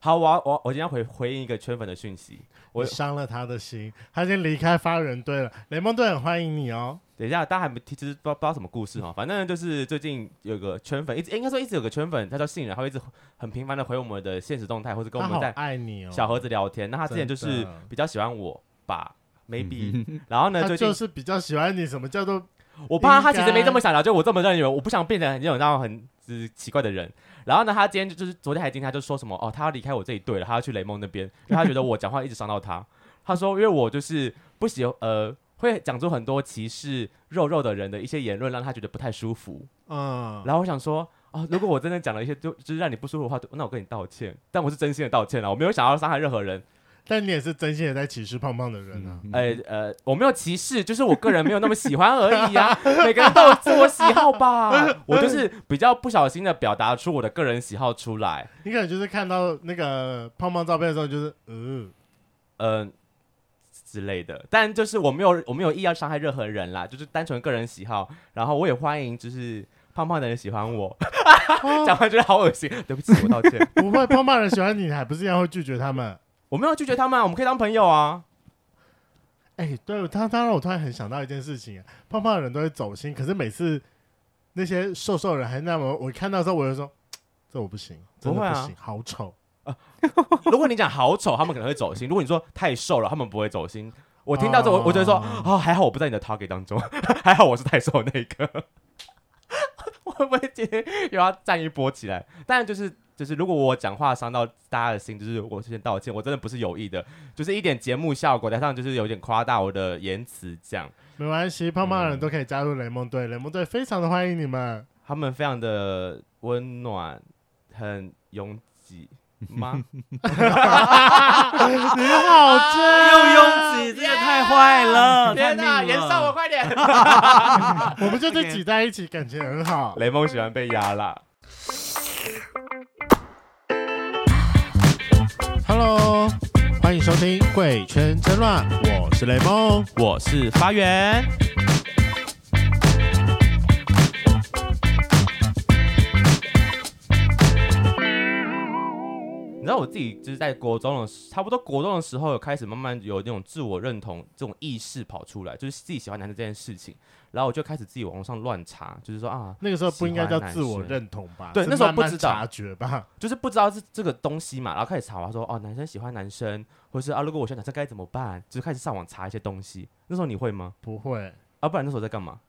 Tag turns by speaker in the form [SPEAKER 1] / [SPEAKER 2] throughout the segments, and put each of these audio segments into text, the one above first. [SPEAKER 1] 好，我要我要我今天要回回应一个圈粉的讯息。我
[SPEAKER 2] 我伤了他的心，他已经离开发人队了。雷蒙队很欢迎你哦。
[SPEAKER 1] 等一下，大家还没其实不知道不知道什么故事哈，反正就是最近有个圈粉，一直应该说一直有个圈粉，他叫杏仁，他会一直很频繁的回我们的现实动态，或是跟我
[SPEAKER 2] 他
[SPEAKER 1] 们
[SPEAKER 2] 好
[SPEAKER 1] 在
[SPEAKER 2] 爱你哦，
[SPEAKER 1] 小盒子聊天。那他之前就是
[SPEAKER 2] 真的
[SPEAKER 1] 比较喜欢我吧，maybe，、然 后呢，
[SPEAKER 2] 他
[SPEAKER 1] 最
[SPEAKER 2] 就
[SPEAKER 1] 近
[SPEAKER 2] 是比较喜欢你。什么叫做
[SPEAKER 1] 我怕他
[SPEAKER 2] 应
[SPEAKER 1] 其
[SPEAKER 2] 该
[SPEAKER 1] 实没这么想聊，就我这么认为，我不想变成很那种让我很就是奇怪的人。然后呢，他今天就就是昨天还今天他就说什么哦，他要离开我这一队了，他要去雷蒙那边，因为他觉得我讲话一直伤到他。他说，因为我就是不喜呃会讲出很多歧视肉肉的人的一些言论，让他觉得不太舒服。
[SPEAKER 2] 嗯？
[SPEAKER 1] 然后我想说，哦，如果我真的讲了一些就就是让你不舒服的话，那我跟你道歉，但我是真心的道歉啊了，我没有想要伤害任何人。
[SPEAKER 2] 但你也是真心的在歧视胖胖的人啊。
[SPEAKER 1] 呃呃，我没有歧视，就是我个人没有那么喜欢而已啊。每个人都有自我喜好吧，我就是比较不小心的表达出我的个人喜好出来。
[SPEAKER 2] 你可能就是看到那个胖胖照片的时候，就是嗯，
[SPEAKER 1] 嗯、之类的，但就是我没有我没有意要伤害任何人啦，就是单纯个人喜好。然后我也欢迎就是胖胖的人喜欢我，啊讲话觉得好恶心，对不起，我道 歉。
[SPEAKER 2] 哦不会，胖胖人喜欢你，还不是一样会拒绝他们？
[SPEAKER 1] 我没有拒绝他们、啊，我们可以当朋友啊。
[SPEAKER 2] 哎、对他，他让我突然很想到一件事情，胖胖的人都会走心，可是每次那些瘦瘦的人还那么，我看到的时候我就说，嘖这我不行，真的
[SPEAKER 1] 不会
[SPEAKER 2] 不
[SPEAKER 1] 啊
[SPEAKER 2] 行，好丑。
[SPEAKER 1] 如果你讲好丑，他们可能会走心；如果你说太瘦了，他们不会走心。我听到这，我我觉得说啊、
[SPEAKER 2] 哦
[SPEAKER 1] 还好我不在你的 target 当中， 还好我是太瘦的那一个。 我会不会今天又要站一波起来？当然就是就是，如果我讲话伤到大家的心，就是我先道歉，我真的不是有意的，就是一点节目效果，加上就是有点夸大我的言辞，这样
[SPEAKER 2] 没关系，胖胖的人都可以加入雷蒙队，雷蒙队非常的欢迎你们。
[SPEAKER 1] 他们非常的温暖，很拥挤吗？
[SPEAKER 2] 你
[SPEAKER 1] 哦啊
[SPEAKER 2] 好真，
[SPEAKER 3] 又拥挤，这个太坏了，太
[SPEAKER 1] 哎天
[SPEAKER 3] 命
[SPEAKER 1] 哪，
[SPEAKER 3] 了。
[SPEAKER 1] 延上我快 点！
[SPEAKER 2] 我们就是挤在一起，感情很好。
[SPEAKER 1] 雷蒙喜欢被压啦。
[SPEAKER 2] Hello，欢迎收听《贵圈争乱》，我是雷蒙。
[SPEAKER 1] 我是发源。你知道我自己就是在国中的时，差不多国中的时候，有开始慢慢有那种自我认同这种意识跑出来，就是自己喜欢男生这件事情，然后我就开始自己网络上乱查，就是说啊，
[SPEAKER 2] 那个时候不应该叫自我认同吧？
[SPEAKER 1] 对
[SPEAKER 2] 是
[SPEAKER 1] 那时候
[SPEAKER 2] 慢
[SPEAKER 1] 不
[SPEAKER 2] 慢
[SPEAKER 1] 知道
[SPEAKER 2] 察觉吧。
[SPEAKER 1] 就是不知道是这个东西嘛，然后开始查，我说哦，男生喜欢男生，或是啊，如果我喜欢男生该怎么办？就是开始上网查一些东西。那时候你会吗？
[SPEAKER 2] 不会，
[SPEAKER 1] 啊，不然那时候在干嘛？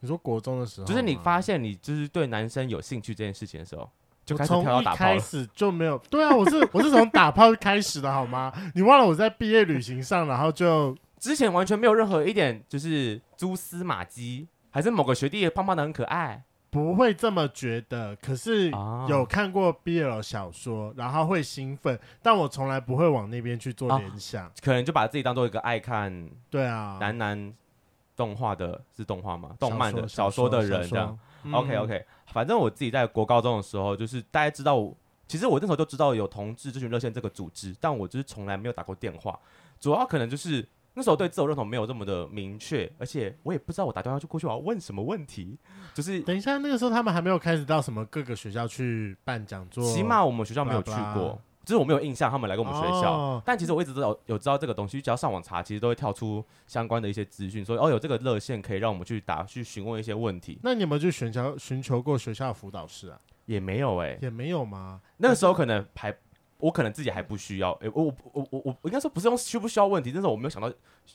[SPEAKER 2] 你说国中的时候吗，
[SPEAKER 1] 就是你发现你就是对男生有兴趣这件事情的时候，就
[SPEAKER 2] 我
[SPEAKER 1] 开始
[SPEAKER 2] 从
[SPEAKER 1] 跳到
[SPEAKER 2] 一
[SPEAKER 1] 打炮
[SPEAKER 2] 开
[SPEAKER 1] 了。
[SPEAKER 2] 始就没有，对啊，我是我 是从打炮开始的好吗？你忘了我在毕业旅行上，然后就
[SPEAKER 1] 之前完全没有任何一点就是蛛丝马迹，还是某个学弟胖胖的很可爱
[SPEAKER 2] 不会这么觉得，可是
[SPEAKER 1] 啊
[SPEAKER 2] 有看过 BL 小说，然后会兴奋，但我从来不会往那边去做
[SPEAKER 1] 啊
[SPEAKER 2] 联想。
[SPEAKER 1] 可能就把自己当做一个爱看
[SPEAKER 2] 对啊，
[SPEAKER 1] 男男动画的，是动画吗？动
[SPEAKER 2] 小
[SPEAKER 1] 漫
[SPEAKER 2] 说
[SPEAKER 1] 的
[SPEAKER 2] 小
[SPEAKER 1] 小
[SPEAKER 2] 说
[SPEAKER 1] 说的人这样。。OK
[SPEAKER 2] 嗯
[SPEAKER 1] OK，反正我自己在国高中的时候，就是大家知道我，其实我那时候就知道有同志咨询热线这个组织，但我就是从来没有打过电话。主要可能就是那时候对自我认同没有这么的明确，而且我也不知道我打电话去过去我要问什么问题，就是
[SPEAKER 2] 等一下，那个时候他们还没有开始到什么各个学校去办讲座，
[SPEAKER 1] 起码我们学校没有去
[SPEAKER 2] blah blah
[SPEAKER 1] 过，就是我没有印象他们来过我们学校。
[SPEAKER 2] 哦
[SPEAKER 1] 但其实我一直知道有知道这个东西，只要上网查，其实都会跳出相关的一些资讯，说哦有这个热线可以让我们去打去询问一些问题，
[SPEAKER 2] 那你有没有去寻求寻求过学校辅导室啊？
[SPEAKER 1] 也没有哎、
[SPEAKER 2] 也没有吗？
[SPEAKER 1] 那个时候可能还，我可能自己还不需要，诶我我我我我我应该说不是用需不需要问题，那时候我没有想到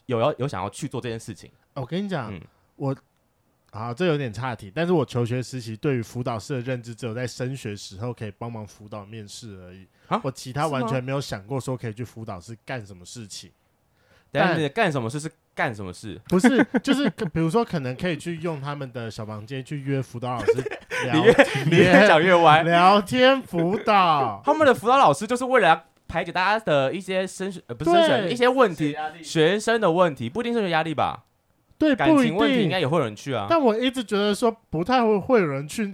[SPEAKER 1] 有要有想要去做这件事情。
[SPEAKER 2] 哦我跟你讲，
[SPEAKER 1] 嗯
[SPEAKER 2] 我啊，这有点岔题，但是我求学时期对于辅导室的认知，只有在升学时候可以帮忙辅导面试而已
[SPEAKER 1] 啊。
[SPEAKER 2] 我其他完
[SPEAKER 1] 是吗
[SPEAKER 2] 全没有想过说可以去辅导室干什么事情，但
[SPEAKER 1] 但是干什么事是干什么事，
[SPEAKER 2] 不是，就是可比如说可能可以去用他们的小房间去约辅导老师
[SPEAKER 1] 你
[SPEAKER 2] 聊
[SPEAKER 1] 越 你越讲越 歪。
[SPEAKER 2] 聊天辅导，
[SPEAKER 1] 他们的辅导老师就是为了要排解大家的一些升学呃不是升学
[SPEAKER 2] 对
[SPEAKER 1] 一些问题，学生的问题不一定是学压力吧，
[SPEAKER 2] 对，
[SPEAKER 1] 感
[SPEAKER 2] 不一
[SPEAKER 1] 情问题应该
[SPEAKER 2] 定。
[SPEAKER 1] 也会有人去啊。
[SPEAKER 2] 但我一直觉得说不太会会有人去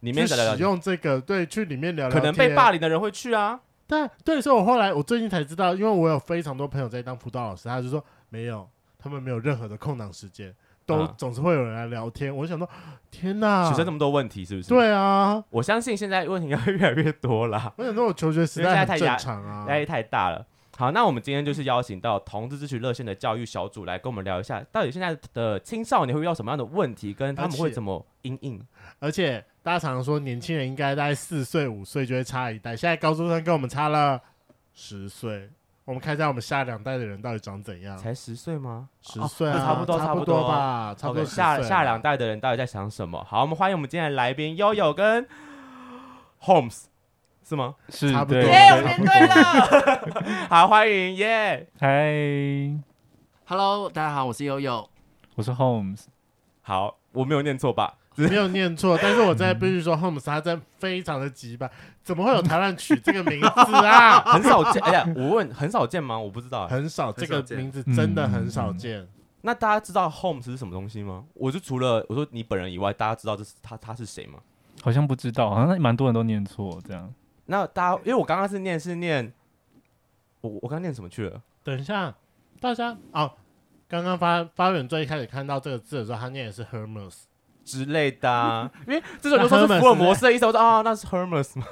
[SPEAKER 1] 里
[SPEAKER 2] 去
[SPEAKER 1] 面的聊聊，
[SPEAKER 2] 使用这个，对，去里面聊聊
[SPEAKER 1] 可
[SPEAKER 2] 天，啊
[SPEAKER 1] 能被霸凌的人会去啊。
[SPEAKER 2] 但对，所以我后来我最近才知道，因为我有非常多朋友在当辅导老师，他就说没有，他们没有任何的空档时间，都
[SPEAKER 1] 嗯
[SPEAKER 2] 总是会有人来聊天。我想说，天哪，
[SPEAKER 1] 学生那么多问题，是不是？，
[SPEAKER 2] 啊对啊，
[SPEAKER 1] 我相信现在问题会越来越多啦，
[SPEAKER 2] 我想说我求学时
[SPEAKER 1] 因为现在
[SPEAKER 2] 代
[SPEAKER 1] 太哎
[SPEAKER 2] 很
[SPEAKER 1] 压
[SPEAKER 2] 正常啊。
[SPEAKER 1] 压力太大了。好，那我们今天就是邀请到同志之曲热线的教育小组来跟我们聊一下，到底现在的青少年会遇到什么样的问题，跟他们
[SPEAKER 2] 而
[SPEAKER 1] 会
[SPEAKER 2] 且
[SPEAKER 1] 怎么应应。
[SPEAKER 2] 而且大家常说年轻人应该大概四岁五岁就会差一代，现在高中生跟我们差了十岁。我们看一下我们下两代的人到底长怎样。
[SPEAKER 1] 才十岁吗？
[SPEAKER 2] 十岁啊，
[SPEAKER 1] 哦差不多
[SPEAKER 2] 差
[SPEAKER 1] 差不多
[SPEAKER 2] 多吧，差不多
[SPEAKER 1] OK，
[SPEAKER 2] 10
[SPEAKER 1] 下
[SPEAKER 2] 岁啊
[SPEAKER 1] 下两代的人到底在想什么？好，我们欢迎我们今天的来宾悠悠跟 Holmes，是吗？
[SPEAKER 3] 是
[SPEAKER 2] 差不
[SPEAKER 3] 对
[SPEAKER 2] 多
[SPEAKER 4] 耶，我
[SPEAKER 2] 对
[SPEAKER 4] 填对了。
[SPEAKER 1] 好，欢迎耶
[SPEAKER 3] 嗨，
[SPEAKER 4] Hello，大家好，我是悠悠。
[SPEAKER 3] 我是 Holmes，
[SPEAKER 1] 好，我没有念错吧？
[SPEAKER 2] 没有念错，但是我在必须说，Homes 他真的非常的急吧？怎么会有台湾取这个名 字啊？
[SPEAKER 1] 很少见，哎呀，我问很少见吗？我不知道。哎
[SPEAKER 2] 很少，这
[SPEAKER 4] 很
[SPEAKER 2] 个
[SPEAKER 4] 少见
[SPEAKER 2] 名字真的很少
[SPEAKER 3] 嗯
[SPEAKER 2] 见。
[SPEAKER 1] 那大家知道 Holmes 是什么东西吗？我就除了我说你本人以外，大家知道这是他他是谁吗？
[SPEAKER 3] 好像不知道，好像蛮多人都念错这样。
[SPEAKER 1] 那大家，因为我刚刚是念是念，我我刚刚念什么去了？
[SPEAKER 2] 等一下，大家哦，刚刚发发源最一开始看到这个字的时候，他念的是 Hermes，
[SPEAKER 1] 之类的、啊， 因为这种就说是福尔摩斯的意思，我说啊，那是 Hermes 吗？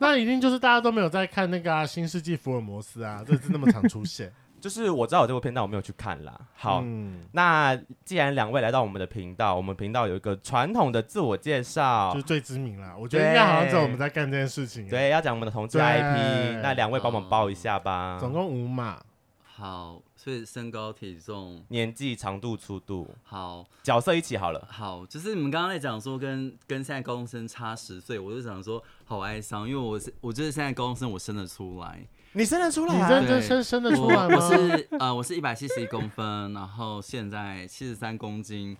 [SPEAKER 2] 那一定就是大家都没有在看那个、啊《新世纪福尔摩斯》啊，这字那么常出现。
[SPEAKER 1] 就是我知道有这部片，但我没有去看啦。好，
[SPEAKER 2] 嗯，
[SPEAKER 1] 那既然两位来到我们的频道，我们频道有一个传统的自我介绍
[SPEAKER 2] 就，最知名啦。我觉得应该好像只有我们在干这件事情。，
[SPEAKER 1] 对，要讲我们的同志
[SPEAKER 2] 对哦
[SPEAKER 1] IP，那两位帮忙报一下吧，
[SPEAKER 2] 总共五码，
[SPEAKER 5] 好，所以身高体重
[SPEAKER 1] 年纪、长度、粗度、
[SPEAKER 5] 好
[SPEAKER 1] 角色一起好了。
[SPEAKER 5] 好，就是你们刚刚在讲说跟跟现在高中生差十岁，我就想说好哀伤，因为我是我就是现在高中生，我生得出来，
[SPEAKER 1] 你生得出
[SPEAKER 2] 你
[SPEAKER 1] 来？啊
[SPEAKER 2] 认真生生的出来
[SPEAKER 5] 我
[SPEAKER 2] 吗？
[SPEAKER 5] 我是呃我是一百七十一公分，然后现在七十三公斤。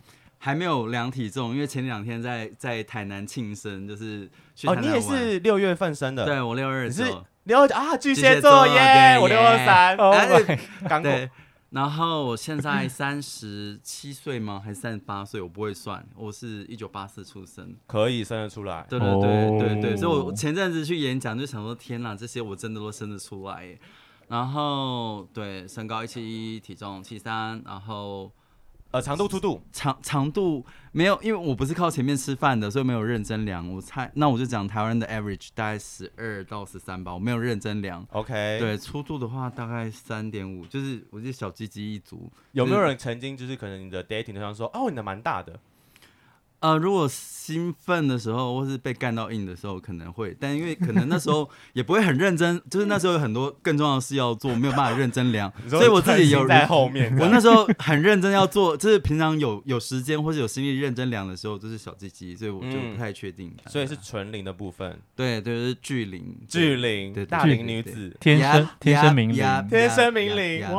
[SPEAKER 5] 还没有量体重，因为前两天在在台南庆生，就是去台
[SPEAKER 1] 哦，
[SPEAKER 5] 南
[SPEAKER 1] 你
[SPEAKER 5] 玩。
[SPEAKER 1] 也是六月份生的，
[SPEAKER 5] 对，我六二
[SPEAKER 1] 你是
[SPEAKER 5] 九，
[SPEAKER 1] 六啊，巨蟹
[SPEAKER 5] 巨蟹座
[SPEAKER 1] 耶，
[SPEAKER 5] 对
[SPEAKER 1] 我
[SPEAKER 5] 耶
[SPEAKER 1] 六二三，
[SPEAKER 3] Oh
[SPEAKER 1] 哎
[SPEAKER 3] my
[SPEAKER 1] 刚过
[SPEAKER 5] 对，然后我现 在三十七岁吗？还是三十八岁？我不会算，我是一九八四出生。
[SPEAKER 1] 可以生得出来。
[SPEAKER 5] 对对对对
[SPEAKER 3] 哦
[SPEAKER 5] 对，所以我前阵子去演讲就想说，天哪，这些我真的都生得出来耶。然后对，身高一七一，体重七三，然后
[SPEAKER 1] 呃，长度、粗度，
[SPEAKER 5] 长长度没有，因为我不是靠前面吃饭的，所以没有认真量。我猜，那我就讲台湾的 average 大概十二到十三吧，我没有认真量。
[SPEAKER 1] OK，，
[SPEAKER 5] 对，粗度的话大概三点五，就是我是小鸡鸡一族。
[SPEAKER 1] 有没有人曾经就是可能你的 dating 对象说，哦，你的蛮大的，
[SPEAKER 5] 呃，如果兴奋的时候，或是被干到硬的时候，可能会，但因为可能那
[SPEAKER 1] ，
[SPEAKER 5] 时候也不会很认真，就是那时候有很多更重要的事要做，没有办法认真量
[SPEAKER 1] 你说
[SPEAKER 5] 所以我自己有
[SPEAKER 1] 专心在后面，
[SPEAKER 5] 我那时候很认真要做，就是平常有有时间或者有心力认真量的时候，就是小鸡鸡，所以我就
[SPEAKER 1] 嗯
[SPEAKER 5] 不太确定。
[SPEAKER 1] 所以是纯零的部分，
[SPEAKER 5] 对对，就是巨灵
[SPEAKER 1] 巨灵
[SPEAKER 5] 对对
[SPEAKER 1] 大
[SPEAKER 3] 对
[SPEAKER 1] 龄
[SPEAKER 5] 对
[SPEAKER 1] 女
[SPEAKER 5] 对
[SPEAKER 1] 子。
[SPEAKER 3] 天生天生明灵。
[SPEAKER 1] 天生明伶
[SPEAKER 5] 哇！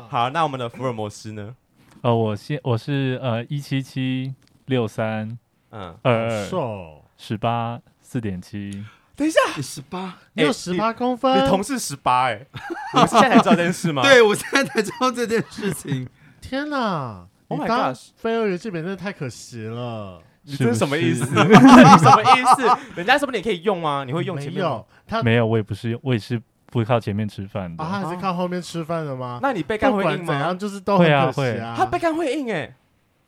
[SPEAKER 2] 哇，
[SPEAKER 1] 好，那我们的福尔摩斯呢？
[SPEAKER 3] 呃，我先我是呃一七七六三
[SPEAKER 1] 嗯，
[SPEAKER 3] 二
[SPEAKER 2] 好
[SPEAKER 3] 二
[SPEAKER 2] 瘦，呀
[SPEAKER 3] 十八四点七，
[SPEAKER 1] 等一下，
[SPEAKER 5] 你十八，
[SPEAKER 2] 你有十八公分，
[SPEAKER 1] 你同事十八哎， 你们是现在才知道这件事吗？
[SPEAKER 5] 对我现在才知道这件事 情。
[SPEAKER 2] 天哪
[SPEAKER 1] Oh my
[SPEAKER 2] 你当
[SPEAKER 1] gosh
[SPEAKER 2] 飞儿园这边真的太可惜了，
[SPEAKER 1] 你这是什么意思？
[SPEAKER 3] 是
[SPEAKER 1] 这是 什么意思？人家说不定你可以用啊，你会用
[SPEAKER 2] 没
[SPEAKER 1] 前面吗？
[SPEAKER 2] 有他
[SPEAKER 3] 没有，我也不是，我也是不靠前面吃饭的。
[SPEAKER 2] 啊，他也是靠后面吃饭的吗？
[SPEAKER 1] 那你被干
[SPEAKER 2] 不
[SPEAKER 1] 会
[SPEAKER 2] 管
[SPEAKER 1] 硬
[SPEAKER 2] 怎
[SPEAKER 1] 吗？
[SPEAKER 2] 样，就是都很
[SPEAKER 3] 会啊
[SPEAKER 2] 可惜
[SPEAKER 1] 他被干会硬哎，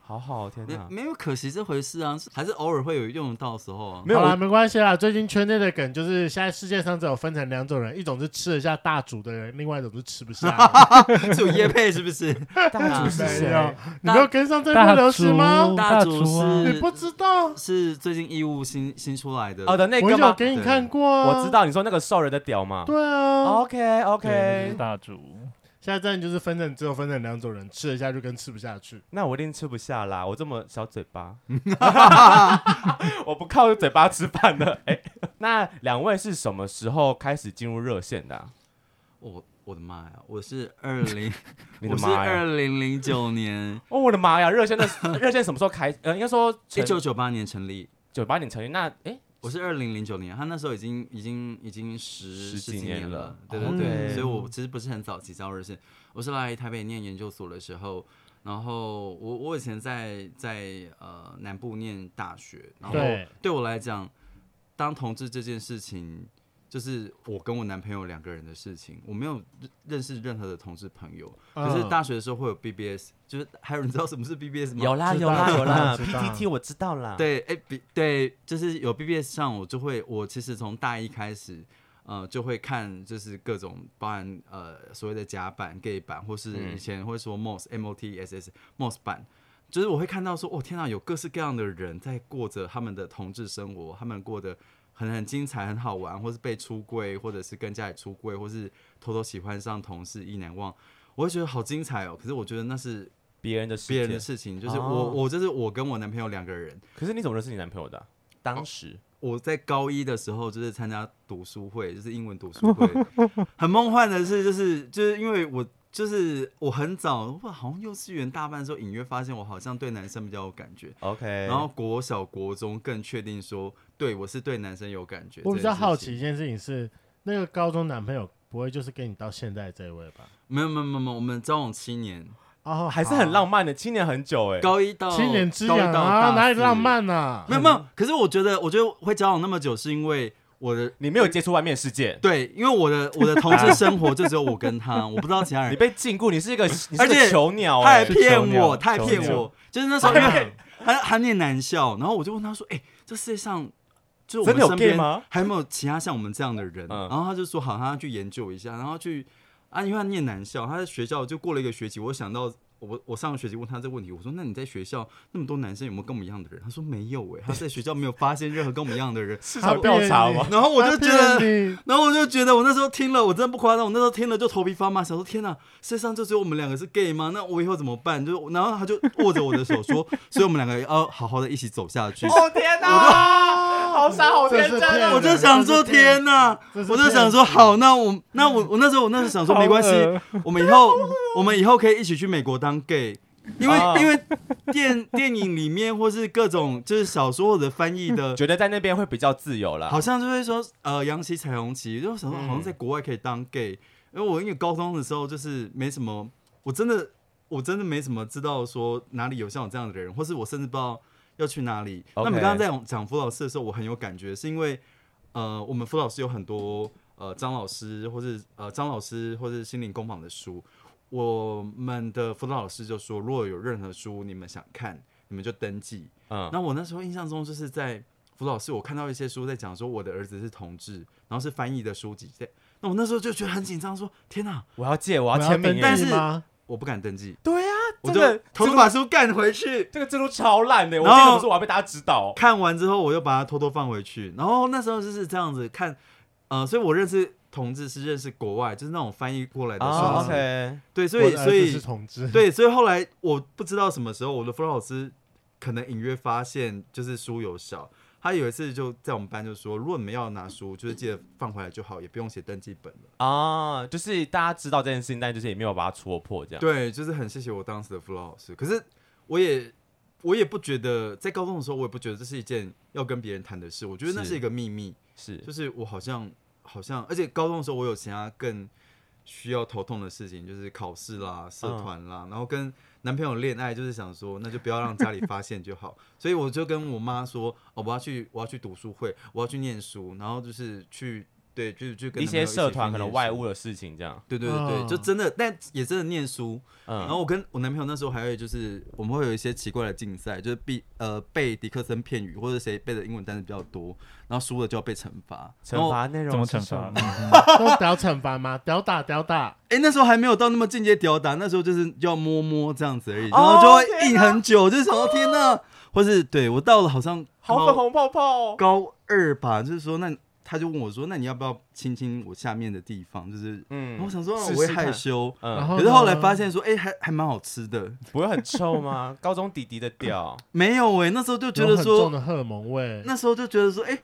[SPEAKER 1] 好好天
[SPEAKER 5] 没
[SPEAKER 1] 哪！
[SPEAKER 5] 没有可惜这回事啊，是还是偶尔会有用得到的时候啊。
[SPEAKER 1] 没有
[SPEAKER 2] 好啦，
[SPEAKER 1] 我
[SPEAKER 2] 没关系啦。最近圈内的梗就是，现在世界上只有分成两种人，一种是吃得下大煮的人，另外一种是吃不下的。
[SPEAKER 5] 是有叶配是不是？
[SPEAKER 1] 大主是
[SPEAKER 2] 没
[SPEAKER 1] 谁？
[SPEAKER 2] 有，你没有跟上这波
[SPEAKER 3] 大
[SPEAKER 2] 流
[SPEAKER 3] 竹
[SPEAKER 2] 行吗？
[SPEAKER 5] 大
[SPEAKER 3] 竹
[SPEAKER 5] 竹
[SPEAKER 3] 啊
[SPEAKER 5] 是
[SPEAKER 2] 你不知道？
[SPEAKER 5] 是最近义务新新出来的
[SPEAKER 1] 哦的那
[SPEAKER 2] 我
[SPEAKER 1] 个
[SPEAKER 2] 有
[SPEAKER 1] 吗？
[SPEAKER 2] 给你看过啊，
[SPEAKER 1] 我知。道你说那个兽人的屌嘛。
[SPEAKER 2] 对
[SPEAKER 5] 哦
[SPEAKER 2] 啊，
[SPEAKER 1] OK
[SPEAKER 3] 对，就是
[SPEAKER 1] OK，
[SPEAKER 3] 大主。
[SPEAKER 2] 现在真的就是分成只有分成两种人，吃得下就跟吃不下去。
[SPEAKER 1] 那我一定吃不下啦，我这么小嘴巴，我不靠嘴巴吃饭的。 哎、那两位是什么时候开始进入热线的啊、
[SPEAKER 5] 我我的妈呀！我是二零，
[SPEAKER 1] 你的
[SPEAKER 5] 我是
[SPEAKER 1] 妈呀！
[SPEAKER 5] 二零零九年，
[SPEAKER 1] 哦，我的妈呀！热线的 热线什么时候开？呃，应该说
[SPEAKER 5] 一九
[SPEAKER 1] 九
[SPEAKER 5] 九八年成立。
[SPEAKER 1] 九八年成立。那哎、
[SPEAKER 5] 我是二零零九年，他那时候已经已经已经十
[SPEAKER 1] 十几
[SPEAKER 5] 几
[SPEAKER 1] 年了
[SPEAKER 5] 了，对对对，
[SPEAKER 1] 哦
[SPEAKER 5] 所以我其实不是很早期加入热线，我是来台北念研究所的时候，然后我我以前在在呃南部念大学，然后
[SPEAKER 2] 对
[SPEAKER 5] 对我来讲，当同志这件事情就是我跟我男朋友两个人的事情，我没有认认识任何的同事朋友。
[SPEAKER 2] 嗯
[SPEAKER 5] 可是大学的时候会有 BBS，就是还有人知道什么是 BBS 吗？
[SPEAKER 1] 有啦
[SPEAKER 2] 知
[SPEAKER 1] 有
[SPEAKER 2] 道
[SPEAKER 1] 啦有啦
[SPEAKER 2] 知道
[SPEAKER 1] ，PTT 我知道啦。，
[SPEAKER 5] 对，哎、比对，就是有 BBS 上，我就会，我其实从大一开始，呃，就会看就是各种，包含呃所谓的甲版、gay 版，或是
[SPEAKER 1] 嗯
[SPEAKER 5] 以前会说 MOS、MOTSS、MOS 版，就是我会看到说，哦，天啊，有各式各样的人在过着他们的同志生活，他们过得很很精彩、很好玩，或是被出柜，或者是跟家里出柜，或是偷偷喜欢上同事，意难忘。我会觉得好精彩哦，可是我觉得那是
[SPEAKER 1] 别人的世
[SPEAKER 5] 别人的
[SPEAKER 1] 界。
[SPEAKER 5] 事情，就是我、
[SPEAKER 1] 哦
[SPEAKER 5] 我就是我跟我男朋友两个人，
[SPEAKER 1] 可是你怎么认识你男朋友的啊？当时
[SPEAKER 5] 我在高一的时候就是参加读书会，就是英文读书 会。很梦幻的是，就是就是因为我就是我很早，哇，好像幼稚园大班的时候隐约发现我好像对男生比较有感觉，
[SPEAKER 1] 哦，OK，
[SPEAKER 5] 然后国小国中更确定说，对我是对男生有感觉。
[SPEAKER 2] 我比较
[SPEAKER 5] 这件事
[SPEAKER 2] 好
[SPEAKER 5] 情
[SPEAKER 2] 奇一件事情是，那个高中男朋友不会就是跟你到现在这一位吧？
[SPEAKER 5] 没有没有没有没有，我们交往七年，
[SPEAKER 2] 哦，
[SPEAKER 1] 还是很浪漫的，七年很久哎。
[SPEAKER 5] 高一到
[SPEAKER 2] 七年之
[SPEAKER 5] 哦高
[SPEAKER 2] 痒
[SPEAKER 5] 一到大
[SPEAKER 2] 啊，
[SPEAKER 5] 四
[SPEAKER 2] 哪里浪？漫啊？
[SPEAKER 5] 没有没有，可是我觉得，我觉得会交往那么久，是因为我的。
[SPEAKER 1] 你没有接触外面的世界，
[SPEAKER 5] 对，因为我的我的同志生活就只有我跟他，我不知道其他人
[SPEAKER 1] 你。被禁锢，你是一个你是
[SPEAKER 5] 而
[SPEAKER 1] 个
[SPEAKER 5] 且
[SPEAKER 1] 囚鸟
[SPEAKER 5] 他还
[SPEAKER 1] 哎。
[SPEAKER 5] 骗我，
[SPEAKER 3] 是
[SPEAKER 5] 他还骗
[SPEAKER 3] 囚
[SPEAKER 5] 我
[SPEAKER 3] 鸟，
[SPEAKER 5] 就是那时候因为他他念男校，然后我就问他说：“哎、这世界上就我
[SPEAKER 1] 真的有
[SPEAKER 5] 们身
[SPEAKER 1] gay
[SPEAKER 5] 边
[SPEAKER 1] 吗
[SPEAKER 5] 还有没有其他像我们这样的人？”
[SPEAKER 1] 嗯
[SPEAKER 5] 然后他就说：“好，他要去研究一下，然后去啊，因为他念男校，他在学校就过了一个学期，我想到。”我我上个学期问他这个问题，我说：“那你在学校那么多男生有没有跟我们一样的人？”他说：“没有诶、他在学校没有发现任何跟我们一样 的人。
[SPEAKER 1] 市场调查吗？
[SPEAKER 5] 然后我就觉得
[SPEAKER 2] 他骗你
[SPEAKER 5] 然后我就觉得，我那时候听了，我真的不夸张，我那时候听了就头皮发麻，想说天哪，世界上就只有我们两个是 gay 吗？那我以后怎么办？就然后他就握着我的手说，所以我们两个要好好的一起走下去。
[SPEAKER 1] 哦天哪， 好傻好天真
[SPEAKER 2] 这是骗人
[SPEAKER 1] 哦！
[SPEAKER 5] 我就想说天哪，
[SPEAKER 2] 这是
[SPEAKER 5] 我就想说好，那我那我我那时候我那时候想说没关系，我们以后 我们以后可以一起去美国当 gay。因为、
[SPEAKER 1] 哦
[SPEAKER 5] 因为电电影里面或是各种就是小说或者翻译的
[SPEAKER 1] 觉得在那边会比较自由啦。
[SPEAKER 5] 好像就会说呃扬起彩虹旗，就想说好像在国外可以当 gay，、因为我因为高中的时候就是没什么，我真的我真的没什么知道说哪里有像我这样的人，或是我甚至不知道要去哪里。那
[SPEAKER 1] OK
[SPEAKER 5] 我们刚刚在讲辅导师的时候，我很有感觉，是因为呃我们辅导师有很多呃张老师或是呃张老师或是心灵工坊的书。我们的辅导老师就说，如果有任何书你们想看，你们就登记，
[SPEAKER 1] 嗯，
[SPEAKER 5] 那我那时候印象中就是在辅导室，我看到一些书在讲说我的儿子是同志，然后是翻译的书籍。对，那我那时候就觉得很紧张，说天哪、
[SPEAKER 1] 我要借，我
[SPEAKER 2] 我
[SPEAKER 1] 要签名
[SPEAKER 2] 登
[SPEAKER 1] 耶。
[SPEAKER 5] 但
[SPEAKER 2] 记
[SPEAKER 5] 是
[SPEAKER 2] 吗
[SPEAKER 5] 我不敢登记，
[SPEAKER 1] 对呀，这
[SPEAKER 5] 我就
[SPEAKER 1] 个
[SPEAKER 5] 偷偷把书干回去。
[SPEAKER 1] 这个制度超烂的，我
[SPEAKER 5] 然后
[SPEAKER 1] 记得不是我要被大家指导。
[SPEAKER 5] 看完之后，我又把它偷偷放回去。然后那时候就是这样子看，呃，所以我认识同志是认识国外，就是那种翻译过来的书籍。
[SPEAKER 1] 啊，OK，
[SPEAKER 5] 对，所
[SPEAKER 2] 我
[SPEAKER 5] 以
[SPEAKER 2] 的儿
[SPEAKER 5] 所
[SPEAKER 2] 子
[SPEAKER 5] 以
[SPEAKER 2] 是同 志，
[SPEAKER 5] 对，所以后来我不知道什么时候，我的辅导老师可能隐约发现，就是书有少。他有一次就在我们班就说，如果你们要拿书，就是记得放回来就好，也不用写登记本了。
[SPEAKER 1] 啊，就是大家知道这件事情，但就是也没有把它戳破这样。
[SPEAKER 5] 对，就是很谢谢我当时的辅导老师。可是我也我也不觉得，在高中的时候，我也不觉得这是一件要跟别人谈的事。我觉得那
[SPEAKER 1] 是
[SPEAKER 5] 是一个秘密，
[SPEAKER 1] 是
[SPEAKER 5] 就是我好像好像，而且高中的时候我有其他更需要头痛的事情，就是考试啦、社团啦，
[SPEAKER 1] 嗯
[SPEAKER 5] 然后跟男朋友恋爱，就是想说那就不要让家里发现就好， 所以我就跟我妈说，哦，我要去我要去读书会，我要去念书，然后就是去对，就是去跟
[SPEAKER 1] 一
[SPEAKER 5] 男朋
[SPEAKER 1] 些
[SPEAKER 5] 友一起
[SPEAKER 1] 社
[SPEAKER 5] 去
[SPEAKER 1] 团可
[SPEAKER 5] 念
[SPEAKER 1] 能外
[SPEAKER 5] 书
[SPEAKER 1] 务的事情这样。
[SPEAKER 5] 对对对对，
[SPEAKER 2] 嗯
[SPEAKER 5] 就真的，但也真的念书。然
[SPEAKER 1] 嗯，
[SPEAKER 5] 后我跟我男朋友那时候还会就是，我们会有一些奇怪的竞赛，就是必呃背迪克森片语，或者谁背的英文单词比较多，然后输了就要被惩罚。然
[SPEAKER 1] 惩
[SPEAKER 5] 后
[SPEAKER 1] 罚内容
[SPEAKER 3] 怎么
[SPEAKER 1] 是
[SPEAKER 3] 惩
[SPEAKER 1] 什
[SPEAKER 3] 罚
[SPEAKER 1] 么？？
[SPEAKER 2] 都屌惩罚吗？屌打屌打，
[SPEAKER 5] 哎、那时候还没有到那么进阶吊打，那时候就是要摸摸这样子
[SPEAKER 1] 哦
[SPEAKER 5] 而已，然后就会硬很久，就是想到天呐，或是对我到了好像
[SPEAKER 1] 好粉
[SPEAKER 5] 高
[SPEAKER 1] 红泡泡哦。
[SPEAKER 5] 高二吧，就是说那他就问我说，那你要不要亲亲我下面的地方？就是，然
[SPEAKER 1] 嗯
[SPEAKER 5] 后我想说、啊
[SPEAKER 1] 试
[SPEAKER 5] 我会
[SPEAKER 1] 试
[SPEAKER 5] 害
[SPEAKER 1] 看
[SPEAKER 5] 羞，
[SPEAKER 2] 然
[SPEAKER 1] 嗯，
[SPEAKER 2] 后
[SPEAKER 5] 可是后来
[SPEAKER 2] 呢
[SPEAKER 5] 发现说，哎、还还蛮好吃的，
[SPEAKER 1] 不会很臭吗？ 高中弟弟的屌，
[SPEAKER 5] 没有哎、那时候就觉
[SPEAKER 2] 有
[SPEAKER 5] 得
[SPEAKER 2] 很
[SPEAKER 5] 说
[SPEAKER 2] 重，的荷尔蒙味，
[SPEAKER 5] 那时候就觉得说，哎、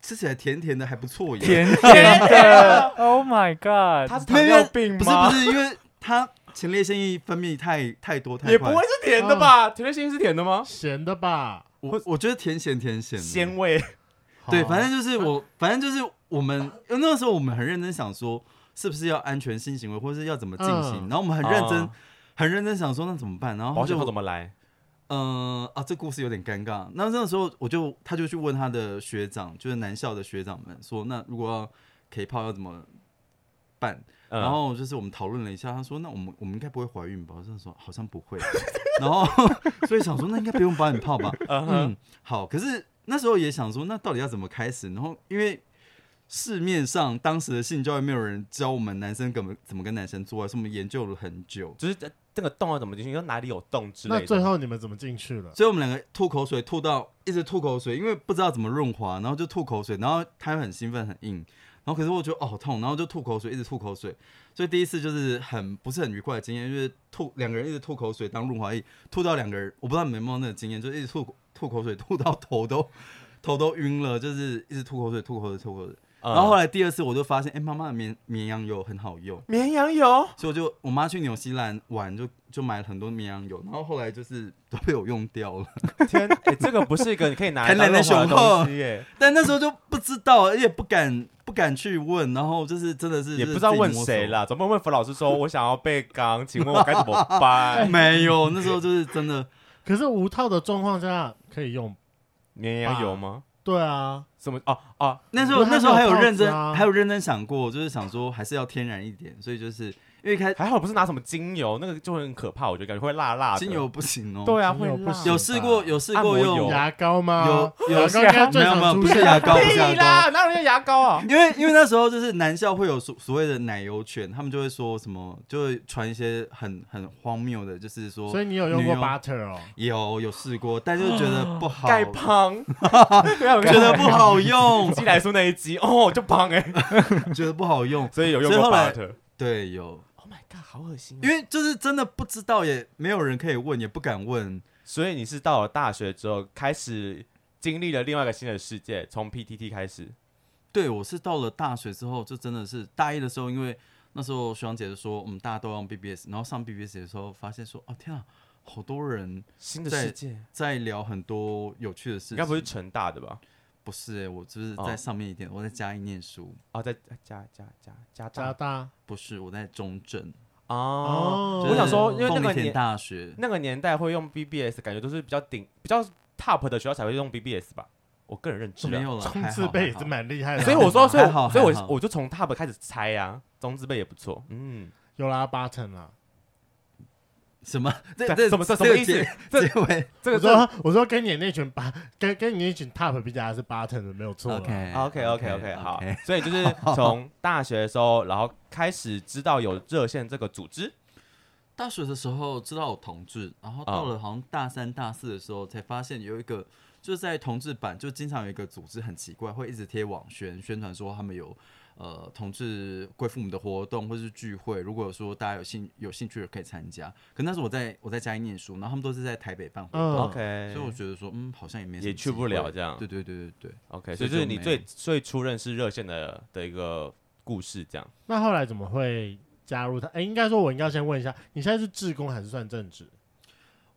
[SPEAKER 5] 吃起来甜甜的还不错耶，
[SPEAKER 3] 甜甜的，Oh my God！
[SPEAKER 1] 他是
[SPEAKER 5] 没
[SPEAKER 1] 糖
[SPEAKER 5] 有
[SPEAKER 1] 尿病
[SPEAKER 5] 不是
[SPEAKER 1] 吗
[SPEAKER 5] 不？是，因为它前列腺液分泌太太多太快，啊
[SPEAKER 1] 也不会是甜的吧？甜的心是甜的吗？
[SPEAKER 2] 咸的吧？
[SPEAKER 5] 我我觉得甜咸甜咸的
[SPEAKER 1] 鲜味。
[SPEAKER 5] 对，
[SPEAKER 2] 好啊
[SPEAKER 5] 反正就是我，反正就是我们，因为那个时候我们很认真想说，是不是要安全性行为，或是要怎么进行，
[SPEAKER 2] 嗯
[SPEAKER 5] 然后我们很认真，
[SPEAKER 1] 哦
[SPEAKER 5] 很认真想说那怎么办，然后
[SPEAKER 1] 保
[SPEAKER 5] 他
[SPEAKER 1] 险
[SPEAKER 5] 就
[SPEAKER 1] 套怎么来？
[SPEAKER 5] 嗯、啊，这故事有点尴尬。那那个时候我就他就去问他的学长，就是男校的学长们说，那如果要 K 泡要怎么办。
[SPEAKER 1] 嗯
[SPEAKER 5] 然后就是我们讨论了一下，他说：“那我们我们应该不会怀孕吧？”我就说：“好像不会。” 然后所以想说，那应该不用保险套吧？嗯，好。可是那时候也想说，那到底要怎么开始？然后因为市面上当时的性教育没有人教我们男生怎么怎么跟男生做爱，所以我们研究了很久。
[SPEAKER 1] 就是这这个洞要怎么进去，你说哪里有洞之类
[SPEAKER 2] 那
[SPEAKER 1] 的。
[SPEAKER 2] 最后你们怎么进去了？
[SPEAKER 5] 所以我们两个吐口水，吐到一直吐口水，因为不知道怎么润滑，然后就吐口水，然后他又很兴奋很硬，然后可是我觉得哦好痛，然后就吐口水，一直吐口水，所以第一次就是很不是很愉快的经验，就是吐两个人一直吐口水当润滑液，吐到两个人，我不知道你们有没有那个经验，就一直吐吐口水，吐到头都头都晕了，就是一直吐口水，吐口水，吐口水。
[SPEAKER 1] 嗯
[SPEAKER 5] 然后后来第二次我就发现，哎、妈妈的绵绵羊油很好用，
[SPEAKER 1] 绵羊油，
[SPEAKER 5] 所以我就我妈去纽西兰玩就就买了很多绵羊油，然后后来就是都被我用掉了。
[SPEAKER 1] 天，哎，这个不是一个你可以拿来当
[SPEAKER 5] 很冷的
[SPEAKER 1] 润滑的
[SPEAKER 5] 雄厚
[SPEAKER 1] 东西耶，
[SPEAKER 5] 但那时候就不知道，也不敢不敢去问，然后就是真的是
[SPEAKER 1] 也不知道问谁。啦，总不能问冯老师说，我想要被刚，请问我该怎么
[SPEAKER 5] 就是自己摸索
[SPEAKER 1] 办？
[SPEAKER 5] 没有，那时候就是 真的，
[SPEAKER 2] 可是无套的状况下可以用，
[SPEAKER 1] 绵羊油吗？
[SPEAKER 2] 对啊，
[SPEAKER 1] 什么？哦哦，
[SPEAKER 5] 那时候那时候还有认真
[SPEAKER 2] 还有泡子啊
[SPEAKER 5] 还有认真想过，就是想说还是要天然一点，所以就是因为 一开
[SPEAKER 1] 还好不是拿什么精油，那个就会很可怕，我觉得感觉会辣辣的。
[SPEAKER 5] 精油不行哦、
[SPEAKER 1] 对啊，
[SPEAKER 2] 精
[SPEAKER 1] 会
[SPEAKER 2] 油
[SPEAKER 1] 辣
[SPEAKER 2] 不行
[SPEAKER 5] 有试过有试
[SPEAKER 1] 按
[SPEAKER 5] 过
[SPEAKER 1] 摩
[SPEAKER 5] 用
[SPEAKER 1] 油
[SPEAKER 2] 牙膏吗？
[SPEAKER 5] 有有
[SPEAKER 2] 牙膏应该最
[SPEAKER 5] 没有没
[SPEAKER 2] 常
[SPEAKER 5] 有
[SPEAKER 2] 出
[SPEAKER 5] 不是
[SPEAKER 2] 现
[SPEAKER 5] 牙膏，不是 牙
[SPEAKER 1] 屁啦，
[SPEAKER 5] 膏。
[SPEAKER 1] 哪有人牙膏啊？
[SPEAKER 5] 因为因为那时候就是男校会有所所谓的奶油犬，他们就会说什么，就会传一些很很荒谬的，就是说
[SPEAKER 2] 所以你有用过
[SPEAKER 5] 女优
[SPEAKER 2] butter 哦？
[SPEAKER 5] 有有试过，但就觉得 不好，
[SPEAKER 1] 钙 胖，对啊我
[SPEAKER 5] 觉得不 好用，
[SPEAKER 1] 寄来书那一集，哦，就胖 哎，
[SPEAKER 5] 觉得不好用。
[SPEAKER 1] 所以有用
[SPEAKER 5] 所以
[SPEAKER 1] 过
[SPEAKER 5] 后来
[SPEAKER 1] butter。
[SPEAKER 5] 对，有，
[SPEAKER 1] Oh my god，好恶心哦！
[SPEAKER 5] 因为就是真的不知道，也没有人可以问，也不敢问。
[SPEAKER 1] 所以你是到了大学之后，开始经历了另外一个新的世界，从 PTT 开始。
[SPEAKER 5] 对我是到了大学之后，就真的是大一的时候，因为那时候学长姐就说，我们大家都用 BBS，然后上 BBS 的时候，发现说，哦天啊，好多人
[SPEAKER 1] 新的
[SPEAKER 5] 在
[SPEAKER 1] 世界，
[SPEAKER 5] 在聊很多有趣的事
[SPEAKER 1] 应
[SPEAKER 5] 情。
[SPEAKER 1] 该不是成大的吧？
[SPEAKER 5] 不是、欸，我就是
[SPEAKER 1] 哦
[SPEAKER 5] 在上面一点，我在嘉义念书，
[SPEAKER 1] 哦，在加加加加
[SPEAKER 2] 加拿
[SPEAKER 1] 大
[SPEAKER 2] 大
[SPEAKER 5] 不是我在中正。
[SPEAKER 1] 哦。
[SPEAKER 5] 就
[SPEAKER 1] 我
[SPEAKER 5] 是
[SPEAKER 1] 想说因为那个
[SPEAKER 5] 凤梨
[SPEAKER 1] 年
[SPEAKER 5] 田大学，
[SPEAKER 1] 那个年代会用 BBS，感觉都是比较顶、比较 top 的学校才会用 BBS 吧？我个人认知
[SPEAKER 5] 哦没
[SPEAKER 1] 啊。
[SPEAKER 5] 有了，
[SPEAKER 2] 冲
[SPEAKER 5] 还
[SPEAKER 2] 字
[SPEAKER 5] 好
[SPEAKER 2] 辈也
[SPEAKER 5] 还好
[SPEAKER 2] 是蛮厉害的啊，
[SPEAKER 1] 所以我说，所以
[SPEAKER 5] 还好
[SPEAKER 1] 我所以
[SPEAKER 5] 还
[SPEAKER 1] 我
[SPEAKER 5] 好
[SPEAKER 1] 我就从 top 开始猜啊，中字辈也不错，嗯，
[SPEAKER 2] 有啦 button 啦。
[SPEAKER 5] 什么？这
[SPEAKER 1] 对
[SPEAKER 5] 这
[SPEAKER 1] 什么什
[SPEAKER 5] 这
[SPEAKER 1] 么
[SPEAKER 5] 个
[SPEAKER 1] 意思
[SPEAKER 5] 结
[SPEAKER 1] 这
[SPEAKER 5] 结尾
[SPEAKER 1] 这
[SPEAKER 2] 我
[SPEAKER 1] 个
[SPEAKER 2] 说我说跟你那群巴跟跟你那群 top 比较是 button 的没有错啦。
[SPEAKER 5] 哎 OK
[SPEAKER 1] OK OK OK 好
[SPEAKER 5] OK，
[SPEAKER 1] 所以就是从大学的时候，然后开始知道有热线这个组织，
[SPEAKER 5] 大学的时候知道有同志，然后到
[SPEAKER 1] 啊
[SPEAKER 5] 了好像大三、大四的时候，才发现有一个就是在同志版，就经常有一个组织很奇怪，会一直贴网宣宣传说他们有呃同志贵父母的活动或是聚会，如果有说大家有兴有兴趣的可以参加。可那时候我在我在家里念书，然后他们都是在台北办活
[SPEAKER 2] 嗯
[SPEAKER 5] 动，
[SPEAKER 1] OK，
[SPEAKER 5] 所以我觉得说嗯好像也没什么
[SPEAKER 1] 哎也去不
[SPEAKER 5] 机会
[SPEAKER 1] 了这样
[SPEAKER 5] 对对对对对，
[SPEAKER 1] OK，所
[SPEAKER 5] 所
[SPEAKER 1] 以
[SPEAKER 5] 以
[SPEAKER 1] 就是
[SPEAKER 5] 就
[SPEAKER 1] 你
[SPEAKER 5] 没
[SPEAKER 1] 最
[SPEAKER 5] 有
[SPEAKER 1] 最初认识热线的的一个故事，这样
[SPEAKER 2] 那后来怎么会加入他？哎、应该说我应该先问一下，你现在是志工还是算正职？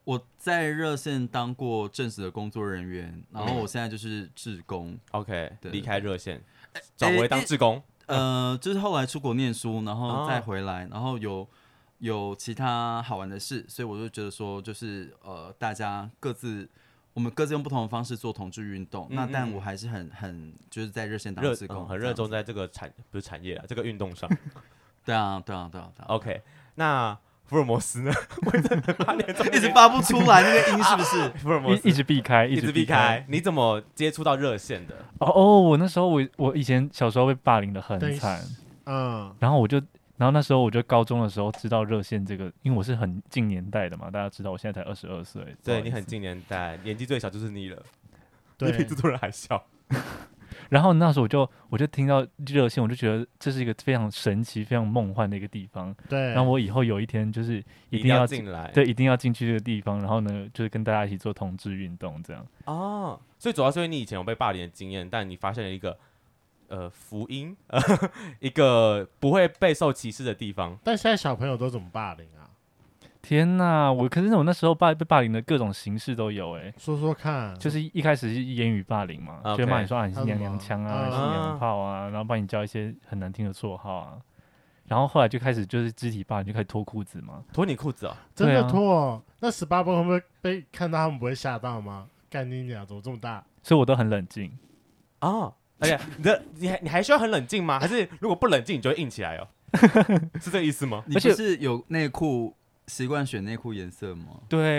[SPEAKER 5] 我在热线当过正式的工作人员，然
[SPEAKER 1] 嗯
[SPEAKER 5] 后我现在就是志工。
[SPEAKER 1] OK，
[SPEAKER 5] 对哎
[SPEAKER 1] 离开热线，转
[SPEAKER 5] 诶
[SPEAKER 1] 为当
[SPEAKER 5] 诶
[SPEAKER 1] 志工，
[SPEAKER 5] 呃，就是后来出国念书，然后
[SPEAKER 1] 哦
[SPEAKER 5] 再回来，然后有有其他好玩的事，所以我就觉得说，就是呃，大家各自我们各自用不同的方式做同志运动。
[SPEAKER 1] 嗯
[SPEAKER 5] 那
[SPEAKER 1] 嗯
[SPEAKER 5] 但
[SPEAKER 1] 嗯
[SPEAKER 5] 我还是很很就是在热线
[SPEAKER 1] 热
[SPEAKER 5] 哎当志
[SPEAKER 1] 嗯
[SPEAKER 5] 工，
[SPEAKER 1] 很
[SPEAKER 5] 这
[SPEAKER 1] 热
[SPEAKER 5] 样
[SPEAKER 1] 衷在这个产不是产业啊，这个运动 上。
[SPEAKER 5] 对啊，对啊，对啊，对啊
[SPEAKER 1] OK，那福尔摩斯呢？
[SPEAKER 5] 一直发不出来那个音是不是？
[SPEAKER 1] 福尔摩斯
[SPEAKER 3] 一一直避开，
[SPEAKER 1] 一
[SPEAKER 3] 直
[SPEAKER 1] 避
[SPEAKER 3] 开。
[SPEAKER 1] 开，你怎么接触到热线的？
[SPEAKER 3] 哦哦，我那时候我我以前小时候被霸凌的很
[SPEAKER 2] 对
[SPEAKER 3] 惨，
[SPEAKER 2] 嗯，
[SPEAKER 3] 然后我就，然后那时候我就高中的时候知道热线这个，因为我是很近年代的嘛，大家知道我现在才二十二岁，不好
[SPEAKER 1] 对
[SPEAKER 3] 意
[SPEAKER 1] 你很
[SPEAKER 3] 思
[SPEAKER 1] 近年代，年纪最小就是你 了，你比
[SPEAKER 2] 对
[SPEAKER 1] 制，作人还小。
[SPEAKER 3] 然后那时候我就我就听到热线，我就觉得这是一个非常神奇、非常梦幻的一个地方。
[SPEAKER 2] 对。
[SPEAKER 3] 然后我以后有一天就是
[SPEAKER 1] 一
[SPEAKER 3] 一
[SPEAKER 1] 定
[SPEAKER 3] 定要进，
[SPEAKER 1] 进来，
[SPEAKER 3] 对，一定要进去这个地方，然后呢，就是跟大家一起做同志运动这样。
[SPEAKER 1] 哦，所以主要是因为你以前有被霸凌的经验，但你发现了一个呃福音， 一个不会备受歧视的地方。
[SPEAKER 2] 但现在小朋友都怎么霸凌啊？
[SPEAKER 3] 天呐，我可是我那时候霸被霸凌的各种形式都有哎、
[SPEAKER 2] 说说看，
[SPEAKER 3] 就是一开始是言语霸凌嘛，就
[SPEAKER 1] 嗯 OK
[SPEAKER 3] 会骂你说啊你是娘
[SPEAKER 5] 哦
[SPEAKER 3] 娘腔
[SPEAKER 2] 还
[SPEAKER 3] 啊，
[SPEAKER 2] 有
[SPEAKER 3] 你
[SPEAKER 2] 什
[SPEAKER 3] 是
[SPEAKER 2] 么
[SPEAKER 3] 娘娘炮啊，然后帮你叫一些很难听的绰号啊，然后后来就开始就是肢体霸凌，就开始脱裤子嘛。
[SPEAKER 1] 脱你裤子哦，
[SPEAKER 2] 真
[SPEAKER 3] 对
[SPEAKER 2] 的
[SPEAKER 3] 啊
[SPEAKER 2] 脱、哦那十八分会不会被看到他们不会吓到吗？干你娘，怎么这么大？
[SPEAKER 3] 所以我都很冷静，
[SPEAKER 1] 哦，而且你的你还你还需要很冷静吗？还是如果不冷静你就会硬起 来哦？是这个意思吗？
[SPEAKER 5] 你不
[SPEAKER 3] 而且
[SPEAKER 5] 是有内裤习惯选内裤颜色吗？
[SPEAKER 3] 对，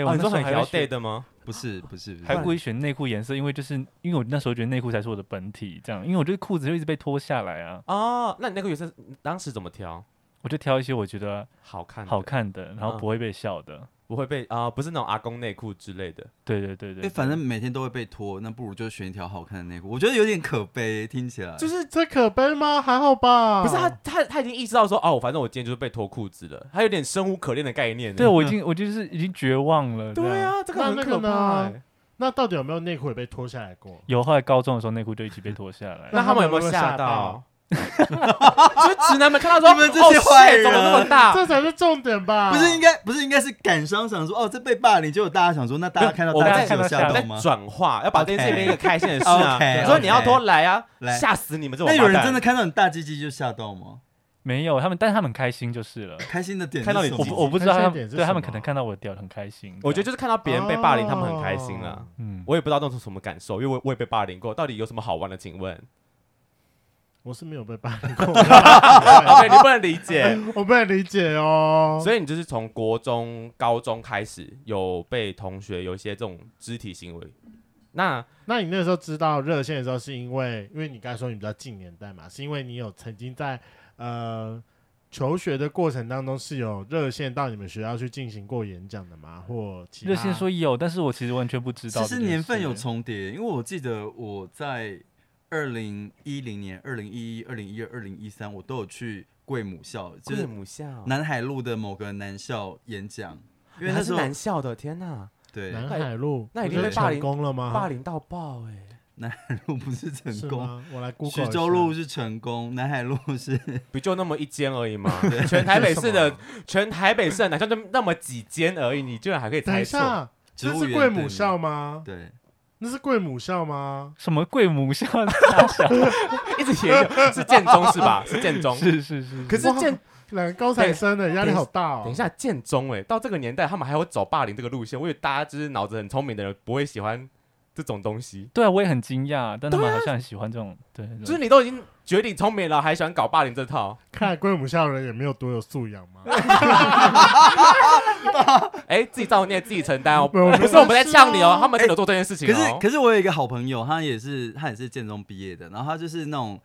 [SPEAKER 1] 哦
[SPEAKER 3] 哎我
[SPEAKER 1] 你
[SPEAKER 3] 那时
[SPEAKER 1] 说
[SPEAKER 3] 候
[SPEAKER 1] 很
[SPEAKER 3] 还会
[SPEAKER 1] 聊 day
[SPEAKER 3] 选，
[SPEAKER 1] 的吗？
[SPEAKER 5] 不是，不是，不
[SPEAKER 3] 还
[SPEAKER 5] 是，
[SPEAKER 3] 故意选内裤颜色，因为就是因为我那时候觉得内裤才是我的本体，这样，因为我觉得裤子就一直被脱下来啊，
[SPEAKER 1] 哦，那你那个颜色当时怎么挑？
[SPEAKER 3] 我就挑一些我觉得
[SPEAKER 1] 好看的，
[SPEAKER 3] 好看的，然后
[SPEAKER 1] 嗯
[SPEAKER 3] 不会被笑的。
[SPEAKER 1] 不会被啊、不是那种阿公内裤之类的。
[SPEAKER 3] 对对对
[SPEAKER 5] 哎、
[SPEAKER 3] 对，
[SPEAKER 5] 反正每天都会被脱，那不如就选一条好看的内裤。我觉得有点可悲，听起来
[SPEAKER 2] 是这可悲吗？还好吧。
[SPEAKER 1] 不是他，他他已经意识到说，哦，反正我今天就是被脱裤子了，他有点生无可恋的概念呢。
[SPEAKER 3] 对我已
[SPEAKER 5] 嗯
[SPEAKER 3] 经我就是已经绝望了。这
[SPEAKER 1] 对
[SPEAKER 3] 样，
[SPEAKER 1] 啊，这个
[SPEAKER 2] 那
[SPEAKER 1] 很
[SPEAKER 2] 那
[SPEAKER 1] 可
[SPEAKER 2] 个
[SPEAKER 1] 怕
[SPEAKER 2] 呢
[SPEAKER 1] 欸。
[SPEAKER 2] 那到底有没有内裤也被脱下来过？
[SPEAKER 3] 有后来高中的时候内裤就一起被脱下来。
[SPEAKER 1] 那他们有没
[SPEAKER 2] 那他们有没有
[SPEAKER 1] 有
[SPEAKER 2] 吓
[SPEAKER 1] 吓到？就是直男们看到说，
[SPEAKER 5] 你们这
[SPEAKER 1] 哦
[SPEAKER 5] 些坏
[SPEAKER 1] shit，怎么那么
[SPEAKER 5] 人
[SPEAKER 1] 大？
[SPEAKER 2] 这才是重点吧？
[SPEAKER 5] 不是应该不是应该是感伤，想说哦这被霸凌，结果大家想说那大家看到
[SPEAKER 1] 没有
[SPEAKER 5] 大家
[SPEAKER 1] 我
[SPEAKER 5] 是有
[SPEAKER 3] 在
[SPEAKER 5] 吓
[SPEAKER 1] 我
[SPEAKER 5] 到
[SPEAKER 1] 在
[SPEAKER 5] 吗？
[SPEAKER 1] 转化，要把这件事情
[SPEAKER 5] OK
[SPEAKER 1] 变成一个开心的事啊。
[SPEAKER 5] OK，
[SPEAKER 1] 你说你要
[SPEAKER 5] OK
[SPEAKER 1] 脱来啊
[SPEAKER 5] 来，
[SPEAKER 1] 吓死你们这种
[SPEAKER 5] 那
[SPEAKER 1] 王
[SPEAKER 5] 有
[SPEAKER 1] 八蛋。
[SPEAKER 5] 人真的看到你大鸡鸡就吓到吗？
[SPEAKER 3] 没有他们，但是他们很开心就是了。
[SPEAKER 5] 开心的点是
[SPEAKER 1] 看到你
[SPEAKER 5] 什
[SPEAKER 1] 鸡
[SPEAKER 5] 么
[SPEAKER 1] 鸡
[SPEAKER 3] 我不知道他
[SPEAKER 2] 开心的点
[SPEAKER 3] 们，
[SPEAKER 2] 是
[SPEAKER 3] 对他们
[SPEAKER 2] 什么
[SPEAKER 3] 可能看到我的屌很开心。
[SPEAKER 1] 我觉得
[SPEAKER 3] 就
[SPEAKER 1] 就是看到别人被霸凌，他们很开心
[SPEAKER 2] 哦
[SPEAKER 1] 了。
[SPEAKER 3] 嗯，
[SPEAKER 1] 我也不知道那是什么感受，因为我我也被霸凌过，到底有什么好玩的？请问，
[SPEAKER 2] 我是没有被霸凌过，
[SPEAKER 1] 对你不能理解，
[SPEAKER 2] 我不能理解哦。
[SPEAKER 1] 所以你就是从国中、高中开始有被同学有一些这种肢体行为，那
[SPEAKER 2] 那你那时候知道热线的时候，是因为因为你刚才说你比较近年代嘛，是因为你有曾经在呃求学的过程当中是有热线到你们学校去进行过演讲的吗？或其他
[SPEAKER 3] 热线说有，但是我其实完全不知道
[SPEAKER 5] 其
[SPEAKER 3] 这件事。
[SPEAKER 5] 实年份有重叠，因为我记得我在二零一零年、二零一一、二零一二、二零一三，我都有去贵母校，就
[SPEAKER 1] 就是
[SPEAKER 5] 是
[SPEAKER 1] 母校，
[SPEAKER 5] 南海路的某个男校演讲，因为
[SPEAKER 1] 原来是
[SPEAKER 5] 那
[SPEAKER 1] 啊
[SPEAKER 5] 时候
[SPEAKER 1] 男校的，天哪，
[SPEAKER 5] 对
[SPEAKER 2] 南海路，
[SPEAKER 1] 那已经
[SPEAKER 2] 不是
[SPEAKER 1] 被霸凌
[SPEAKER 2] 成功了吗？
[SPEAKER 1] 霸凌到爆哎，
[SPEAKER 5] 路不是成
[SPEAKER 2] 是
[SPEAKER 5] 功，
[SPEAKER 2] 吗？我来 Google 一
[SPEAKER 5] 徐
[SPEAKER 2] 下
[SPEAKER 5] 州路是成功，南海路是
[SPEAKER 1] 不就那么一间而已吗？ 全台北市的，全台北市的男校就那么几间而已，你居然还可以
[SPEAKER 2] 等
[SPEAKER 1] 猜
[SPEAKER 2] 一
[SPEAKER 1] 错？
[SPEAKER 2] 下，
[SPEAKER 5] 植
[SPEAKER 2] 这
[SPEAKER 5] 物
[SPEAKER 2] 是
[SPEAKER 5] 园
[SPEAKER 2] 贵
[SPEAKER 5] 对
[SPEAKER 2] 母
[SPEAKER 5] 面
[SPEAKER 2] 校吗？
[SPEAKER 5] 对，
[SPEAKER 2] 那是贵母校吗？
[SPEAKER 3] 什么贵母校大小？
[SPEAKER 1] 一直也有是建中是 吧？是建中，
[SPEAKER 3] 是是是，
[SPEAKER 1] 可是
[SPEAKER 2] 哇
[SPEAKER 1] 建
[SPEAKER 2] 两个高材生的压力好大哦。
[SPEAKER 1] 嗯等一，下，建中哎、到这个年代他们还会走霸凌这个路线，我以为大家就是脑子很聪明的人不会喜欢这种东西，
[SPEAKER 3] 对啊，我也很惊讶，但他们好像很喜欢这种，对，这种
[SPEAKER 1] 就是你都已经绝顶聪明了，还喜欢搞霸凌这套？
[SPEAKER 2] 看来贵母校的人也没有多有素养 嘛。
[SPEAKER 1] 哎、自己造孽自己承担哦，
[SPEAKER 2] 没有
[SPEAKER 1] 不是我们在呛你哦，他们
[SPEAKER 5] 哎
[SPEAKER 1] 真的做这件事情
[SPEAKER 5] 可
[SPEAKER 1] 哦。
[SPEAKER 5] 是可是我有一个好朋友，他也是他也是建中毕业的，然后他就是那种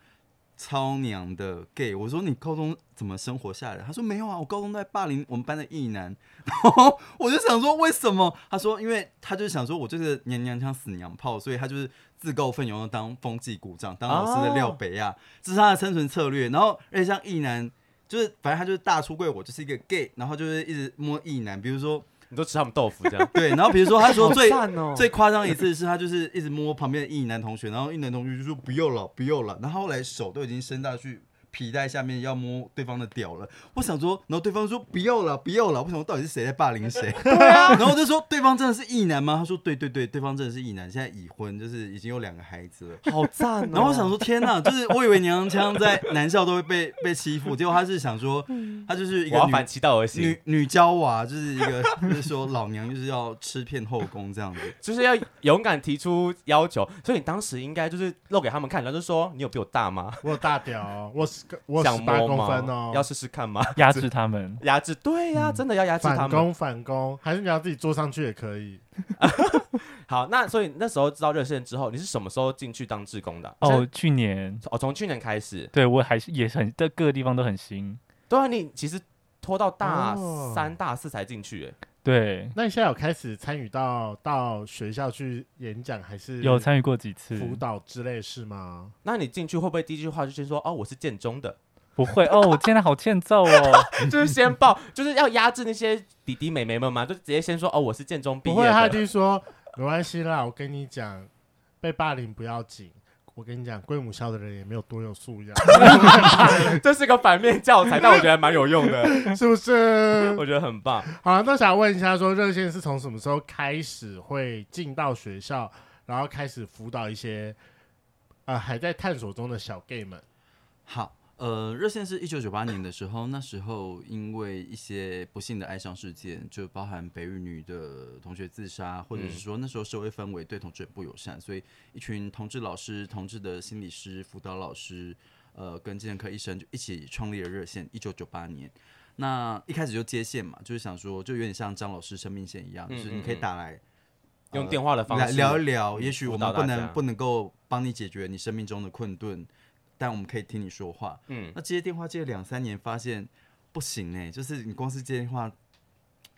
[SPEAKER 5] 超娘的 gay。我说你高中怎么生活下来的？他说没有啊，我高中都在霸凌我们班的异男。 然后我就想说为什么？他说因为他就是想说我就是娘娘腔死娘炮，所以他就是自告奋勇要当风纪股长，当老师的廖北亚，这是他的生存策略。然后而且像异男。就是，反正他就是大出柜，我就是一个 gay，然后就是一直摸异男，比如说，，
[SPEAKER 1] 你都吃他们豆腐这样
[SPEAKER 5] 对，然后比如说他说
[SPEAKER 1] 好
[SPEAKER 5] 最
[SPEAKER 1] 赞哦，
[SPEAKER 5] 最夸张一次是他就是一直摸旁边的一男同学，然后一男同学就说不要了，不要了，然后后来手都已经伸到去皮带下面要摸对方的屌了。我想说，然后对方说不要了，不要了，我想说到底是谁在霸凌谁？对啊，然后我就说对方真的是异男吗？他说对对对，对方真的是异男，现在已婚，就是已经有两个孩子了。
[SPEAKER 1] 好赞哦。
[SPEAKER 5] 然后我想说，天哪！就是我以为娘腔在男校都会被被欺负，结果他是想说，他就是
[SPEAKER 1] 我
[SPEAKER 5] 一个
[SPEAKER 1] 要
[SPEAKER 5] 女
[SPEAKER 1] 反其道而行，
[SPEAKER 5] 女女娇娃，就是一个就是说老娘就是要吃遍后宫这样子。
[SPEAKER 1] 就是要勇敢提出要求。所以你当时应该就是露给他们看，然后就说你有比我大吗？
[SPEAKER 2] 我有大屌哦，我十我
[SPEAKER 1] 想
[SPEAKER 2] 十八
[SPEAKER 1] 摸
[SPEAKER 2] 公
[SPEAKER 1] 吗？
[SPEAKER 2] 分哦，嗯
[SPEAKER 1] 要试试看吗？
[SPEAKER 3] 压制他们。
[SPEAKER 1] 压制，对呀、真的要压制啊他
[SPEAKER 2] 反
[SPEAKER 1] 们。
[SPEAKER 2] 攻反攻，还是你要自己坐上去也可以。
[SPEAKER 1] 好，那所以那时候知道热线之后，你是什么时候进去当志工的啊？
[SPEAKER 3] 哦
[SPEAKER 1] 是，，
[SPEAKER 3] 去年
[SPEAKER 1] 哦，从去年开始。
[SPEAKER 3] 对我还是也是很在各个地方都很新，
[SPEAKER 1] 对啊，你其实拖到大
[SPEAKER 2] 哦
[SPEAKER 1] 三、大四才进去，哎，
[SPEAKER 3] 对，
[SPEAKER 2] 那你现在有开始参与到到学校去演讲，还是
[SPEAKER 3] 有参与过几次，
[SPEAKER 2] 辅导之类是吗？
[SPEAKER 1] 那你进去会不会第一句话就先说哦，我是建中 的，
[SPEAKER 3] 不会哦，我现在好欠揍哦，
[SPEAKER 1] 就是先报，就是要压制那些弟弟妹妹们嘛，就直接先说哦，我是建中毕
[SPEAKER 2] 不
[SPEAKER 1] 业
[SPEAKER 2] 会，啊他一
[SPEAKER 1] 的。
[SPEAKER 2] 定说没关系啦，我跟你讲，被霸凌不要紧。我跟你讲，贵母校的人也没有多有素养，
[SPEAKER 1] 这是个反面教材，但我觉得还蛮有用 的，
[SPEAKER 2] 是不是？
[SPEAKER 1] 我觉得很棒。
[SPEAKER 2] 好了，那想问一下说热线是从什么时候开始会进到学校，然后开始辅导一些呃还在探索中的小 gay 们？
[SPEAKER 5] 好，呃，热线是一九九八年的时候，那时候因为一些不幸的哀伤事件，就包含北语女的同学自杀，或者是说那时候社会氛围对同志很不友善，所以一群同志老师、同志的心理师、辅导老师，呃，跟精神科医生就一起创立了热线。一九九八年，那一开始就接线嘛，就是想说，就有点像张老师生命线一样，就是你可以打来。
[SPEAKER 1] 用电话的方
[SPEAKER 5] 来
[SPEAKER 1] 式嗯
[SPEAKER 5] 聊一聊，也许
[SPEAKER 1] 辅
[SPEAKER 5] 我
[SPEAKER 1] 导
[SPEAKER 5] 们不
[SPEAKER 1] 大家
[SPEAKER 5] 能不能够帮你解决你生命中的困顿，但我们可以听你说话。
[SPEAKER 1] 嗯
[SPEAKER 5] 嗯，那接电话接了两三年，发现不行哎、就是你光是接电话，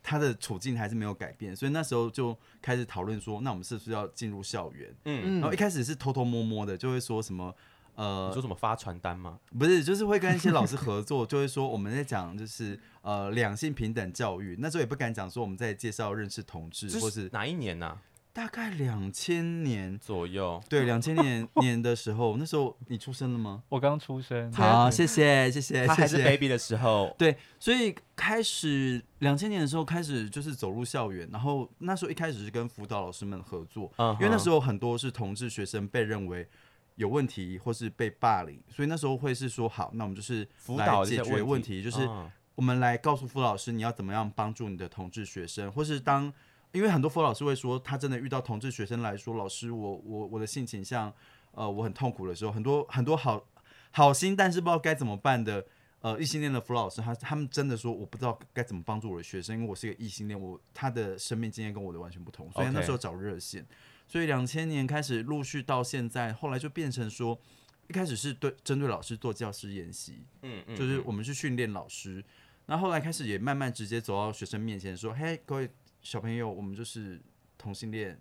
[SPEAKER 5] 他的处境还是没有改变，所以那时候就开始讨论说，那我们是不是要进入校园？
[SPEAKER 1] 嗯，
[SPEAKER 5] 然后一开始是偷偷摸摸的，就会说什么呃
[SPEAKER 1] 你，说什么发传单吗？
[SPEAKER 5] 不是，就是会跟一些老师合作，就会说我们在讲就是呃两性平等教育，那时候也不敢讲说我们在介绍认识同志，
[SPEAKER 1] 这
[SPEAKER 5] 或是
[SPEAKER 1] 哪一年呐
[SPEAKER 5] 大概两千年
[SPEAKER 1] 左右？
[SPEAKER 5] 对，两千年年的时候，那时候你出生了吗？
[SPEAKER 3] 我刚出生，
[SPEAKER 5] 好，谢谢，谢谢，
[SPEAKER 1] 他还
[SPEAKER 5] 哎谢
[SPEAKER 1] 是
[SPEAKER 5] 谢。
[SPEAKER 1] baby 的时候，
[SPEAKER 5] 对，所以开始两千年的时候开始就是走入校园，然后那时候一开始是跟辅导老师们合作，
[SPEAKER 1] 嗯哼，
[SPEAKER 5] 因为那时候很多是同志学生被认为有问题或是被霸凌，所以那时候会是说好，那我们就是
[SPEAKER 1] 辅
[SPEAKER 5] 来
[SPEAKER 1] 导这
[SPEAKER 5] 解
[SPEAKER 1] 些
[SPEAKER 5] 决
[SPEAKER 1] 问
[SPEAKER 5] 问
[SPEAKER 1] 题
[SPEAKER 5] 题，就是
[SPEAKER 1] 嗯
[SPEAKER 5] 我们来告诉傅老师你要怎么样帮助你的同志学生，或是当因为很多傅老师会说，他真的遇到同志学生来说，老师我我我的性倾向，呃，我很痛苦的时候，很多很多好好心但是不知道该怎么办的。呃，异性恋的傅老师，他他们真的说，我不知道该怎么帮助我的学生，因为我是个异性恋，我他的生命经验跟我的完全不同，所以
[SPEAKER 1] OK
[SPEAKER 5] 那时候找热线，所以两千年开始陆续到现在，后来就变成说，一开始是对针对老师做教师研习，
[SPEAKER 1] 嗯嗯，
[SPEAKER 5] 就是我们去训练老师，那后来开始也慢慢直接走到学生面前说：“嘿，各位小朋友，我们就是同性恋，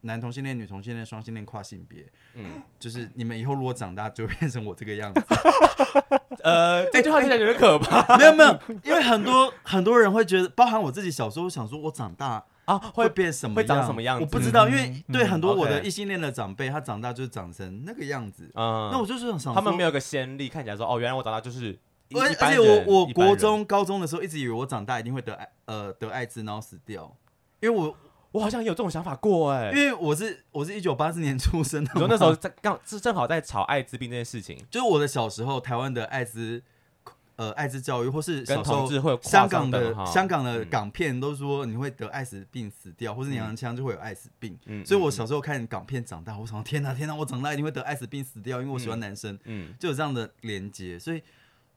[SPEAKER 5] 男同性恋、女同性恋、双性恋、跨性别，
[SPEAKER 1] 嗯
[SPEAKER 5] 嗯，就是你们以后如果长大就会变成我这个 样子。
[SPEAKER 1] 呃，这句话听起来有点可怕
[SPEAKER 5] 没有没有，因为很多很多人会觉得，包含我自己小时候想说，我长大
[SPEAKER 1] 啊，
[SPEAKER 5] 会
[SPEAKER 1] 会
[SPEAKER 5] 变什么
[SPEAKER 1] 会长什么样
[SPEAKER 5] 我不
[SPEAKER 1] 子
[SPEAKER 5] 知道，因为对
[SPEAKER 3] 嗯
[SPEAKER 5] 很多我的
[SPEAKER 1] OK
[SPEAKER 5] 异性恋的长辈，他长大就是长成那个样子。
[SPEAKER 1] 嗯，
[SPEAKER 5] 那我就是想说，
[SPEAKER 1] 他们没有个先例，看起来说哦，原来我长大就是一
[SPEAKER 5] 而
[SPEAKER 1] 一
[SPEAKER 5] 而
[SPEAKER 1] 般
[SPEAKER 5] 且
[SPEAKER 1] 人
[SPEAKER 5] 我我
[SPEAKER 1] 一般人
[SPEAKER 5] 国中高中的时候一直以为我长大一定会得艾呃得艾滋然后死掉，因为我
[SPEAKER 1] 我好像也有这种想法过哎
[SPEAKER 5] 因，为我是我是一九八四年出生的嘛，
[SPEAKER 1] 你说那时候在刚是正好在炒艾滋病这件事情，
[SPEAKER 5] 就是我的小时候台湾的艾滋呃艾滋教育或是
[SPEAKER 1] 跟
[SPEAKER 5] 小时
[SPEAKER 1] 同
[SPEAKER 5] 候
[SPEAKER 1] 志会有跨
[SPEAKER 5] 香
[SPEAKER 1] 上
[SPEAKER 5] 港
[SPEAKER 1] 等
[SPEAKER 5] 的
[SPEAKER 1] 号
[SPEAKER 5] 香港的
[SPEAKER 1] 嗯
[SPEAKER 5] 港片都说你会得艾滋病死掉，或是娘娘腔就会有艾滋病，
[SPEAKER 1] 嗯
[SPEAKER 5] 所以我小时候看港片长大，我想天哪天哪，我长大一定会得艾滋病死掉，因为我喜欢男生，
[SPEAKER 1] 嗯
[SPEAKER 5] 就有这样的连接，所以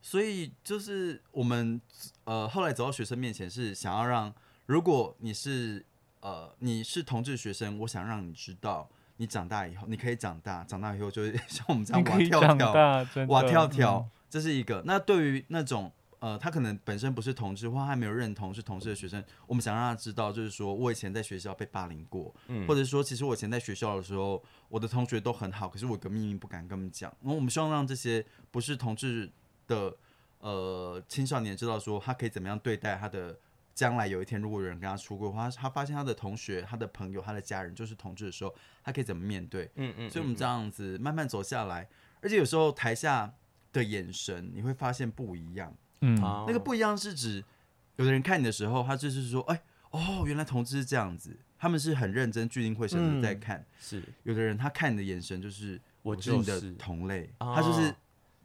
[SPEAKER 5] 所以就是我们呃后来走到学生面前是想要让，如果你是呃你是同志学生，我想让你知道，你长大以后你可以长大，长大以后就是 像我们这样
[SPEAKER 3] 你
[SPEAKER 5] 哇
[SPEAKER 3] 可以
[SPEAKER 5] 跳
[SPEAKER 3] 长
[SPEAKER 5] 跳
[SPEAKER 3] 大，真的
[SPEAKER 5] 哇跳跳，
[SPEAKER 3] 嗯
[SPEAKER 5] 这是一个。那对于那种呃他可能本身不是同志或他还没有认同是同志的学生，我们想让他知道，就是说我以前在学校被霸凌过，
[SPEAKER 1] 嗯
[SPEAKER 5] 或者说，其实我以前在学校的时候，我的同学都很好，可是我有个秘密不敢跟他们讲。然后我们希望让这些不是同志的呃青少年知道，说他可以怎么样对待他的将来有一天，如果有人跟他出轨的话，他他发现他的同学、他的朋友、他的家人就是同志的时候，他可以怎么面对。
[SPEAKER 1] 嗯嗯，
[SPEAKER 5] 所以我们这样子慢慢走下来，而且有时候台下的眼神你会发现不一样。
[SPEAKER 3] 嗯，
[SPEAKER 1] 哦
[SPEAKER 5] 那个不一样是指，有的人看你的时候，他就是说，哎、哦，原来同志是这样子，他们是很认真聚精会神的在看；
[SPEAKER 1] 是
[SPEAKER 5] 有的人他看你的眼神就是，
[SPEAKER 1] 我
[SPEAKER 5] 是你
[SPEAKER 1] 就
[SPEAKER 5] 的
[SPEAKER 1] 是
[SPEAKER 5] 同类，
[SPEAKER 1] 哦
[SPEAKER 5] 他就是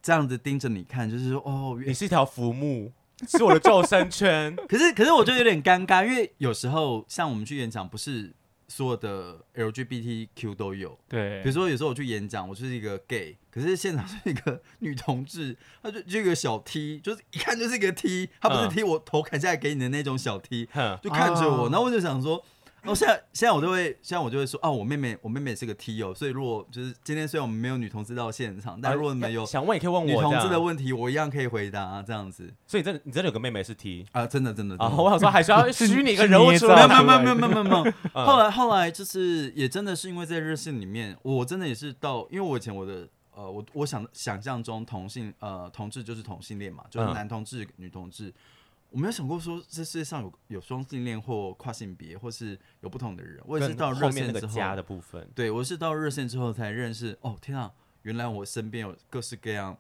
[SPEAKER 5] 这样子盯着你看，就是说，哦，原
[SPEAKER 1] 你是一条浮木，是我的救生圈。
[SPEAKER 5] 可是可是我觉得有点尴尬，因为有时候像我们去演讲，不是所有的 LGBTQ 都有，
[SPEAKER 3] 对，
[SPEAKER 5] 比如说，有时候我去演讲，我就是一个 gay，可是现场是一个女同志，她就就一个小 T，就是一看就是一个 T，她不是
[SPEAKER 1] 嗯
[SPEAKER 5] T 我头砍下来给你的那种小 T，
[SPEAKER 1] 哼，
[SPEAKER 5] 就看着我，
[SPEAKER 2] 啊
[SPEAKER 5] 然后我就想说，然后现在现在我就会，现在我就会说，啊，我妹妹我妹妹也是个 T 哦，所以如果就是今天虽然我们没有女同志到现场，但如果你们有
[SPEAKER 1] 想问也可以问
[SPEAKER 5] 女
[SPEAKER 1] 我
[SPEAKER 5] 同志
[SPEAKER 1] 这
[SPEAKER 5] 的
[SPEAKER 1] 样。
[SPEAKER 5] 问题，我一样可以回答、这样子
[SPEAKER 1] 所以你真的你真的有个妹妹是 T
[SPEAKER 5] 啊，真的真的。真的
[SPEAKER 1] 啊？ 我想说还需要
[SPEAKER 3] 是
[SPEAKER 1] 虚拟一个
[SPEAKER 3] 是
[SPEAKER 1] 人物
[SPEAKER 3] 捏
[SPEAKER 1] 出
[SPEAKER 3] 造
[SPEAKER 1] 来
[SPEAKER 5] 没有
[SPEAKER 3] 的
[SPEAKER 5] 没有
[SPEAKER 1] 吗。
[SPEAKER 5] 没有没有没有没有没有，
[SPEAKER 1] 嗯
[SPEAKER 5] 后来后来就是也真的是因为在热线里面，我真的也是到，因为我以前我的呃，我我想想象中同性呃同志就是同性恋嘛，就是
[SPEAKER 1] 嗯
[SPEAKER 5] 男同志、女同志，我没有想过说这世界上有有双性恋或跨性别，或是有不同的人。我也是
[SPEAKER 1] 跟
[SPEAKER 5] 到
[SPEAKER 1] 后
[SPEAKER 5] 热
[SPEAKER 1] 面
[SPEAKER 5] 线
[SPEAKER 1] 那
[SPEAKER 5] 之
[SPEAKER 1] 个
[SPEAKER 5] 后，
[SPEAKER 1] 家的部分，
[SPEAKER 5] 对我是到热线之后才认识，哦天啊，原来我身边有各式各样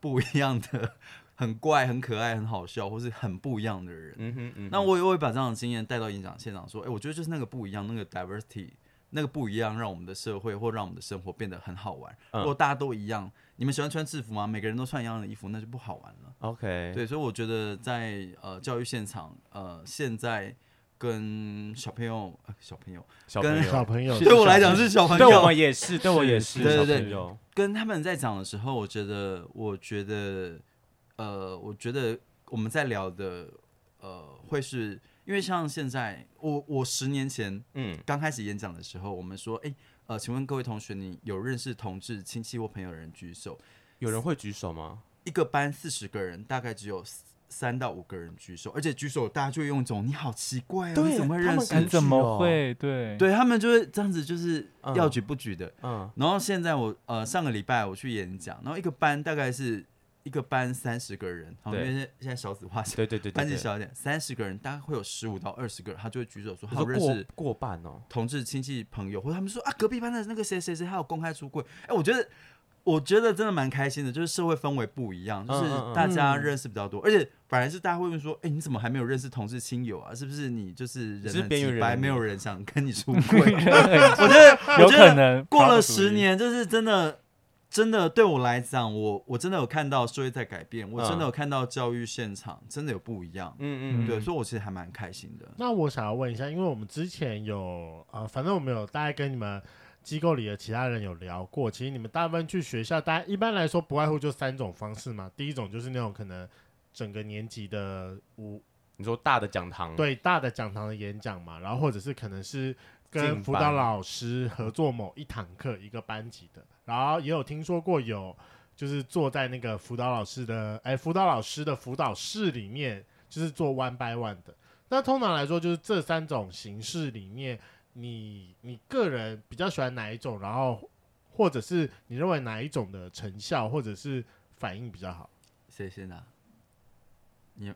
[SPEAKER 5] 不一样的。很怪、很可爱、很好笑，或是很不一样的人，
[SPEAKER 1] 嗯哼嗯哼，
[SPEAKER 5] 那我也会把这样的经验带到演讲现场，说，哎、我觉得就是那个不一样，那个 diversity，那个不一样，让我们的社会或让我们的生活变得很好玩。
[SPEAKER 1] 嗯
[SPEAKER 5] 如果大家都一样，你们喜欢穿制服吗？每个人都穿一样的衣服，那就不好玩了。
[SPEAKER 1] OK，
[SPEAKER 5] 对，所以我觉得在呃教育现场，呃，现在跟小朋友，呃、小朋友，
[SPEAKER 1] 小
[SPEAKER 5] 跟
[SPEAKER 1] 朋
[SPEAKER 2] 小
[SPEAKER 1] 友，
[SPEAKER 2] 朋友
[SPEAKER 5] 对我来讲是小朋友，
[SPEAKER 1] 嗯对我们也是，对我也是，
[SPEAKER 5] 对对
[SPEAKER 1] 小
[SPEAKER 5] 对
[SPEAKER 1] 朋友
[SPEAKER 5] 跟他们在讲的时候，我觉得，我觉得，呃，我觉得我们在聊的，呃，会是因为像现在，我我十年前
[SPEAKER 1] 嗯
[SPEAKER 5] 刚开始演讲的时候，我们说，哎、呃，请问各位同学，你有认识同志亲戚或朋友的人举手？
[SPEAKER 1] 有人会举手吗？
[SPEAKER 5] 一个班四十个人，大概只有三到五个人举手，而且举手大家就会用一种你好奇怪哦，
[SPEAKER 1] 对
[SPEAKER 5] 你怎么会认
[SPEAKER 1] 他们
[SPEAKER 5] 识
[SPEAKER 1] 很
[SPEAKER 3] 你？怎
[SPEAKER 1] 具哦
[SPEAKER 3] 么会？对，
[SPEAKER 5] 对他们就是这样子，就是
[SPEAKER 1] 嗯
[SPEAKER 5] 要举不举的。
[SPEAKER 1] 嗯，
[SPEAKER 5] 然后现在我呃上个礼拜我去演讲，然后一个班大概是一个班三十个人，好，因
[SPEAKER 1] 对
[SPEAKER 5] 为现现在少子化，
[SPEAKER 1] 对对对对
[SPEAKER 5] 班级
[SPEAKER 1] 对，
[SPEAKER 5] 小一点，三十个人大概会有十五到二十个人，他就会举手说
[SPEAKER 1] 你
[SPEAKER 5] 好
[SPEAKER 1] 说
[SPEAKER 5] 认
[SPEAKER 1] 过
[SPEAKER 5] 识
[SPEAKER 1] 过半哦，
[SPEAKER 5] 同志亲戚朋友，或者他们说啊隔壁班的那个谁谁谁还有公开出柜，哎，我觉得我觉得真的蛮开心的，就是社会氛围不一样，就是
[SPEAKER 1] 嗯嗯嗯
[SPEAKER 5] 大家认识比较多，而且反而是大家会问说，哎，你怎么还没有认识同志亲友啊？是不是你就是
[SPEAKER 1] 你
[SPEAKER 5] 人
[SPEAKER 1] 是
[SPEAKER 5] 很
[SPEAKER 1] 边缘
[SPEAKER 5] 直
[SPEAKER 1] 人啊
[SPEAKER 5] 白，
[SPEAKER 1] 吗
[SPEAKER 5] 没有人想跟你出柜？
[SPEAKER 3] 有
[SPEAKER 5] 我觉得我觉
[SPEAKER 3] 可
[SPEAKER 5] 得
[SPEAKER 3] 能
[SPEAKER 5] 过了
[SPEAKER 3] probably
[SPEAKER 5] 十，年，就是真的，真的对我来讲，我我真的有看到社会在改
[SPEAKER 1] 嗯
[SPEAKER 5] 变，我真的有看到教育现场真的有不一样，
[SPEAKER 1] 嗯嗯，
[SPEAKER 5] 对，
[SPEAKER 3] 嗯
[SPEAKER 5] 所以我其实还蛮开心的。
[SPEAKER 2] 那我想要问一下，因为我们之前有呃，反正我们有大概跟你们机构里的其他人有聊过，其实你们大部分去学校，大家一般来说不外乎就三种方式嘛。第一种就是那种可能整个年级的五
[SPEAKER 1] 你说大的讲堂，
[SPEAKER 2] 对大的讲堂的演讲嘛，然后或者是可能是
[SPEAKER 1] 进
[SPEAKER 2] 跟
[SPEAKER 1] 班
[SPEAKER 2] 辅导老师合作某一堂课一个班级的，然后也有听说过有就是坐在那个辅导老师的哎辅导老师的辅导室里面，就是做 one by one 的。那通常来说，就是这三种形式里面，你你个人比较喜欢哪一种，然后或者是你认为哪一种的成效或者是反应比较好？
[SPEAKER 5] 谁先啊？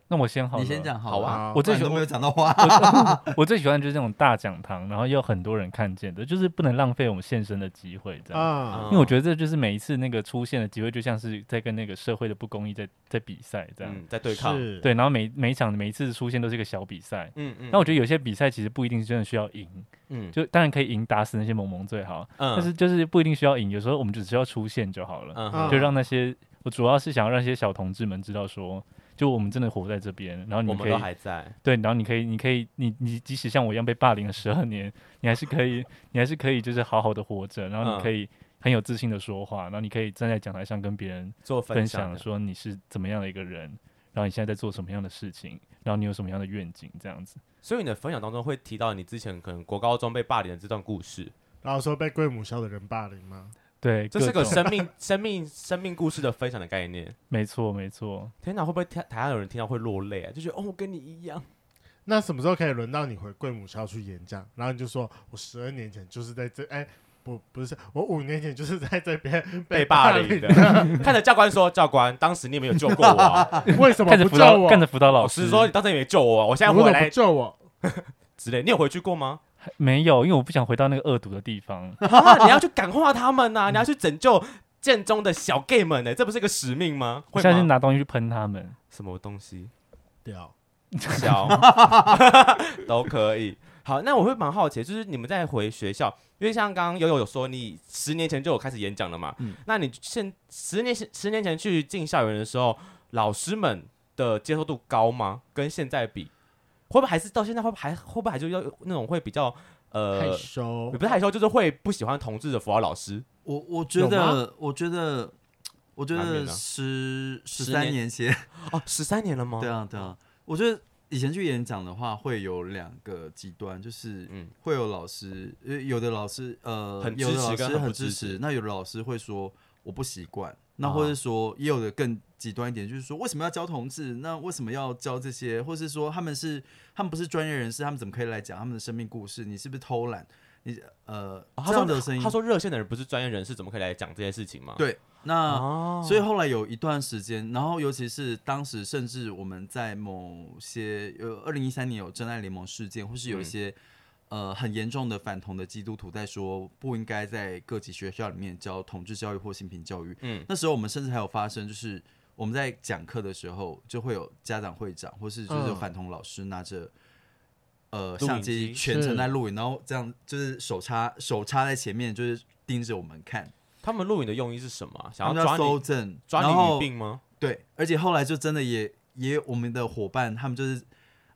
[SPEAKER 3] 那我先好，
[SPEAKER 5] 你先。讲好
[SPEAKER 1] 好
[SPEAKER 5] 了
[SPEAKER 1] 啊
[SPEAKER 2] 好
[SPEAKER 3] 我
[SPEAKER 5] 不
[SPEAKER 3] 最
[SPEAKER 5] 然
[SPEAKER 3] 喜
[SPEAKER 5] 都没
[SPEAKER 3] 欢
[SPEAKER 5] 有讲到话。
[SPEAKER 3] 我 最喜欢就是那种大讲堂，然后又很多人看见的，就是不能浪费我们现身的机会，这样。
[SPEAKER 2] 啊
[SPEAKER 3] 因
[SPEAKER 1] 嗯
[SPEAKER 3] 为我觉得这就是每一次那个出现的机会，就像是在跟那个社会的不公义在在比赛这样。
[SPEAKER 1] 嗯在对抗，
[SPEAKER 2] 是，
[SPEAKER 3] 对，然后每每一场每一次出现都是一个小比赛。
[SPEAKER 1] 嗯嗯，
[SPEAKER 3] 那我觉得有些比赛其实不一定真的需要赢，
[SPEAKER 1] 嗯
[SPEAKER 3] 就当然可以赢打死那些萌萌最好，
[SPEAKER 1] 嗯
[SPEAKER 3] 但是就是不一定需要赢，有时候我们只需要出现就好了，
[SPEAKER 1] 嗯
[SPEAKER 2] 嗯
[SPEAKER 3] 就让那些我主要是想要让一些小同志们知道说，就我们真的活在这边，然后你
[SPEAKER 1] 我们
[SPEAKER 3] 们可
[SPEAKER 1] 都
[SPEAKER 3] 以
[SPEAKER 1] 还在，
[SPEAKER 3] 对，然后你可以，你可以，你你即使像我一样被霸凌了十二年，你 还是可以，你还是可以，就是好好的活着，然后
[SPEAKER 1] 嗯
[SPEAKER 3] 你可以很有自信的说话，然后你可以站在讲台上跟别人
[SPEAKER 1] 做
[SPEAKER 3] 分
[SPEAKER 1] 分
[SPEAKER 3] 享
[SPEAKER 1] 的
[SPEAKER 3] 说你是怎么样的一个人，然后你现在在做什么样的事情，然后你有什么样的愿景，这样子。
[SPEAKER 1] 所以你的分享当中会提到你之前可能国高中被霸凌的这段故事，
[SPEAKER 2] 然后说被贵母校的人霸凌吗？
[SPEAKER 3] 对，
[SPEAKER 1] 这是
[SPEAKER 3] 各
[SPEAKER 1] 个
[SPEAKER 3] 种
[SPEAKER 1] 生命、 生命、生命故事的分享的概念。
[SPEAKER 3] 没错没错，
[SPEAKER 1] 天哪，会不会台台下有人听到会落泪啊？就觉得哦，我跟你一样。
[SPEAKER 2] 那什么时候可以轮到你回贵母校去演讲？然后你就说，我十二年前就是在这，哎、不，不是，我五年前就是在这 边
[SPEAKER 1] 被
[SPEAKER 2] 霸
[SPEAKER 1] 霸凌 的
[SPEAKER 2] 的，，
[SPEAKER 1] 看着教官说：“教官，当时你没有救过我、啊。
[SPEAKER 2] 为什么
[SPEAKER 3] 看着
[SPEAKER 2] 不
[SPEAKER 3] 辅
[SPEAKER 2] 救
[SPEAKER 3] 导
[SPEAKER 2] 我？
[SPEAKER 3] 看着辅导 老
[SPEAKER 1] 老
[SPEAKER 3] 师
[SPEAKER 1] 师说：“你当时也没救我啊、我现在
[SPEAKER 2] 你为
[SPEAKER 1] 回
[SPEAKER 2] 什么
[SPEAKER 1] 来
[SPEAKER 2] 不救我？
[SPEAKER 1] 之类。”你有回去过吗？
[SPEAKER 3] 没有，因为我不想回到那个恶毒的 地方。
[SPEAKER 1] 啊你要去感化他们呐、啊
[SPEAKER 3] 嗯
[SPEAKER 1] 你要去拯救建中的小 gay 们呢、欸这不是一个使命吗？
[SPEAKER 3] 我
[SPEAKER 1] 会
[SPEAKER 3] 现在就
[SPEAKER 1] 吗？
[SPEAKER 3] 拿东西去喷他们。
[SPEAKER 1] 什么东西？
[SPEAKER 2] 屌，
[SPEAKER 1] 小 都可以。好，那我会蛮好奇，就是你们在回学校，因为像刚刚悠悠有说，你十年前就有开始演讲了嘛？
[SPEAKER 5] 嗯
[SPEAKER 1] 那你现十年前十年前去进校园的时候，老师们的接受度高吗？跟现在比，会不会还是到现在会不会还会不会还就要那种会比较
[SPEAKER 2] 害
[SPEAKER 1] 呃，
[SPEAKER 2] 羞
[SPEAKER 1] 也不是害羞，就是会不喜欢同志的辅导老师？
[SPEAKER 5] 我我觉
[SPEAKER 2] 有
[SPEAKER 5] 得，我觉得，我觉
[SPEAKER 1] 难免
[SPEAKER 5] 得
[SPEAKER 1] 啊
[SPEAKER 5] 十十
[SPEAKER 1] 十
[SPEAKER 5] 三
[SPEAKER 1] 年
[SPEAKER 5] 年前，
[SPEAKER 1] 哦，十三年了吗？
[SPEAKER 5] 对啊对啊，我觉得以前去演讲的话，会有两个极端，就是
[SPEAKER 1] 嗯
[SPEAKER 5] 会有老师，呃，有的老师呃，
[SPEAKER 1] 很
[SPEAKER 5] 有的
[SPEAKER 1] 支持
[SPEAKER 5] 老
[SPEAKER 1] 跟
[SPEAKER 5] 师
[SPEAKER 1] 很不
[SPEAKER 5] 很
[SPEAKER 1] 支
[SPEAKER 5] 支持
[SPEAKER 1] 持，
[SPEAKER 5] 那有的老师会说我不习惯，那
[SPEAKER 1] 啊
[SPEAKER 5] 或者说也有的更极端一点，就是说为什么要教同志？那为什么要教这些？或是说他们是他们不是专业人士，他们怎么可以来讲他们的生命故事？你是不是偷懒？你呃、
[SPEAKER 1] 哦他
[SPEAKER 5] 这
[SPEAKER 1] 说
[SPEAKER 5] 样的声音
[SPEAKER 1] 他，说热线的人不是专业人士，怎么可以来讲这些事情吗？
[SPEAKER 5] 对，那。
[SPEAKER 1] 哦，
[SPEAKER 5] 所以后来有一段时间，然后尤其是当时，甚至我们在某些呃，二零一三年有真爱联盟事件，或是
[SPEAKER 1] 嗯
[SPEAKER 5] 有一些、呃很严重的反同的基督徒在说不应该在各级学校里面教同志教育或性平教育。
[SPEAKER 1] 嗯
[SPEAKER 5] 那时候我们甚至还有发生，就是我们在讲课的时候，就会有家长会长或是就是有
[SPEAKER 2] 嗯
[SPEAKER 5] 反同老师拿着。呃，
[SPEAKER 1] 录
[SPEAKER 5] 相
[SPEAKER 1] 影
[SPEAKER 5] 机
[SPEAKER 1] 机
[SPEAKER 5] 全程
[SPEAKER 2] 是
[SPEAKER 5] 在录影，然后这样就是手插手插在前面，就是盯着我们看。
[SPEAKER 1] 他们录影的用意是什么啊？
[SPEAKER 5] 他
[SPEAKER 1] 想
[SPEAKER 5] 们
[SPEAKER 1] 要抓
[SPEAKER 5] 要搜
[SPEAKER 1] 你
[SPEAKER 5] 证，
[SPEAKER 1] 抓
[SPEAKER 5] 然
[SPEAKER 1] 你
[SPEAKER 5] 后
[SPEAKER 1] 语病吗？
[SPEAKER 5] 对，而且后来就真的也也我们的伙伴，他们就是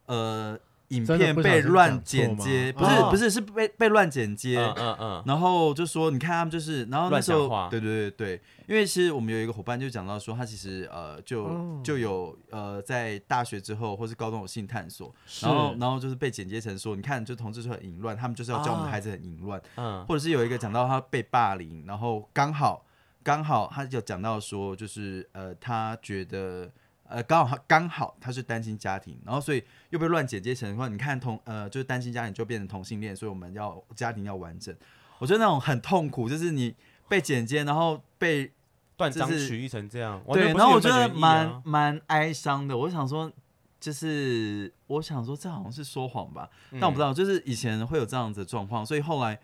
[SPEAKER 5] 呃，影
[SPEAKER 2] 真的
[SPEAKER 5] 片
[SPEAKER 2] 不小心
[SPEAKER 5] 被乱
[SPEAKER 2] 讲
[SPEAKER 5] 剪
[SPEAKER 2] 错
[SPEAKER 5] 接，
[SPEAKER 1] 吗
[SPEAKER 5] 不是、
[SPEAKER 1] 哦
[SPEAKER 5] 不是是被被乱剪接。
[SPEAKER 1] 嗯嗯嗯，
[SPEAKER 5] 然后就说，你看他们就是，然后那
[SPEAKER 1] 乱
[SPEAKER 5] 时
[SPEAKER 1] 讲
[SPEAKER 5] 候
[SPEAKER 1] 话，
[SPEAKER 5] 对对对对，因为其实我们有一个伙伴就讲到说，他其实呃就、
[SPEAKER 2] 哦
[SPEAKER 5] 就有呃在大学之后或是高中有性探索，
[SPEAKER 2] 是
[SPEAKER 5] 然后然后就是被剪接成说，你看就同志是很淫乱，他们就是要教我们的
[SPEAKER 1] 啊
[SPEAKER 5] 孩子很淫乱，
[SPEAKER 1] 嗯
[SPEAKER 5] 或者是有一个讲到他被霸凌，然后刚好刚好他就讲到说，就是呃，他觉得呃，刚好他刚好他是单亲家庭，然后所以又被乱剪接成说，你看同呃就是单亲家庭就变成同性恋，所以我们要家庭要完整。我觉得那种很痛苦，就是你被剪接，然后被
[SPEAKER 1] 断章
[SPEAKER 5] 就是
[SPEAKER 1] 取义成这样，完
[SPEAKER 5] 对，
[SPEAKER 1] 全不
[SPEAKER 5] 然后
[SPEAKER 1] 是
[SPEAKER 5] 我
[SPEAKER 1] 原本
[SPEAKER 5] 觉
[SPEAKER 1] 原意
[SPEAKER 5] 得
[SPEAKER 1] 啊
[SPEAKER 5] 蛮蛮哀伤的。我想说，就是我想说，这好像是说谎吧，
[SPEAKER 1] 嗯
[SPEAKER 5] 但我不知道，就是以前会有这样子的状况，所以后来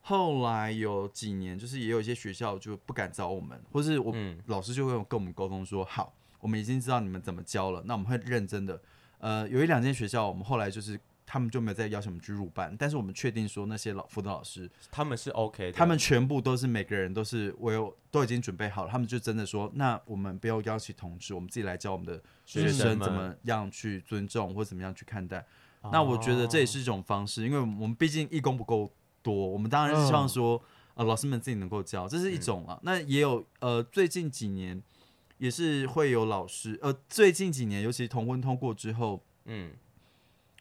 [SPEAKER 5] 后来有几年，就是也有一些学校就不敢找我们，或是我、
[SPEAKER 1] 嗯
[SPEAKER 5] 老师就会跟我们沟通说，好，我们已经知道你们怎么教了，那我们会认真的。呃，有一两间学校，我们后来就是他们就没有再邀请我们去入班，但是我们确定说那些老辅导老师
[SPEAKER 1] 他们是 OK 的，
[SPEAKER 5] 他们全部都是每个人都是我有都已经准备好了，他们就真的说，那我们不要邀请同志，我们自己来教我们的学
[SPEAKER 1] 学
[SPEAKER 5] 生
[SPEAKER 1] 生
[SPEAKER 5] 怎
[SPEAKER 1] 们
[SPEAKER 5] 么样去尊重或怎么样去看待。
[SPEAKER 1] 哦
[SPEAKER 5] 那我觉得这也是一种方式，因为我们毕竟义工不够多，我们当然是希望说，呃，老师们自己能够教，这是一种了。那也有呃，最近几年也是会有老师，呃，最近几年尤其同婚通过之后，
[SPEAKER 1] 嗯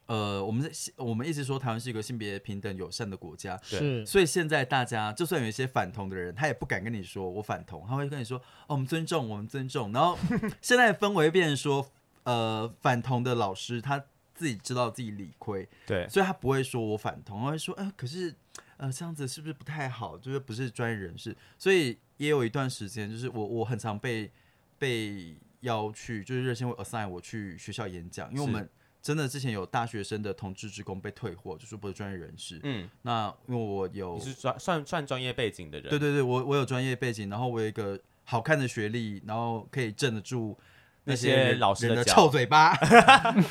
[SPEAKER 5] 呃，我们在我们一直说台湾是一个性别平等友善的国家，
[SPEAKER 2] 是
[SPEAKER 5] 所以现在大家就算有一些反同的人，他也不敢跟你说我反同，他会跟你说哦，我们尊重，我们尊重。然后现在的氛围变成说，呃，反同的老师他自己知道自己理亏，
[SPEAKER 1] 对
[SPEAKER 5] 所以他不会说我反同，他会说，呃，可是呃这样子是不是不太好？就是不是专业人士，所以也有一段时间，就是我我很常被被邀去，就是热线会 assign 我去学校演讲，因为我
[SPEAKER 1] 是
[SPEAKER 5] 们真的之前有大学生的同志职工被退货，就说不是专业人士。
[SPEAKER 1] 嗯，
[SPEAKER 5] 那因为我有
[SPEAKER 1] 你是专算算专业背景的人，
[SPEAKER 5] 对对对，我我有专业背景，然后我有一个好看的学历，然后可以镇得住
[SPEAKER 1] 那
[SPEAKER 5] 些
[SPEAKER 1] 些
[SPEAKER 5] 人
[SPEAKER 1] 老师
[SPEAKER 5] 人
[SPEAKER 1] 的
[SPEAKER 5] 的
[SPEAKER 1] 脚
[SPEAKER 5] 臭嘴 巴。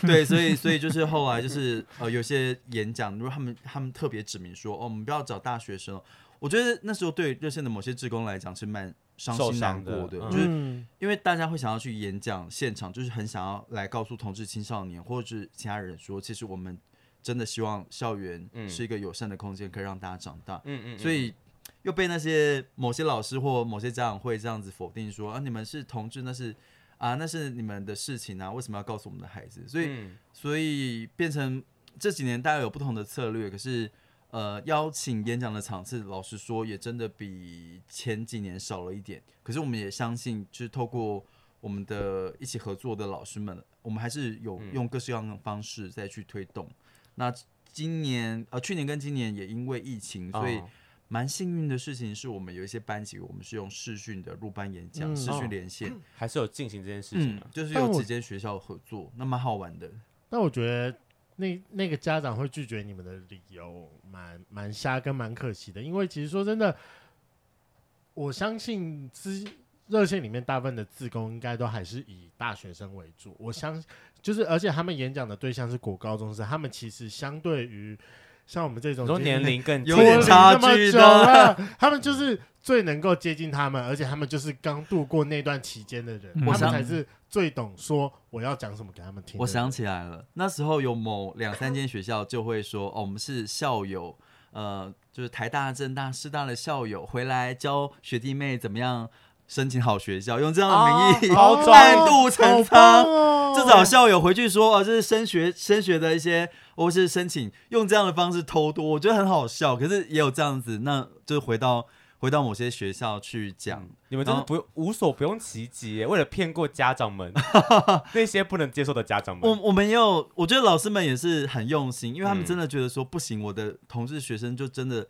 [SPEAKER 5] 对，所以所以就是后来就是呃，有些演讲，如果他们他们特别指明说，哦，我们不要找大学生哦。我觉得那时候对热线的某些职工来讲是蛮伤
[SPEAKER 1] 受
[SPEAKER 5] 心难
[SPEAKER 1] 伤
[SPEAKER 5] 过
[SPEAKER 1] 的
[SPEAKER 5] 的，
[SPEAKER 1] 嗯
[SPEAKER 5] 就是
[SPEAKER 2] 嗯
[SPEAKER 5] 因为大家会想要去演讲现场，就是很想要来告诉同志青少年或者是其他人说，其实我们真的希望校园
[SPEAKER 1] 嗯
[SPEAKER 5] 是一个友善的空间，可以让大家长大。
[SPEAKER 1] 嗯，嗯嗯，
[SPEAKER 5] 所以又被那些某些老师或某些家长会这样子否定说啊，你们是同志，那是啊，那是你们的事情啊，为什么要告诉我们的孩子？所以，
[SPEAKER 1] 嗯
[SPEAKER 5] 所以变成这几年大家有不同的策略，可是呃，邀请演讲的场次，老实说也真的比前几年少了一点。可是我们也相信，就是透过我们的一起合作的老师们，我们还是有
[SPEAKER 1] 嗯
[SPEAKER 5] 用各式各样的方式再去推动。那今年呃，去年跟今年也因为疫情，所以
[SPEAKER 1] 哦
[SPEAKER 5] 蛮幸运的事情是我们有一些班级，我们是用视讯的入班演讲、
[SPEAKER 2] 嗯
[SPEAKER 5] 视
[SPEAKER 1] 哦
[SPEAKER 5] 讯连线，
[SPEAKER 1] 还是有进行这件事情
[SPEAKER 5] 嗯
[SPEAKER 1] 啊，，
[SPEAKER 5] 就是
[SPEAKER 2] 但
[SPEAKER 5] 有
[SPEAKER 2] 我
[SPEAKER 5] 几间学校合作，那蛮好玩的。
[SPEAKER 2] 但我觉得那那个家长会拒绝你们的理由蛮蛮瞎跟蛮可惜的，因为其实说真的，我相信资热线里面大部分的自工应该都还是以大学生为主，我相就是而且他们演讲的对象是国高中生，他们其实相对于像我们这种
[SPEAKER 1] 你说
[SPEAKER 2] 接近
[SPEAKER 1] 年 龄更
[SPEAKER 5] 有
[SPEAKER 2] 脱
[SPEAKER 5] 点
[SPEAKER 2] 离
[SPEAKER 5] 差
[SPEAKER 2] 那么
[SPEAKER 5] 距
[SPEAKER 2] 久
[SPEAKER 5] 的
[SPEAKER 2] 了，他们就是最能够接近他们，而且他们就是刚度过那段期间的人，他
[SPEAKER 3] 嗯
[SPEAKER 5] 我
[SPEAKER 2] 们
[SPEAKER 5] 想
[SPEAKER 2] 才是最懂说我要讲什么给他们听的人。
[SPEAKER 5] 我想起来了，那时候有某两三间学校就会说，哦，我们是校友，呃，就是台大、政大、师大的校友回来教学弟妹怎么样申请好学校，用这样的 名
[SPEAKER 1] 哦
[SPEAKER 5] 义、
[SPEAKER 1] 好
[SPEAKER 5] 暗
[SPEAKER 1] 重
[SPEAKER 5] 度陈
[SPEAKER 2] 好
[SPEAKER 5] 仓
[SPEAKER 2] 棒。哦
[SPEAKER 5] 至少校友回去说，哦，这是升学升学的一些，或是申请，用这样的方式偷渡，我觉得很好笑。可是也有这样子，那就是回到回到某些学校去讲，
[SPEAKER 1] 你们真
[SPEAKER 5] 哦
[SPEAKER 1] 是不用无所不用其极耶，为了骗过家长 们，那些不能接受的家长
[SPEAKER 5] 我
[SPEAKER 1] 们，
[SPEAKER 5] 我们也有，我觉得老师们也是很用心，因为他
[SPEAKER 1] 嗯
[SPEAKER 5] 们真的觉得说不行，我的同事学生就真的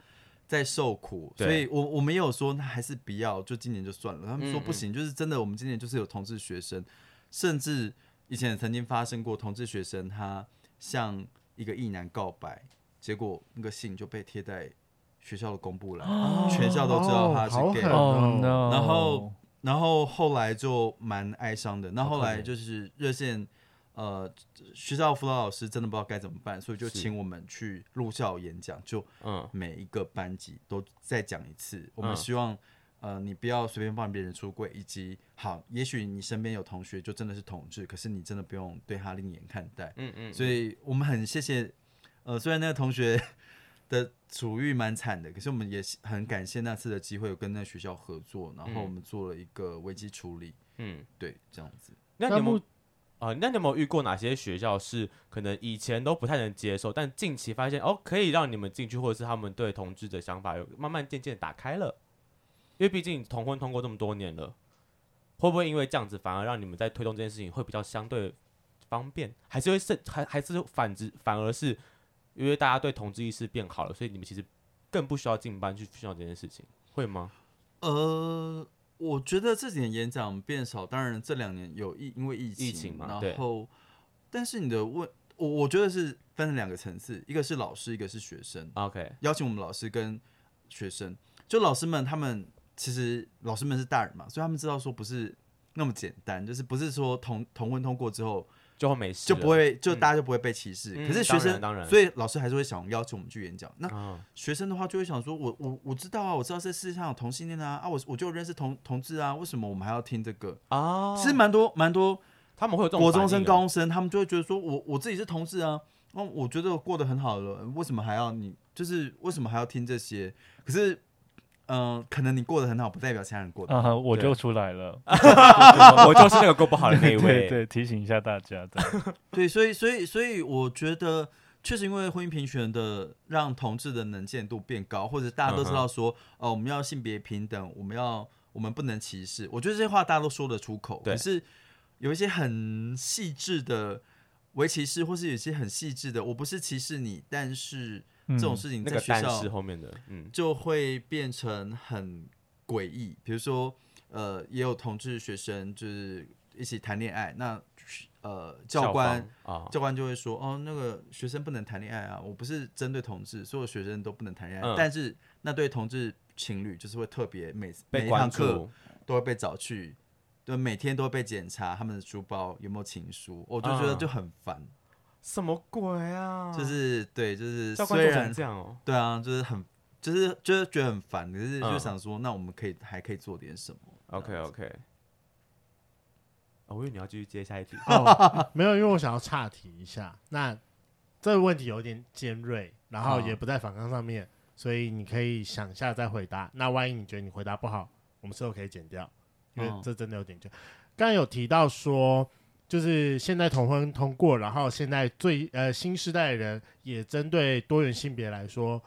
[SPEAKER 5] 在受苦，
[SPEAKER 1] 对
[SPEAKER 5] 所以我我们也有说那还是不要，就今年就算了。他们说
[SPEAKER 1] 嗯嗯
[SPEAKER 5] 不行，就是真的，我们今年就是有同志学生，甚至以前也曾经发生过同志学生他向一个异男告白，结果那个信就被贴在学校的公布栏，全校都知道他是
[SPEAKER 2] 哦哦好
[SPEAKER 5] gay，、
[SPEAKER 2] 狠
[SPEAKER 3] 哦 no，
[SPEAKER 5] 然后然后后来就蛮哀伤的。那后来就是热线，呃，学校辅导老师真的不知道该怎么办，所以就是请我们去入校演讲，就
[SPEAKER 1] 嗯
[SPEAKER 5] 每一个班级都再讲一次。我们
[SPEAKER 1] 嗯
[SPEAKER 5] 希望、呃，你不要随便帮别人出柜，以及好，也许你身边有同学就真的是同志，可是你真的不用对他另眼看待。
[SPEAKER 1] 嗯嗯，
[SPEAKER 5] 所以我们很谢谢，呃，虽然那个同学 的处遇蛮惨的，可是我们也很感谢那次的机会，有跟那学校合作，然后我们做了一个危机处理，
[SPEAKER 1] 嗯，
[SPEAKER 5] 对，这样子。
[SPEAKER 1] 那你有没有
[SPEAKER 2] 目
[SPEAKER 1] 呃，那你有没有遇过哪些学校是可能以前都不太能接受，但近期发现哦可以让你们进去，或者是他们对同志的想法有慢慢渐渐打开了？因为毕竟同婚通过这么多年了，会不会因为这样子反而让你们在推动这件事情会比较相对方便，还是会是还还是反之反而是因为大家对同志意识变好了，所以你们其实更不需要进班去炫耀这件事情，会吗？
[SPEAKER 5] 呃，我觉得这几年演讲变少，当然这两年有疫，因为疫情，
[SPEAKER 1] 疫情嘛对
[SPEAKER 5] 然后，但是你的问，我我觉得是分成两个层次，一个是老师，一个是学生。
[SPEAKER 1] OK，
[SPEAKER 5] 邀请我们老师跟学生，就老师们他们其实老师们是大人嘛，所以他们知道说不是那么简单，就是不是说同同温通过之后
[SPEAKER 1] 就会没事
[SPEAKER 5] 就不会就
[SPEAKER 1] 嗯
[SPEAKER 5] 大家就不会被歧视，
[SPEAKER 1] 嗯
[SPEAKER 5] 可是学
[SPEAKER 1] 当
[SPEAKER 5] 生、
[SPEAKER 1] 然当然
[SPEAKER 5] 所以老师还是会想邀请我们去演讲。那
[SPEAKER 1] 啊，
[SPEAKER 5] 学生的话就会想说，我我我知道啊，我知道这世界上有同性恋啊，啊我我就认识同同志啊，为什么我们还要听这个？
[SPEAKER 1] 哦，
[SPEAKER 5] 其实蛮多蛮多
[SPEAKER 1] 他们会有这种
[SPEAKER 5] 国中
[SPEAKER 1] 反
[SPEAKER 5] 生、
[SPEAKER 1] 应哦
[SPEAKER 5] 高中生，他们就会觉得说我我自己是同志啊，那、我觉得我过得很好了，为什么还要你？就是为什么还要听这些？可是，嗯、可能你过得很好，不代表其他人过
[SPEAKER 1] 嗯
[SPEAKER 5] 得。
[SPEAKER 3] 啊哈，我
[SPEAKER 1] 对
[SPEAKER 3] 就出来了。
[SPEAKER 1] 我我就是那个过不好的那一
[SPEAKER 3] 对
[SPEAKER 1] 位。
[SPEAKER 3] 对对，提醒一下大家的。
[SPEAKER 5] 对，所以所以所以，我觉得确实因为婚姻平权的让同志的能见度变高，或者大家都知道说，
[SPEAKER 1] 嗯
[SPEAKER 5] 哦、我们要性别平等，我们要我们不能歧视。我觉得这些话大家都说得出口，
[SPEAKER 1] 对
[SPEAKER 5] 可是有一些很细致的。为歧视，或是有一些很细致的，我不是歧视你，但是
[SPEAKER 3] 嗯
[SPEAKER 5] 这种事情
[SPEAKER 1] 那
[SPEAKER 5] 在
[SPEAKER 1] 个
[SPEAKER 5] 学
[SPEAKER 1] 但是
[SPEAKER 5] 校
[SPEAKER 1] 后面的，嗯，
[SPEAKER 5] 就会变成很诡异。比如说，呃，也有同志学生就是一起谈恋爱，那呃教官
[SPEAKER 1] 方啊，
[SPEAKER 5] 教官就会说，哦，那个学生不能谈恋爱啊，我不是针对同志，所有学生都不能谈恋爱，
[SPEAKER 1] 嗯
[SPEAKER 5] 但是那对同志情侣就是会特别每每
[SPEAKER 1] 被
[SPEAKER 5] 一
[SPEAKER 1] 关
[SPEAKER 5] 堂课
[SPEAKER 1] 注，
[SPEAKER 5] 都会被找去。对，每天都会被检查他们的书包有没有情书，我就觉得
[SPEAKER 1] 嗯
[SPEAKER 5] 就很烦，
[SPEAKER 1] 什么鬼啊？
[SPEAKER 5] 就是对，就是
[SPEAKER 1] 教官
[SPEAKER 5] 虽
[SPEAKER 1] 做
[SPEAKER 5] 然
[SPEAKER 1] 成这样哦，
[SPEAKER 5] 对啊，就是很，就是就是觉得很烦，可是就
[SPEAKER 1] 嗯
[SPEAKER 5] 想说，那我们可以还可以做点什么
[SPEAKER 1] OK OK。哦，我以为你要继续接下一 题，
[SPEAKER 2] 没有，因为我想要岔题一下。那这个问题有点尖锐，然后
[SPEAKER 5] 哦
[SPEAKER 2] 也不在反抗上面，所以你可以想下再回答。那万一你觉得你回答不好，我们事后可以剪掉，因
[SPEAKER 5] 哦
[SPEAKER 1] 嗯
[SPEAKER 2] 为这真的有点尖。刚才有提到说，就是现在同婚通过，然后现在最呃新时代的人也针对多元性别来说，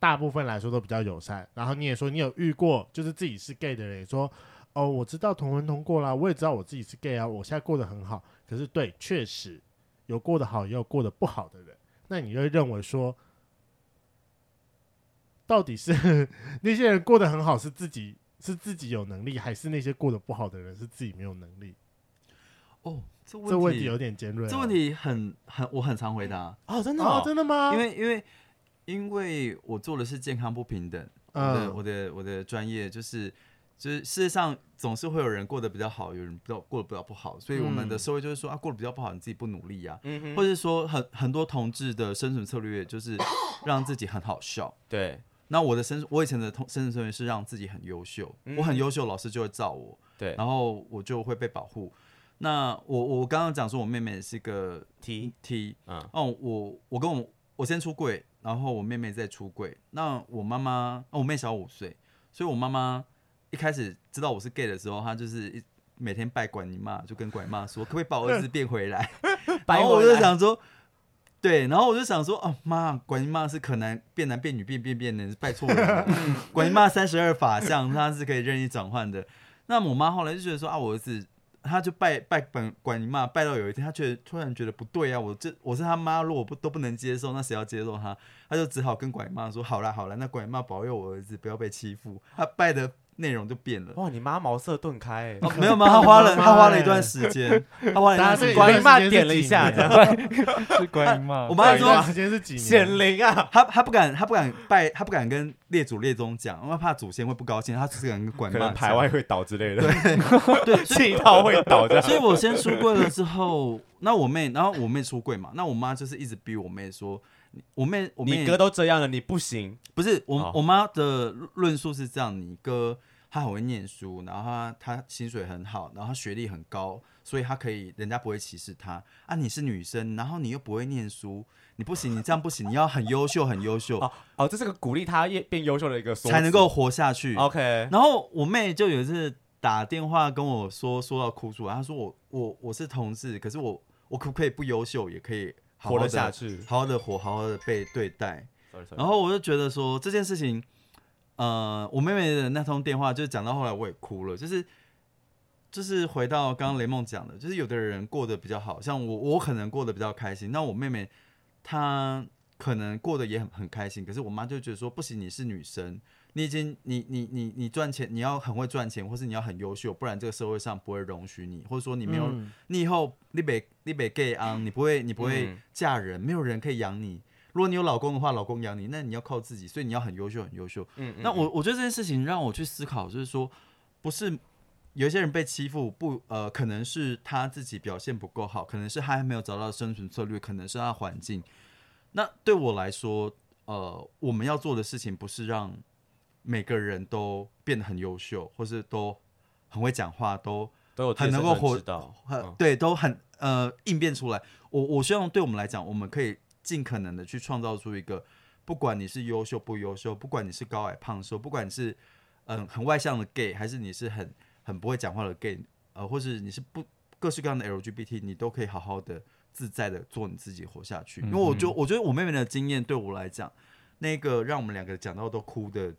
[SPEAKER 2] 大部分来说都比较友善。然后你也说你有遇过，就是自己是 gay 的人也说，哦，我知道同婚通过啦，我也知道我自己是 gay 啊，我现在过得很好。可是对，确实有过得好，也有过得不好的人。那你就会认为说，到底是那些人过得很好是自己是自己有能力，还是那些过得不好的人是自己没有能力？
[SPEAKER 5] 哦，
[SPEAKER 2] 这
[SPEAKER 5] 这问
[SPEAKER 2] 问题有点尖锐哦、
[SPEAKER 5] 这问题很很我很常回答，
[SPEAKER 1] 哦，真
[SPEAKER 2] 哦，真的吗？
[SPEAKER 5] 因为因为因为我做的是健康不平等，
[SPEAKER 2] 嗯
[SPEAKER 5] 我的我的我的专业就是。就是世界上总是会有人过得比较好，有人不过得比较不好，所以我们的
[SPEAKER 2] 嗯
[SPEAKER 5] 社会就是说、啊，过得比较不好，你自己不努力啊，
[SPEAKER 1] 嗯哼，
[SPEAKER 5] 或者说很很多同志的生存策略就是让自己很好笑，
[SPEAKER 1] 对
[SPEAKER 5] 那我的生，我以前的同生存策略是让自己很优秀，
[SPEAKER 1] 嗯
[SPEAKER 5] 我很优秀，老师就会罩我，
[SPEAKER 1] 对，
[SPEAKER 5] 然后我就会被保护。那我我刚刚讲说，我妹妹是个
[SPEAKER 1] 题
[SPEAKER 5] T，
[SPEAKER 1] 嗯
[SPEAKER 5] 哦，我我跟我我先出柜，然后我妹妹再出柜。那我妈妈，哦，我妹小我五岁，所以我妈妈一开始知道我是 gay 的时候，她就是一每天拜管你妈，就跟管妈说，可不可以把我儿子变回来？然后我就想说，对，然后我就想说，哦妈，管姨妈是可男变男变女变变变的，拜错人 了。管姨妈三十二法相，它是可以任意转换的。那我妈后来就觉得说啊，我儿子。他就拜拜本管姨妈，拜到有一天，他觉得突然觉得不对啊，我这我是他妈，如果我不都不能接受，那谁要接受他？他就只好跟管姨妈说，好啦好啦，那管姨妈保佑我儿子不要被欺负。他拜的内容就变
[SPEAKER 2] 哦
[SPEAKER 5] 了，
[SPEAKER 1] 哇，你妈茅塞顿开欸，
[SPEAKER 5] 哦、没有吗？他花了他花了一段时间，他花了一
[SPEAKER 2] 欸大家
[SPEAKER 5] 段时
[SPEAKER 2] 这
[SPEAKER 5] 间
[SPEAKER 2] 一
[SPEAKER 1] 管
[SPEAKER 2] 段
[SPEAKER 1] 姨妈
[SPEAKER 2] 时间是
[SPEAKER 1] 点了一
[SPEAKER 2] 几
[SPEAKER 1] 下
[SPEAKER 2] 年
[SPEAKER 1] 这样
[SPEAKER 3] 是观音嘛？
[SPEAKER 5] 我妈
[SPEAKER 2] 这一
[SPEAKER 5] 说
[SPEAKER 2] 段时间是几 年？
[SPEAKER 1] 显灵 啊，
[SPEAKER 5] 他他不敢，他不敢拜，他不敢跟列祖列宗讲，因为怕祖先会不高兴，他只是敢跟管
[SPEAKER 1] 可
[SPEAKER 5] 妈
[SPEAKER 1] 能
[SPEAKER 5] 讲
[SPEAKER 1] 排外会倒之类的，
[SPEAKER 5] 对，所以
[SPEAKER 1] 气到会倒这样，
[SPEAKER 5] 所以我先出柜了之后，那我妹，然后我妹出柜嘛，那我妈就是一直逼我妹说，我妹我妹
[SPEAKER 1] 你哥都这样了，你不行，
[SPEAKER 5] 不是我、
[SPEAKER 1] 哦
[SPEAKER 5] 我妈的论述是这样，你哥他很会念书，然后他他薪水很好，然后他学历很高，所以他可以人家不会歧视他啊。你是女生，然后你又不会念书，你不行，你这样不行，你要很优秀，很优秀
[SPEAKER 1] 哦哦，这是个鼓励他越变优秀的一个说辞，
[SPEAKER 5] 才能够活下
[SPEAKER 1] 哦
[SPEAKER 5] 去。
[SPEAKER 1] OK
[SPEAKER 5] 然后我妹就有一次打电话跟我说，说到哭出来，她说我我我是同志，可是我我可不可以不优秀，也可以好好
[SPEAKER 1] 活
[SPEAKER 5] 地
[SPEAKER 1] 得下，去。
[SPEAKER 5] 好好的活，好好的被对待。
[SPEAKER 1] Sorry，sorry
[SPEAKER 5] 然后我就觉得说这件事情，呃，我妹妹的那通电话，就讲到后来我也哭了，就是就是回到刚刚雷梦讲的，就是有的人过得比较好，像我我可能过得比较开心，那我妹妹她可能过得也很很开心，可是我妈就觉得说不行，你是女生。你已经，你你你你赚钱，你要很会赚钱，或是你要很优秀，不然这个社会上不会容许你，或者说你没有，
[SPEAKER 2] 嗯
[SPEAKER 5] 你以后你北你北 gay 啊，你不会你不会
[SPEAKER 1] 嗯
[SPEAKER 5] 嫁人，没有人可以养你。如果你有老公的话，老公养你，那你要靠自己，所以你要很优秀，很优秀。
[SPEAKER 1] 嗯，嗯
[SPEAKER 5] 那我
[SPEAKER 1] 嗯
[SPEAKER 5] 我觉得这件事情让我去思考，就是说，不是有一些人被欺负，不呃，可能是他自己表现不够好，可能是他还没有找到生存策略，可能是他的环境。那对我来说，呃，我们要做的事情不是让每个人都变得很优秀，或是都很会讲话，都
[SPEAKER 1] 都有
[SPEAKER 5] 很能够活
[SPEAKER 1] 知道，
[SPEAKER 5] 很、
[SPEAKER 1] 嗯
[SPEAKER 5] 对，都很呃应变出来。我我希望对我们来讲，我们可以尽可能的去创造出一个，不管你是优秀不优秀，不管你是高矮胖瘦，不管你是嗯、很外向的 gay，还是你是很很不会讲话的 gay，呃，或是你是不各式各样的 LGBT，你都可以好好的自在的做你自己活下去。因为我就我觉得我妹妹的经验对我来讲，那个让我们两个讲到都哭的。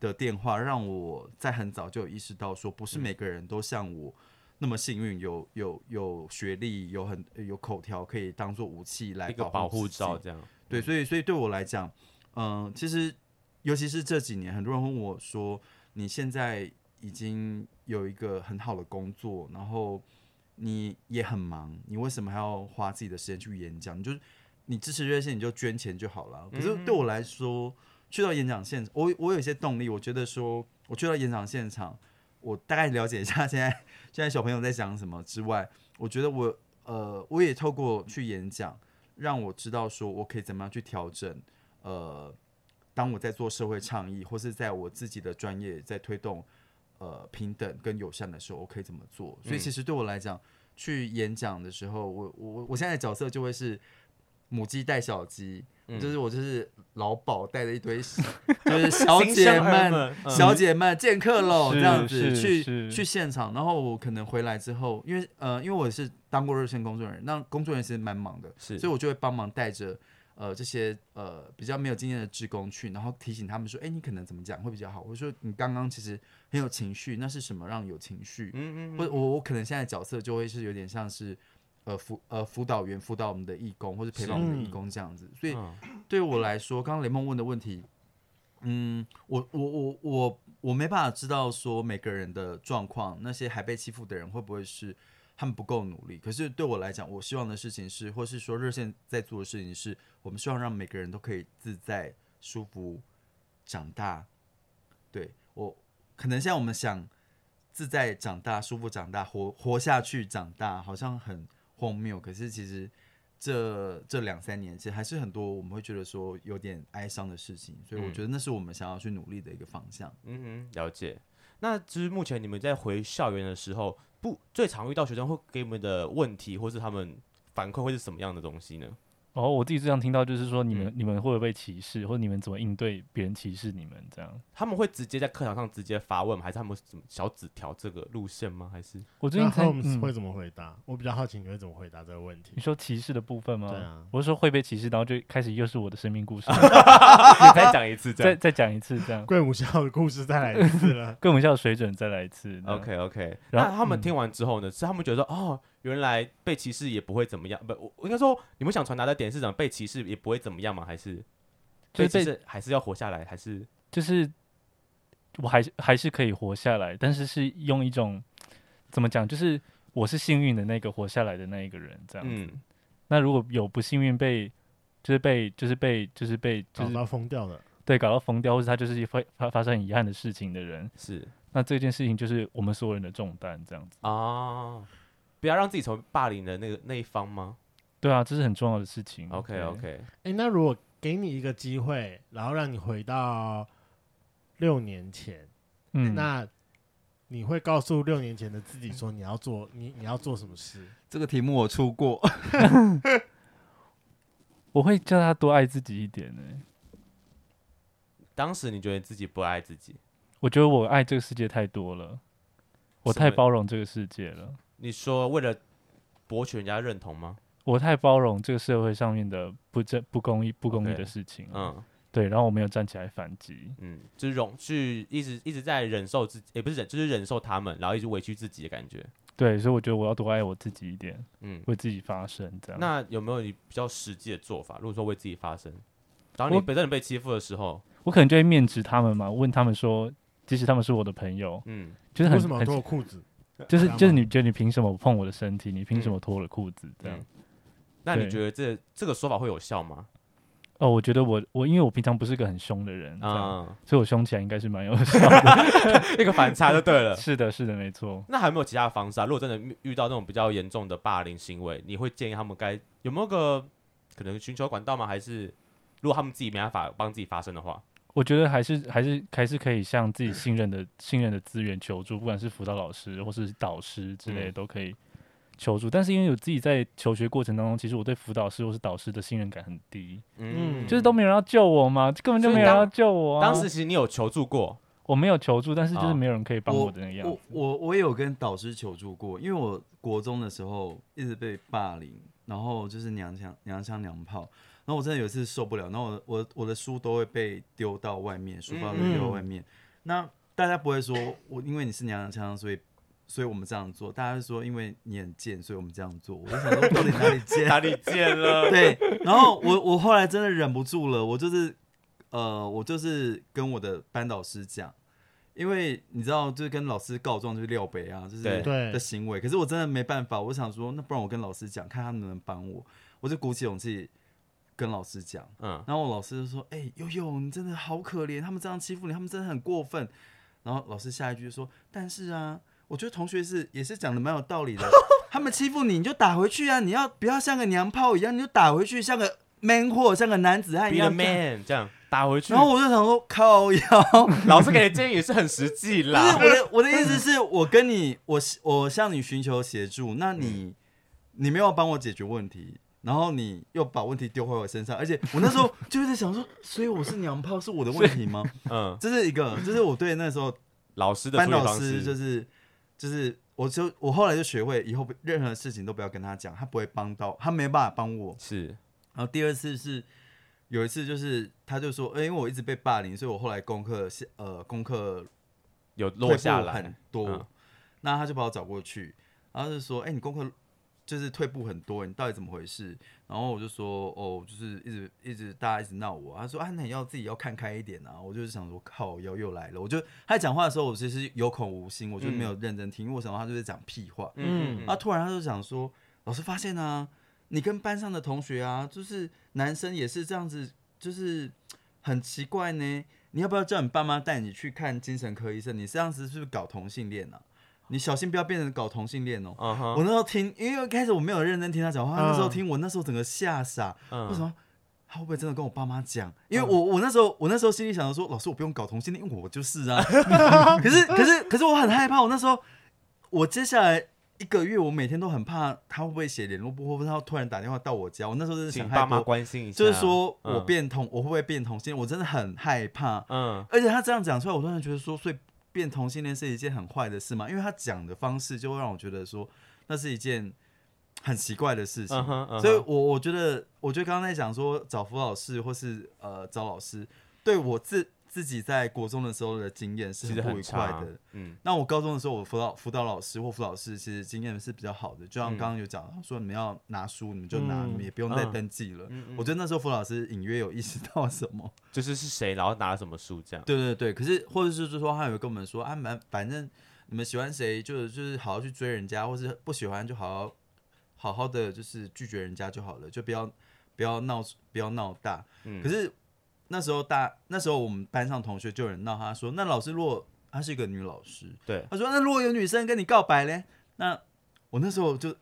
[SPEAKER 5] 的电话让我在很早就有意识到，说不
[SPEAKER 1] 嗯
[SPEAKER 5] 是每个人都像我那么幸运，有有有学历，有很有口条，可以当做武器来
[SPEAKER 1] 一个保护
[SPEAKER 5] 自己
[SPEAKER 1] 罩嗯这样。
[SPEAKER 5] 对，所以所以对我来讲，嗯、其实尤其是这几年，很多人问我说，你现在已经有一个很好的工作，然后你也很忙，你为什么还要花自己的时间去演讲？你就你支持热线，你就捐钱就好了。可是对我来说，去到演讲现场，我我有一些动力，我觉得说，我去到演讲现场，我大概了解一下 现在现在小朋友在讲什么之外，我觉得我呃，我也透过去演讲，让我知道说我可以怎么样去调整，呃，当我在做社会倡议，或是在我自己的专业在推动呃平等跟友善的时候，我可以怎么做？所以其实对我来讲，去演讲的时候，我我我现在的角色就会是母鸡带小鸡，
[SPEAKER 1] 嗯
[SPEAKER 5] 就是我就是老鸨带着一堆 就是小
[SPEAKER 1] 新
[SPEAKER 5] 姐
[SPEAKER 1] 生儿
[SPEAKER 5] 们。
[SPEAKER 1] 们，嗯
[SPEAKER 5] 小姐们见客喽，
[SPEAKER 3] 是
[SPEAKER 5] 这样子
[SPEAKER 3] 是
[SPEAKER 5] 去
[SPEAKER 3] 是
[SPEAKER 5] 去现场，然后我可能回来之后，因为呃，因为我是当过热线工作人员，那工作人员其实蛮忙的，
[SPEAKER 1] 是
[SPEAKER 5] 所以我就会帮忙带着呃这些呃比较没有经验的职工去，然后提醒他们说，哎、你可能怎么讲会比较好，我说你刚刚其实很有情绪，那是什么让你有情绪？
[SPEAKER 1] 嗯嗯
[SPEAKER 5] 或者我我可能现在角色就会是有点像是呃辅呃辅导员辅导我们的义工，或是陪伴我们的义工这样子，所以
[SPEAKER 1] 嗯，
[SPEAKER 5] 对我来说，刚刚雷梦问的问题，嗯，我我我我我没办法知道说每个人的状况，那些还被欺负的人会不会是他们不够努力？可是对我来讲，我希望的事情是，或是说热线在做的事情是，我们希望让每个人都可以自在、舒服长大。对我，可能现在我们想自在长大、舒服长大、活活下去长大，好像很荒谬。可是其实这这两三年，其实还是很多我们会觉得说有点哀伤的事情，
[SPEAKER 3] 嗯
[SPEAKER 5] 所以我觉得那是我们想要去努力的一个方向。
[SPEAKER 1] 嗯哼，了解。那就是目前你们在回校园的时候，不最常遇到学生会给你们的问题，或是他们反馈会是什么样的东西呢？
[SPEAKER 3] 哦，我自己最常听到就是说，你们、
[SPEAKER 1] 嗯
[SPEAKER 3] 你们会不会被歧视，或者你们怎么应对别人歧视你们这样？
[SPEAKER 1] 他们会直接在课堂上直接发问吗，还是他们怎么小纸条这个路线吗？还是
[SPEAKER 3] 我最
[SPEAKER 2] 那
[SPEAKER 3] 近才、
[SPEAKER 2] Holmes 会
[SPEAKER 3] 嗯、
[SPEAKER 2] 怎么回答？我比较好奇你会怎么回答这个问题
[SPEAKER 3] 你。说歧视的部分吗？
[SPEAKER 2] 对啊，
[SPEAKER 3] 我是说会被歧视，然后就开始又是我的生命故事，
[SPEAKER 1] 你
[SPEAKER 5] 啊
[SPEAKER 1] 再讲一次这
[SPEAKER 3] 再
[SPEAKER 1] 样
[SPEAKER 3] 再讲一次 这样，。
[SPEAKER 2] 贵母校的故事再来一次了
[SPEAKER 3] 跟我们校的水准再来一次。这样
[SPEAKER 1] ？OK OK。
[SPEAKER 3] 然
[SPEAKER 1] 那
[SPEAKER 3] 后
[SPEAKER 1] 他们
[SPEAKER 3] 嗯
[SPEAKER 1] 听完之后呢，是他们觉得哦，原来被歧视也不会怎么样，不，我我应该说你们想传达的点是讲被歧视也不会怎么样吗？还是
[SPEAKER 3] 就
[SPEAKER 1] 被
[SPEAKER 3] 是
[SPEAKER 1] 歧
[SPEAKER 3] 被
[SPEAKER 1] 视还是要活下来？还是
[SPEAKER 3] 就是我还是还是可以活下来，但是是用一种怎么讲，就是我是幸运的那个活下来的那一个人这样。
[SPEAKER 1] 嗯
[SPEAKER 3] 那如果有不幸运被就是被就是被就是被 就
[SPEAKER 2] 找
[SPEAKER 3] 是
[SPEAKER 2] 到疯掉了，
[SPEAKER 3] 对搞到疯掉，或者他就是发发发生很遗憾的事情的人，
[SPEAKER 1] 是
[SPEAKER 3] 那这件事情就是我们所有人的重担这样子。哦
[SPEAKER 1] 啊？不要让自己成为霸凌的那个那一方吗
[SPEAKER 3] 对啊，这是很重要的事情。
[SPEAKER 1] ？OK
[SPEAKER 3] 嗯对
[SPEAKER 1] OK，
[SPEAKER 2] 诶，那如果给你一个机会，然后让你回到六年前，
[SPEAKER 3] 嗯，
[SPEAKER 2] 那你会告诉六年前的自己说你要做你你要做什么事？
[SPEAKER 5] 这个题目我出过，
[SPEAKER 3] 我会叫他多爱自己一点呢、欸
[SPEAKER 1] 当时你觉得自己不爱自己，
[SPEAKER 3] 我觉得我爱这个世界太多了，我
[SPEAKER 1] 什么
[SPEAKER 3] 太包容这个世界了，
[SPEAKER 1] 你说为了博取人家认同吗？
[SPEAKER 3] 我太包容这个社会上面的不正、不公义、不公义
[SPEAKER 1] OK
[SPEAKER 3] 的事情。
[SPEAKER 1] 嗯
[SPEAKER 3] 对，然后我没有站起来反击。
[SPEAKER 1] 嗯，就是容去一直一直在忍受自己，也不是忍，就是忍受他们，然后一直委屈自己的感觉。
[SPEAKER 3] 对，所以我觉得我要多爱我自己一点，
[SPEAKER 1] 嗯，
[SPEAKER 3] 为自己发声。这样，
[SPEAKER 1] 那有没有你比较实际的做法？如果说为自己发声，然后你
[SPEAKER 3] 我
[SPEAKER 1] 本身被欺负的时候，
[SPEAKER 3] 我可能就会面质他们嘛，问他们说，即使他们是我的朋友，
[SPEAKER 1] 嗯，
[SPEAKER 3] 就是
[SPEAKER 2] 为
[SPEAKER 3] 很
[SPEAKER 2] 什么要
[SPEAKER 3] 很
[SPEAKER 2] 脱我裤子？
[SPEAKER 3] 就是
[SPEAKER 2] 知道吗
[SPEAKER 3] 就是你觉得你凭什么碰我的身体？你凭什
[SPEAKER 1] 嗯
[SPEAKER 3] 么脱我的裤子？这样、
[SPEAKER 1] 嗯那你
[SPEAKER 3] 对
[SPEAKER 1] 觉得这这个说法会有效吗？
[SPEAKER 3] 哦，我觉得我我因为我平常不是个很凶的人，这样，
[SPEAKER 1] 啊、
[SPEAKER 3] 所以我凶起来应该是蛮有效的。
[SPEAKER 1] 一个反差就对了。
[SPEAKER 3] 是的，是的，没错。
[SPEAKER 1] 那还有没有其他的方式啊？如果真的遇遇到那种比较严重的霸凌行为，你会建议他们该有没有个可能寻求管道吗？还是如果他们自己没办法帮自己发声的话，
[SPEAKER 3] 我觉得还是还是还是可以向自己
[SPEAKER 1] 嗯
[SPEAKER 3] 信任的信任的资源求助，不管是辅导老师或是导师之类的
[SPEAKER 1] 嗯
[SPEAKER 3] 都可以求助。但是因为我自己在求学过程当中，其实我对辅导师或是导师的信任感很低，
[SPEAKER 1] 嗯，
[SPEAKER 2] 嗯
[SPEAKER 3] 就是都没有人要救我嘛，根本就
[SPEAKER 1] 所以
[SPEAKER 3] 没有人
[SPEAKER 1] 当
[SPEAKER 3] 要救我、啊。
[SPEAKER 1] 当时其实你有求助过，
[SPEAKER 3] 我没有求助，但是就是
[SPEAKER 1] 哦
[SPEAKER 3] 没有人可以帮
[SPEAKER 5] 我
[SPEAKER 3] 我的那个样
[SPEAKER 5] 我
[SPEAKER 3] 子。
[SPEAKER 5] 我我也有跟导师求助过，因为我国中的时候一直被霸凌，然后就是娘腔娘腔娘炮，然后我真的有一次受不了，然后我我我的书都会被丢到外面，书包被丢到外面。那大家不会说我因为你是娘娘腔，所以所以我们这样做，大家是说因为你很贱，所以我们这样做。我就想说到底哪里贱？
[SPEAKER 1] 哪里见 了？
[SPEAKER 5] 对，然后我我后来真的忍不住了，我就是呃，我就是跟我的班导师讲，因为你知道，就是跟老师告状就是廖北啊，就是
[SPEAKER 1] 对
[SPEAKER 2] 对
[SPEAKER 5] 的行为。可是我真的没办法，我想说，那不然我跟老师讲，看他能不能帮我。我就鼓起勇气跟老师讲，
[SPEAKER 1] 嗯，
[SPEAKER 5] 然后我老师就说：“哎、悠悠，你真的好可怜，他们这样欺负你，他们真的很过分。”然后老师下一句就说：“但是啊，我觉得同学是也是讲的蛮有道理的，他们欺负你你就打回去啊，你要不要像个娘炮一样，你就打回去，像个 man 货，像个男子汉
[SPEAKER 1] be a
[SPEAKER 5] 一样。”
[SPEAKER 1] man 这样打回去，
[SPEAKER 5] 然后我就想说，靠腰，
[SPEAKER 1] 老师给的建议也是很实际
[SPEAKER 5] 不是
[SPEAKER 1] 啦
[SPEAKER 5] 我。的我的意思是我跟你我我向你寻求协助，
[SPEAKER 1] 嗯
[SPEAKER 5] 那你、你没有帮我解决问题，然后你又把问题丢回我身上，而且我那时候就是在想说，所以我是娘炮是我的问题吗？
[SPEAKER 1] 嗯，
[SPEAKER 5] 这是一个，就是我对那 时候
[SPEAKER 1] 老师的
[SPEAKER 5] 班
[SPEAKER 1] 处理
[SPEAKER 5] 导
[SPEAKER 1] 方
[SPEAKER 5] 师
[SPEAKER 1] 式
[SPEAKER 5] 就是就是。我就我后来就学会，以后不任何事情都不要跟他讲，他不会帮到，他没办法帮我。
[SPEAKER 1] 是
[SPEAKER 5] 然后第二次是有一次，就是他就说，欸因为我一直被霸凌，所以我后来功课是呃功课
[SPEAKER 1] 有落下
[SPEAKER 5] 退步很
[SPEAKER 1] 来，
[SPEAKER 5] 多。
[SPEAKER 1] 嗯
[SPEAKER 5] 那他就把我找过去，然后就说：“哎、你功课就是退步很多，你到底怎么回事？”然后我就说：“哦，就是一直一直大家一直闹我。”他说：“啊，那你要自己要看开一点啊。”我就是想说，靠，又又来了。我就他讲话的时候，我其实有口无心，我就没有认真听，因为我想到他就是讲屁话。
[SPEAKER 1] 嗯
[SPEAKER 5] 然啊后突然他就讲说：“老师发现啊，你跟班上的同学啊，就是男生也是这样子，就是很奇怪呢。你要不要叫你爸妈带你去看精神科医生？你这样子是不是搞同性恋啊？你小心不要变成搞同性恋哦。
[SPEAKER 1] 嗯哼，
[SPEAKER 5] 我那时候听，因为一开始我没有认真听他讲话，他那时候听我那时候整个吓傻，
[SPEAKER 1] 嗯
[SPEAKER 5] 为什么？他会不会真的跟我爸妈讲？因为我我那时候我那时候心里想着说，老师我不用搞同性恋，因为我就是 啊。可是可是可是我很害怕，我那时候我接下来一个月，我每天都很怕他会不会写联络簿，或者他突然打电话到我家。我那时候真的想
[SPEAKER 1] 请
[SPEAKER 5] 害
[SPEAKER 1] 爸妈
[SPEAKER 5] 怕，
[SPEAKER 1] 关心一下，
[SPEAKER 5] 就是说我
[SPEAKER 1] 嗯
[SPEAKER 5] 变同，我会不会变同性恋？我真的很害怕。
[SPEAKER 1] 嗯
[SPEAKER 5] 而且他这样讲出来，我突然觉得说，所以变同性恋是一件很坏的事吗？因为他讲的方式就会让我觉得说，那是一件很奇怪的事情。
[SPEAKER 1] 嗯哼，嗯哼
[SPEAKER 5] 所以我我觉得，我觉得刚刚在讲说找辅导室或是呃找老师，对我自自己在国中的时候的经验是
[SPEAKER 1] 其实
[SPEAKER 5] 很不
[SPEAKER 1] 很
[SPEAKER 5] 愉快
[SPEAKER 1] 差
[SPEAKER 5] 的。，
[SPEAKER 1] 嗯
[SPEAKER 5] 那我高中的时候，我辅导辅导老师或辅导师其实经验是比较好的，就像
[SPEAKER 1] 嗯
[SPEAKER 5] 刚刚有讲到说，你们要拿书你们就拿，
[SPEAKER 2] 嗯
[SPEAKER 5] 你们也不用再
[SPEAKER 1] 嗯
[SPEAKER 5] 登记了。
[SPEAKER 1] 嗯，
[SPEAKER 5] 我
[SPEAKER 1] 我
[SPEAKER 5] 觉得那时候辅导老师隐约有意识到什么。
[SPEAKER 1] 就是是谁，然后拿了什么书这样，
[SPEAKER 5] 对对对，可是或者是就说他有跟我们说啊，反反正你们喜欢谁，就就是好好去追人家，或是不喜欢就好好好好的就是拒绝人家就好了，就不要不要闹不要闹大。
[SPEAKER 1] 嗯
[SPEAKER 5] 可是那时候大那时候我们班上同学就有人闹他说，那老师如果她是一个女老师，
[SPEAKER 1] 对，
[SPEAKER 5] 他说那如果有女生跟你告白嘞，那我那时候就。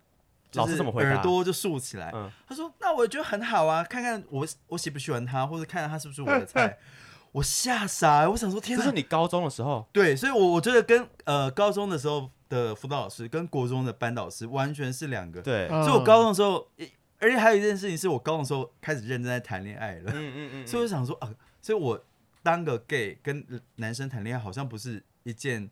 [SPEAKER 5] 就
[SPEAKER 1] 老师
[SPEAKER 5] 是
[SPEAKER 1] 怎么回答
[SPEAKER 5] 耳朵就竖起来。
[SPEAKER 1] 嗯
[SPEAKER 5] 他说：“那我觉得很好啊，看看我我喜不喜欢他，或者看看他是不是我的菜。” 我吓傻了，我想说天
[SPEAKER 1] 这
[SPEAKER 5] 哪
[SPEAKER 1] 是，你高中的时候，
[SPEAKER 5] 对，所以我，我觉得跟呃高中的时候的辅导老师跟国中的班导师完全是两个。
[SPEAKER 1] 对，嗯
[SPEAKER 2] 嗯
[SPEAKER 5] 所以我高中的时候，一而且还有一件事情是我高中的时候开始认真在谈恋爱了，
[SPEAKER 1] 嗯嗯
[SPEAKER 5] 所以我想说啊，所以我当个 gay 跟男生谈恋爱好像不是一件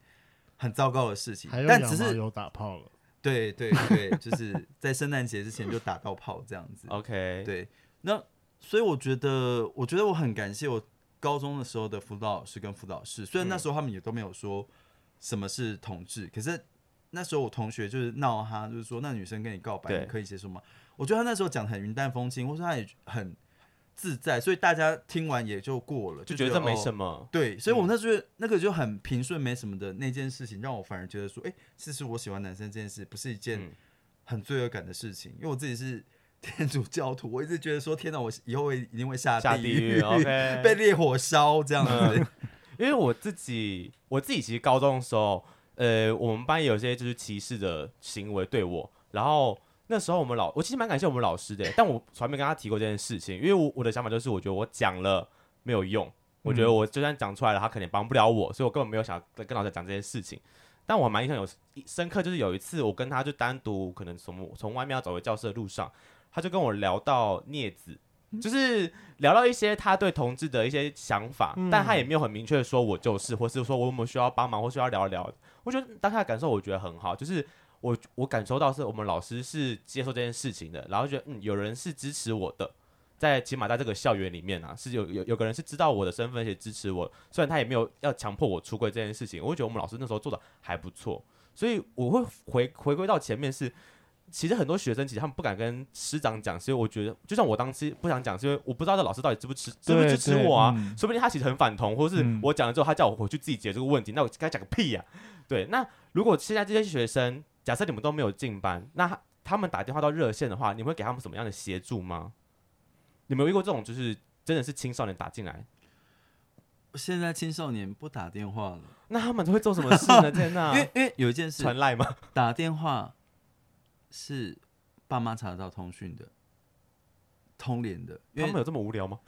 [SPEAKER 5] 很糟糕的事情
[SPEAKER 2] 还，有
[SPEAKER 5] 但
[SPEAKER 2] 羊
[SPEAKER 5] 只
[SPEAKER 2] 毛
[SPEAKER 5] 是
[SPEAKER 2] 有打炮了，
[SPEAKER 5] 对对对，就是在圣诞节之前就打到炮这样子。
[SPEAKER 1] 哦 OK，
[SPEAKER 5] 对，那所以我觉得，我觉得我很感谢我高中的时候的辅导老师跟辅导老师，虽
[SPEAKER 1] 嗯
[SPEAKER 5] 然那时候他们也都没有说什么是同志，可是那时候我同学就是闹他，就是说那女生跟你告白，
[SPEAKER 1] 对
[SPEAKER 5] 你可以接受吗？我觉得他那时候讲的很云淡风轻，或是他也很自在，所以大家听完也就过了，
[SPEAKER 1] 就
[SPEAKER 5] 就哦
[SPEAKER 1] 觉得这没什
[SPEAKER 5] 么。
[SPEAKER 1] 么，
[SPEAKER 5] 对，所以
[SPEAKER 1] 嗯
[SPEAKER 5] 我那时候、那个就很平顺，没什么的那件事情，让我反而觉得说，哎、其实我喜欢男生这件事不是一件
[SPEAKER 1] 嗯
[SPEAKER 5] 很罪恶感的事情，因为我自己是 天主教徒，我一直觉得说，天哪，我以后会一定会下
[SPEAKER 1] 下地
[SPEAKER 5] 地
[SPEAKER 1] 狱，OK， 嗯
[SPEAKER 5] 被烈火烧这样子。
[SPEAKER 1] 因为我自己，我自己其实高中的时候，呃，我们班有一些就是歧视的行为对我，然后那时候我们老，我其实蛮感谢我们老师的，但我从来没跟他提过这件事情，因为我我的想法就是，我觉得我讲了没有用，我觉得我就算讲出来了，他肯定帮不了我，所以我根本没有想跟老师讲这件事情。但我蛮印象有深刻，就是有一次我跟他就单独，可能从从外面要走回教室的路上，他就跟我聊到镊子，就是聊到一些他对同志的一些想法，但他也没有很明确的说我就是，或是说我们需要帮忙，或需要聊一聊。我觉得当下的感受我觉得很好，就是我我感受到是我们老师是接受这件事情的，然后觉得嗯有人是支持我的，在起码在这个校园里面啊，是有有有个人是知道我的身份且支持我，虽然他也没有要强迫我出柜这件事情，我会觉得我们老师那时候做的还不错，所以我会回回归到前面是。其实很多学生其实他们不敢跟师长讲，所以我觉得，就像我当时不想讲，是因为我不知道这老师到底支不支支不支持
[SPEAKER 3] 对对
[SPEAKER 1] 我啊，
[SPEAKER 3] 嗯
[SPEAKER 1] 说不定他其实很反同，或是
[SPEAKER 3] 嗯
[SPEAKER 1] 我讲了之后，他叫我回去自己解这个问题，那我跟他讲个屁呀、对，那如果现在这些学生，假设你们都没有进班，那他他们打电话到热线的话，你们会给他们什么样的协助吗？你们有遇过这种就是真的是青少年打进来，
[SPEAKER 5] 现在青少年不打电话了，
[SPEAKER 1] 那他们都会做什么事呢？在那
[SPEAKER 5] 因为因为有一件
[SPEAKER 1] 嗯
[SPEAKER 5] 事，
[SPEAKER 1] 传赖吗？
[SPEAKER 5] 打电话是爸妈查得到通讯的。通联的，因
[SPEAKER 1] 他
[SPEAKER 5] 为
[SPEAKER 1] 们有这么无聊吗？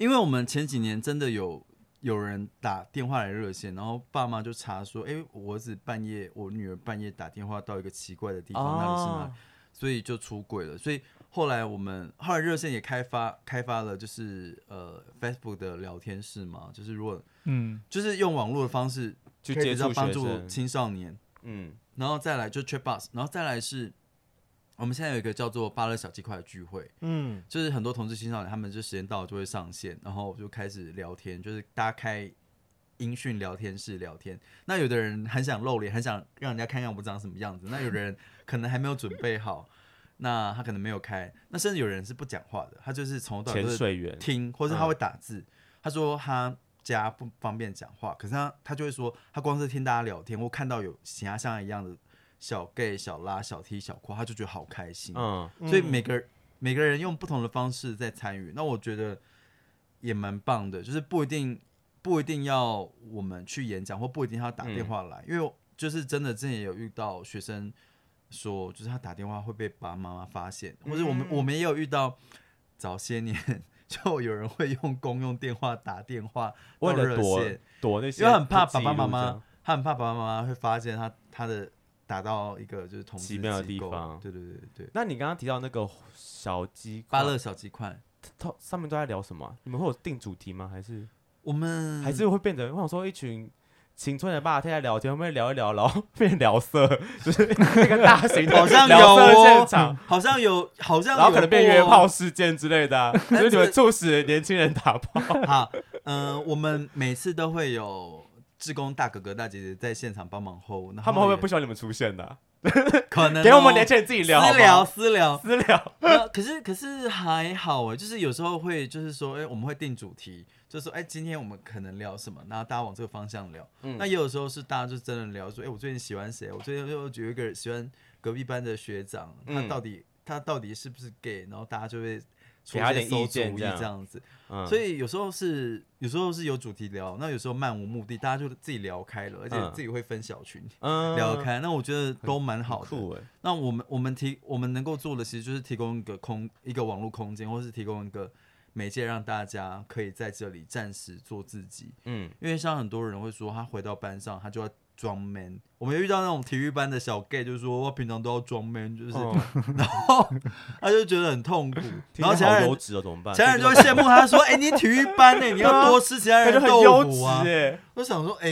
[SPEAKER 5] 因为我们前几年真的有有人打电话来热线，然后爸妈就查说，哎、我儿子半夜，我女儿半夜打电话到一个奇怪的地方，那里是
[SPEAKER 1] 哦
[SPEAKER 5] 哪里？所以就出轨了。所以后来我们后来热线也开发开发了，就是呃 Facebook 的聊天室嘛，就是如果
[SPEAKER 3] 嗯，
[SPEAKER 5] 就是用网络的方式
[SPEAKER 1] 去
[SPEAKER 5] 可以
[SPEAKER 1] 接
[SPEAKER 5] 比较
[SPEAKER 1] 触
[SPEAKER 5] 帮
[SPEAKER 1] 学
[SPEAKER 5] 助
[SPEAKER 1] 生，
[SPEAKER 5] 青少年，
[SPEAKER 1] 嗯，
[SPEAKER 5] 然后再来就 Trip Bus，然后再来是我们现在有一个叫做巴勒小鸡块的聚会，
[SPEAKER 2] 嗯，
[SPEAKER 5] 就是很多同志青少年，他们就时间到了就会上线，然后就开始聊天，就是大家开音讯聊天室聊天。那有的人很想露脸，很想让人家看看我长什么样子；那有的人可能还没有准备好，那他可能没有开。那甚至有人是不讲话的，他就是从头到尾
[SPEAKER 1] 潜
[SPEAKER 5] 都是
[SPEAKER 1] 水员，
[SPEAKER 5] 听，或是他
[SPEAKER 1] 嗯
[SPEAKER 5] 会打字。他说他家不方便讲话，可是他他就会说，他光是听大家聊天或看到有其他像他一样的小 gay、小拉、小 T、小阔，他就觉得好开心。
[SPEAKER 1] 嗯，
[SPEAKER 5] 所以每个人每个人用不同的方式在参与，那我觉得也蛮棒的，就是不一定不一定要我们去演讲，或不一定要打
[SPEAKER 1] 嗯
[SPEAKER 5] 电话来，因为我就是真的之前也有遇到学生说，就是他打电话会被爸爸妈妈发现，或者我
[SPEAKER 1] 嗯
[SPEAKER 5] 们、我们也有遇到早些年 就有人会用公用电话打电话
[SPEAKER 1] 为
[SPEAKER 5] 到
[SPEAKER 1] 了
[SPEAKER 5] 热
[SPEAKER 1] 躲
[SPEAKER 5] 线，
[SPEAKER 1] 躲那些，
[SPEAKER 5] 因为很怕爸爸妈妈，，他很怕爸爸妈妈会发现他他的。打到一个就是同志
[SPEAKER 1] 奇妙的
[SPEAKER 5] 机
[SPEAKER 1] 地
[SPEAKER 5] 构
[SPEAKER 1] 方
[SPEAKER 5] 对对对对，
[SPEAKER 1] 那你刚刚提到那个小鸡
[SPEAKER 5] 巴
[SPEAKER 1] 块
[SPEAKER 5] 勒小鸡块，
[SPEAKER 1] 他上面都在聊什么啊、你们会有定主题吗？还是、
[SPEAKER 5] 我们
[SPEAKER 1] 还是会变成我想说一群青春的爸天在聊天，会不会聊一聊，然后 变聊色，就是那个大型的
[SPEAKER 5] 好像有
[SPEAKER 1] 聊色的
[SPEAKER 5] 哦
[SPEAKER 1] 现场，
[SPEAKER 5] 好像有，好像
[SPEAKER 1] 然后可能变约 炮
[SPEAKER 5] 炮
[SPEAKER 1] 事件之类的、啊，
[SPEAKER 5] 但
[SPEAKER 1] 所以你们
[SPEAKER 5] 是
[SPEAKER 1] 促使年轻人打炮。
[SPEAKER 5] 啊。嗯、我们每次都会有志工大哥哥大姐姐在现场帮忙吼，然后
[SPEAKER 1] 他们会不会
[SPEAKER 5] 也
[SPEAKER 1] 不喜欢你们出现的啊、
[SPEAKER 5] 可能、哦
[SPEAKER 1] 给我们年轻人自己聊好
[SPEAKER 5] 私
[SPEAKER 1] 不
[SPEAKER 5] 聊
[SPEAKER 1] 好，
[SPEAKER 5] 私聊
[SPEAKER 1] 。私聊。
[SPEAKER 5] 呃可是可是还好哎，就是有时候会就是说，哎、我们会定主题，就是说，哎、今天我们可能聊什么，然后大家往这个方向聊。
[SPEAKER 1] 嗯
[SPEAKER 5] 那也有时候是大家就真的聊说，哎、我最近喜欢谁？我最近又有一个喜欢隔壁班的学长，他
[SPEAKER 1] 嗯
[SPEAKER 5] 到底、他到底是不是 gay？然后大家就会出
[SPEAKER 1] 给他点
[SPEAKER 5] 现
[SPEAKER 1] 意
[SPEAKER 5] 馊主
[SPEAKER 1] 见
[SPEAKER 5] 意
[SPEAKER 1] 这样
[SPEAKER 5] 这样子。
[SPEAKER 1] 嗯，
[SPEAKER 5] 所
[SPEAKER 1] 以
[SPEAKER 5] 以有时候是有时候是有主题聊，那有时候漫无目的，大家就自己聊开了，而且
[SPEAKER 1] 嗯
[SPEAKER 5] 自己会分小群、
[SPEAKER 1] 嗯
[SPEAKER 5] 聊开。那我觉得都蛮好的。
[SPEAKER 1] 酷哎、
[SPEAKER 5] 那我们我们提我们能够做的，其实就是提供一个空一个网络空间，或是提供一个媒介让大家可以在这里暂时做自己。
[SPEAKER 1] 嗯，
[SPEAKER 5] 因为像很多人会说，他回到班上，他就要装 man。我们遇到那种体育班的小 gay，就是说我平常都要装 man，就是、
[SPEAKER 1] 哦
[SPEAKER 5] 他就觉得很 痛苦。
[SPEAKER 1] 听
[SPEAKER 5] 然后
[SPEAKER 1] 起
[SPEAKER 5] 其
[SPEAKER 1] 来
[SPEAKER 5] 他
[SPEAKER 1] 好优
[SPEAKER 5] 人，
[SPEAKER 1] 质哦，怎么办？
[SPEAKER 5] 其他人就会羡慕他说：“哎、你体育班呢、你要多吃其他
[SPEAKER 1] 感
[SPEAKER 5] 人
[SPEAKER 1] 觉
[SPEAKER 5] 的
[SPEAKER 1] 很优
[SPEAKER 5] 豆腐啊。”
[SPEAKER 1] 质哎，
[SPEAKER 5] 我想说，哎、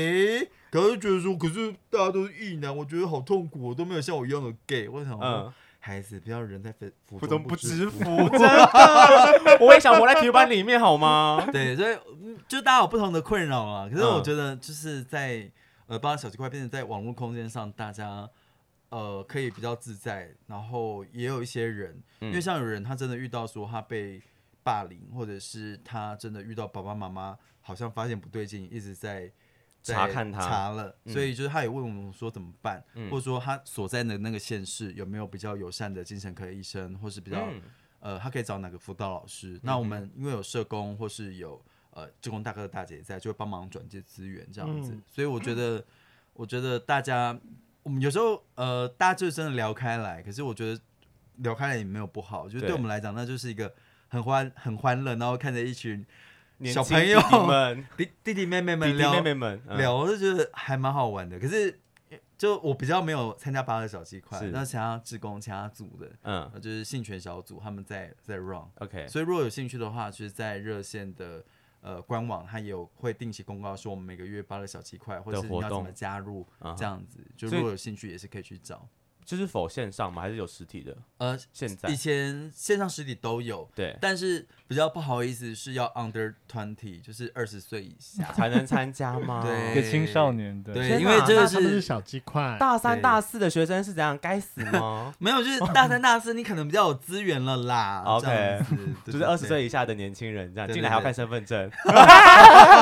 [SPEAKER 5] 可是觉得说，可是大家都是异男，我觉得好痛苦，我都没有像我一样的 gay。我想说，
[SPEAKER 1] 嗯，
[SPEAKER 5] 孩子不要人在非福
[SPEAKER 1] 不
[SPEAKER 5] 中
[SPEAKER 1] 中
[SPEAKER 5] 不
[SPEAKER 1] 不
[SPEAKER 5] 知。
[SPEAKER 1] 知福， 真的，我也想活在体育班里面好 吗？
[SPEAKER 5] 对，所以嗯就大家有不同的困扰啊。可是
[SPEAKER 1] 嗯
[SPEAKER 5] 我觉得，就是在、呃，帮小鸡块变成在网络空间上，大家呃可以比较自在，然后也有一些人，
[SPEAKER 1] 嗯
[SPEAKER 5] 因为像有人他真的遇到说他被霸凌，或者是他真的遇到爸爸妈妈好像发现不对劲，一直在。在
[SPEAKER 1] 查看他
[SPEAKER 5] 查了，
[SPEAKER 1] 嗯
[SPEAKER 5] 所以就是他也问我们说怎么办，
[SPEAKER 1] 嗯
[SPEAKER 5] 或者说他所在的那个县市有没有比较友善的精神科医生，或是比较、
[SPEAKER 1] 嗯
[SPEAKER 5] 呃，他可以找哪个辅导老师？那我们因为有社工或是有呃志工大哥大姐在，就会帮忙转介资源这样子。
[SPEAKER 2] 嗯
[SPEAKER 5] 所以我觉得， 我觉得大家，我们有时候呃，大家就真的聊开来，可是我觉得聊开来也没有不好，就是
[SPEAKER 1] 对
[SPEAKER 5] 对我们来讲，那就是一个很欢很欢乐，然后看着一群
[SPEAKER 1] 年
[SPEAKER 5] 小
[SPEAKER 1] 轻
[SPEAKER 5] 朋友
[SPEAKER 1] 弟弟 们、
[SPEAKER 5] 弟弟弟妹妹
[SPEAKER 1] 弟
[SPEAKER 5] 们
[SPEAKER 1] 弟
[SPEAKER 5] 聊
[SPEAKER 1] 妹妹们嗯
[SPEAKER 5] 聊，我就觉得还蛮好玩的。可是就我比较没有参加八个小鸡块
[SPEAKER 1] 是，
[SPEAKER 5] 那其他志工其他组的，
[SPEAKER 1] 嗯
[SPEAKER 5] 呃就是性权小组他们在在 run。
[SPEAKER 1] ，OK，
[SPEAKER 5] 所以如果有兴趣的话，就是在热线的呃官网，它也有会定期公告说我们每个月发了小七块，或者
[SPEAKER 1] 的
[SPEAKER 5] 是
[SPEAKER 1] 活
[SPEAKER 5] 你要怎
[SPEAKER 1] 动
[SPEAKER 5] 么加入
[SPEAKER 1] 啊哈
[SPEAKER 5] 这样子。就
[SPEAKER 1] 所以
[SPEAKER 5] 如果有兴趣，也是可以去找。
[SPEAKER 1] 就是否线上吗？还是有实体的？
[SPEAKER 5] 呃，
[SPEAKER 1] 现在
[SPEAKER 5] 以前线上实体都有，
[SPEAKER 1] 对
[SPEAKER 5] 但是比较不好意思是要 under twenty，就是二十岁以下。
[SPEAKER 1] 才能参加吗？
[SPEAKER 5] 对
[SPEAKER 3] 一个青少年的，
[SPEAKER 5] 对，
[SPEAKER 1] 天
[SPEAKER 5] 因为
[SPEAKER 1] 哪
[SPEAKER 5] 这
[SPEAKER 2] 那
[SPEAKER 5] 个
[SPEAKER 2] 他们是
[SPEAKER 5] 是
[SPEAKER 2] 小鸡块，
[SPEAKER 1] 大三
[SPEAKER 5] 对？
[SPEAKER 1] 大四的学生是怎样？该死吗
[SPEAKER 5] 没有，就是大三大四你可能比较有资源了啦。
[SPEAKER 1] 哦 OK
[SPEAKER 5] 这样子
[SPEAKER 1] 就
[SPEAKER 5] 对
[SPEAKER 1] 是
[SPEAKER 5] 对
[SPEAKER 1] 二十
[SPEAKER 5] 对
[SPEAKER 1] 岁以下的年轻人这样
[SPEAKER 5] 对对
[SPEAKER 1] 进来还要
[SPEAKER 5] 对
[SPEAKER 1] 看身份 证，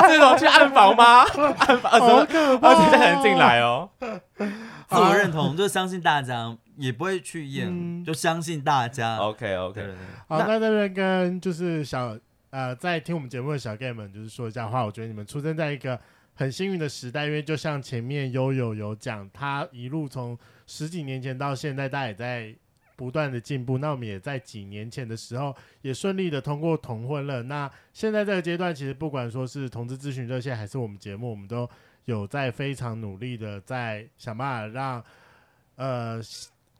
[SPEAKER 1] 这种去暗访吗？暗访二十二十岁才能进来哦。
[SPEAKER 5] 自
[SPEAKER 1] 啊
[SPEAKER 5] 我认同， 就相信大家，也不会去验，
[SPEAKER 2] 嗯
[SPEAKER 5] 就相信大家。
[SPEAKER 1] OK
[SPEAKER 5] 啊对
[SPEAKER 1] 哦 OK，
[SPEAKER 5] 对对
[SPEAKER 2] 好，
[SPEAKER 1] 那
[SPEAKER 2] 那在这边跟就是小呃，在听我们节目的小 gay 们，就是说一下话，我觉得你们出生在一个很幸运的时代，因为就像前面悠悠有讲，他一路从十几年前到现在，大家也在不断的进步。那我们也在几年前的时候，也顺利的通过同婚了。那现在这个阶段，其实不管说是同志咨询热线，还是我们节目，我们都有在非常努力的在想办法让呃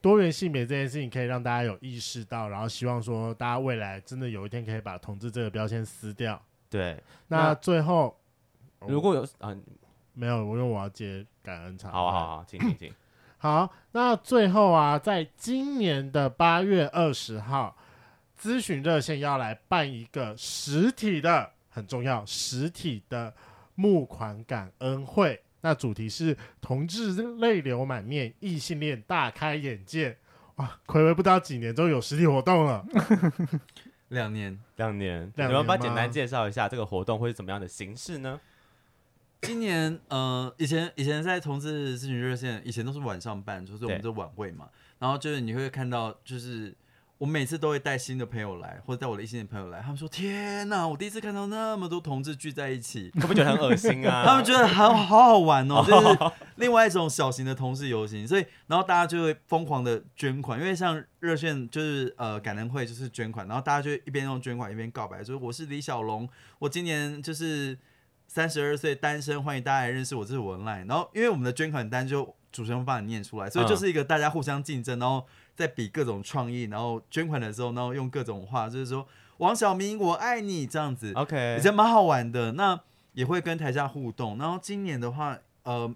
[SPEAKER 2] 多元性别这件事情可以让大家有意识到，然后希望说大家未来真的有一天可以把同志这个标签撕掉。
[SPEAKER 1] 对，那
[SPEAKER 2] 那最后
[SPEAKER 5] 哦
[SPEAKER 1] 如果有啊，
[SPEAKER 2] 没有，我因为我要接感恩场。
[SPEAKER 1] 好啊好啊好，请请请，
[SPEAKER 2] 好，那最后啊，在今年的八月二十号，咨询热线要来办一个实体的，很重要，实体的募款感恩会。那主题是同志泪流满面，异性恋大开眼界。哇，暌违不到几年，终于有实体活动了。
[SPEAKER 5] 两年，
[SPEAKER 1] 两年，你
[SPEAKER 2] 两年
[SPEAKER 1] 们帮
[SPEAKER 2] 吗
[SPEAKER 1] 简单介绍一下这个活动会是怎么样的形式呢？
[SPEAKER 5] 今年呃，以前以前在同志咨询热线，以前都是晚上办，就是我们
[SPEAKER 1] 对
[SPEAKER 5] 这晚会嘛。然后就是你会看到，就是我每次都会带新的朋友来，或者带我的一些朋友来，他们说：“天哪，我第一次看到那么多同志聚在一起。”
[SPEAKER 1] 会不会觉得很恶心 啊？
[SPEAKER 5] 他们觉得好好好玩哦，就是另外一种小型的同事游行，所以然后大家就会疯狂的捐款，因为像热线就是呃感恩会就是捐款，然后大家就一边用捐款一边告白，就是我是李小龙，我今年就是三十二岁单身，欢迎大家来认识我，这是文赖。然后因为我们的捐款单就主持人会帮你念出来，所以就是一个大家互相竞争，然后在比各种创意，然后捐款的时候，然后用各种话，就是说王小明我爱你这样子。
[SPEAKER 1] OK，
[SPEAKER 5] 也觉得蛮好玩的。那也会跟台下互动。然后今年的话，呃，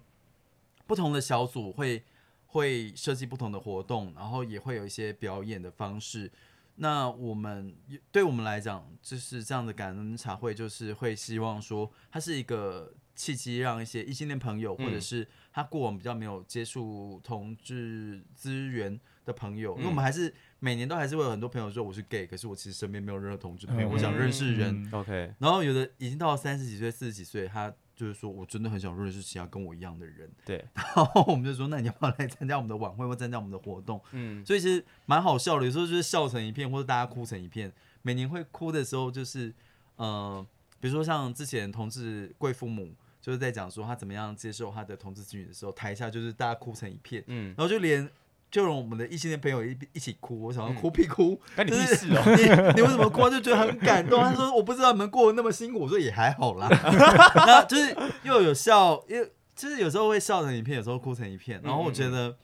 [SPEAKER 5] 不同的小组会会设计不同的活动，然后也会有一些表演的方式。那我们对我们来讲，就是这样的感恩茶会，就是会希望说，它是一个契机，让一些异性恋朋友，
[SPEAKER 1] 嗯
[SPEAKER 5] 或者是他过往比较没有接触同志资源的朋友，因为
[SPEAKER 1] 嗯
[SPEAKER 5] 我们还是每年都还是会有很多朋友说我是 gay，可是我其实身边没有任何同志朋友，
[SPEAKER 3] 嗯
[SPEAKER 5] 我想认识人，
[SPEAKER 3] 嗯
[SPEAKER 1] OK，
[SPEAKER 5] 然后有的已经到了三十几岁、四十几岁，他就是说我真的很想认识其他跟我一样的人。
[SPEAKER 1] 对，
[SPEAKER 5] 然后我们就说，那你要不要来参加我们的晚会或参加我们的活动？
[SPEAKER 1] 嗯，
[SPEAKER 5] 所以其实蛮好笑的，有时候就是笑成一片，或者大家哭成一片。每年会哭的时候，就是呃，比如说像之前同志贵父母就是在讲说他怎么样接受他的同志子女的时候，台下就是大家哭成一片，
[SPEAKER 1] 嗯
[SPEAKER 5] 然后就连。就让我们的异性恋朋友一一起哭，我想要哭屁哭，
[SPEAKER 1] 干你屁
[SPEAKER 5] 但是
[SPEAKER 1] 事 哦！
[SPEAKER 5] 你你为什么哭？他就觉得很感动。他说我不知道你们过得那么辛苦，我说也还好 啦。然后就是又有笑，又就是有时候会笑成一片，有时候哭成一片。然后我
[SPEAKER 1] 嗯
[SPEAKER 5] 觉得，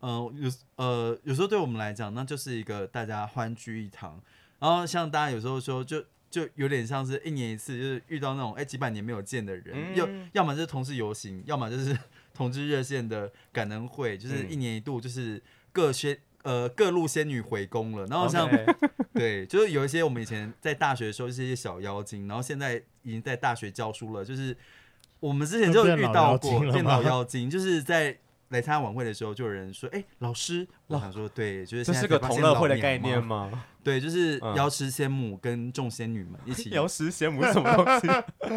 [SPEAKER 5] 呃，有呃有时候对我们来讲，那就是一个大家欢聚一堂。然后像大家有时候说就。就有点像是一年一次，就是遇到那种哎、几百年没有见的人，
[SPEAKER 1] 嗯
[SPEAKER 5] 要要么就是同事游行，要么就是 同志热线的感恩会，就是
[SPEAKER 1] 嗯
[SPEAKER 5] 一年一度，就是各仙呃各路仙女回宫了。然后像
[SPEAKER 1] OK
[SPEAKER 5] 对，就是有一些我们以前在大学的时候是一些小妖精，然后现在已经在大学教书了，就是我们之前就有遇到
[SPEAKER 2] 就
[SPEAKER 5] 过
[SPEAKER 2] 变老妖精了吗
[SPEAKER 5] 电脑妖精，就是在来参加晚会的时候，就有人说：“哎、老师。”我想说，对，就是
[SPEAKER 1] 这
[SPEAKER 5] 现在
[SPEAKER 1] 是个
[SPEAKER 5] 才发
[SPEAKER 1] 同
[SPEAKER 5] 现
[SPEAKER 1] 乐会
[SPEAKER 5] 老
[SPEAKER 1] 的概
[SPEAKER 5] 娘嘛
[SPEAKER 1] 念 吗？
[SPEAKER 5] 对，就是
[SPEAKER 1] 嗯
[SPEAKER 5] 瑶池仙母跟众仙女们一起，
[SPEAKER 1] 瑶池仙母是什么东西？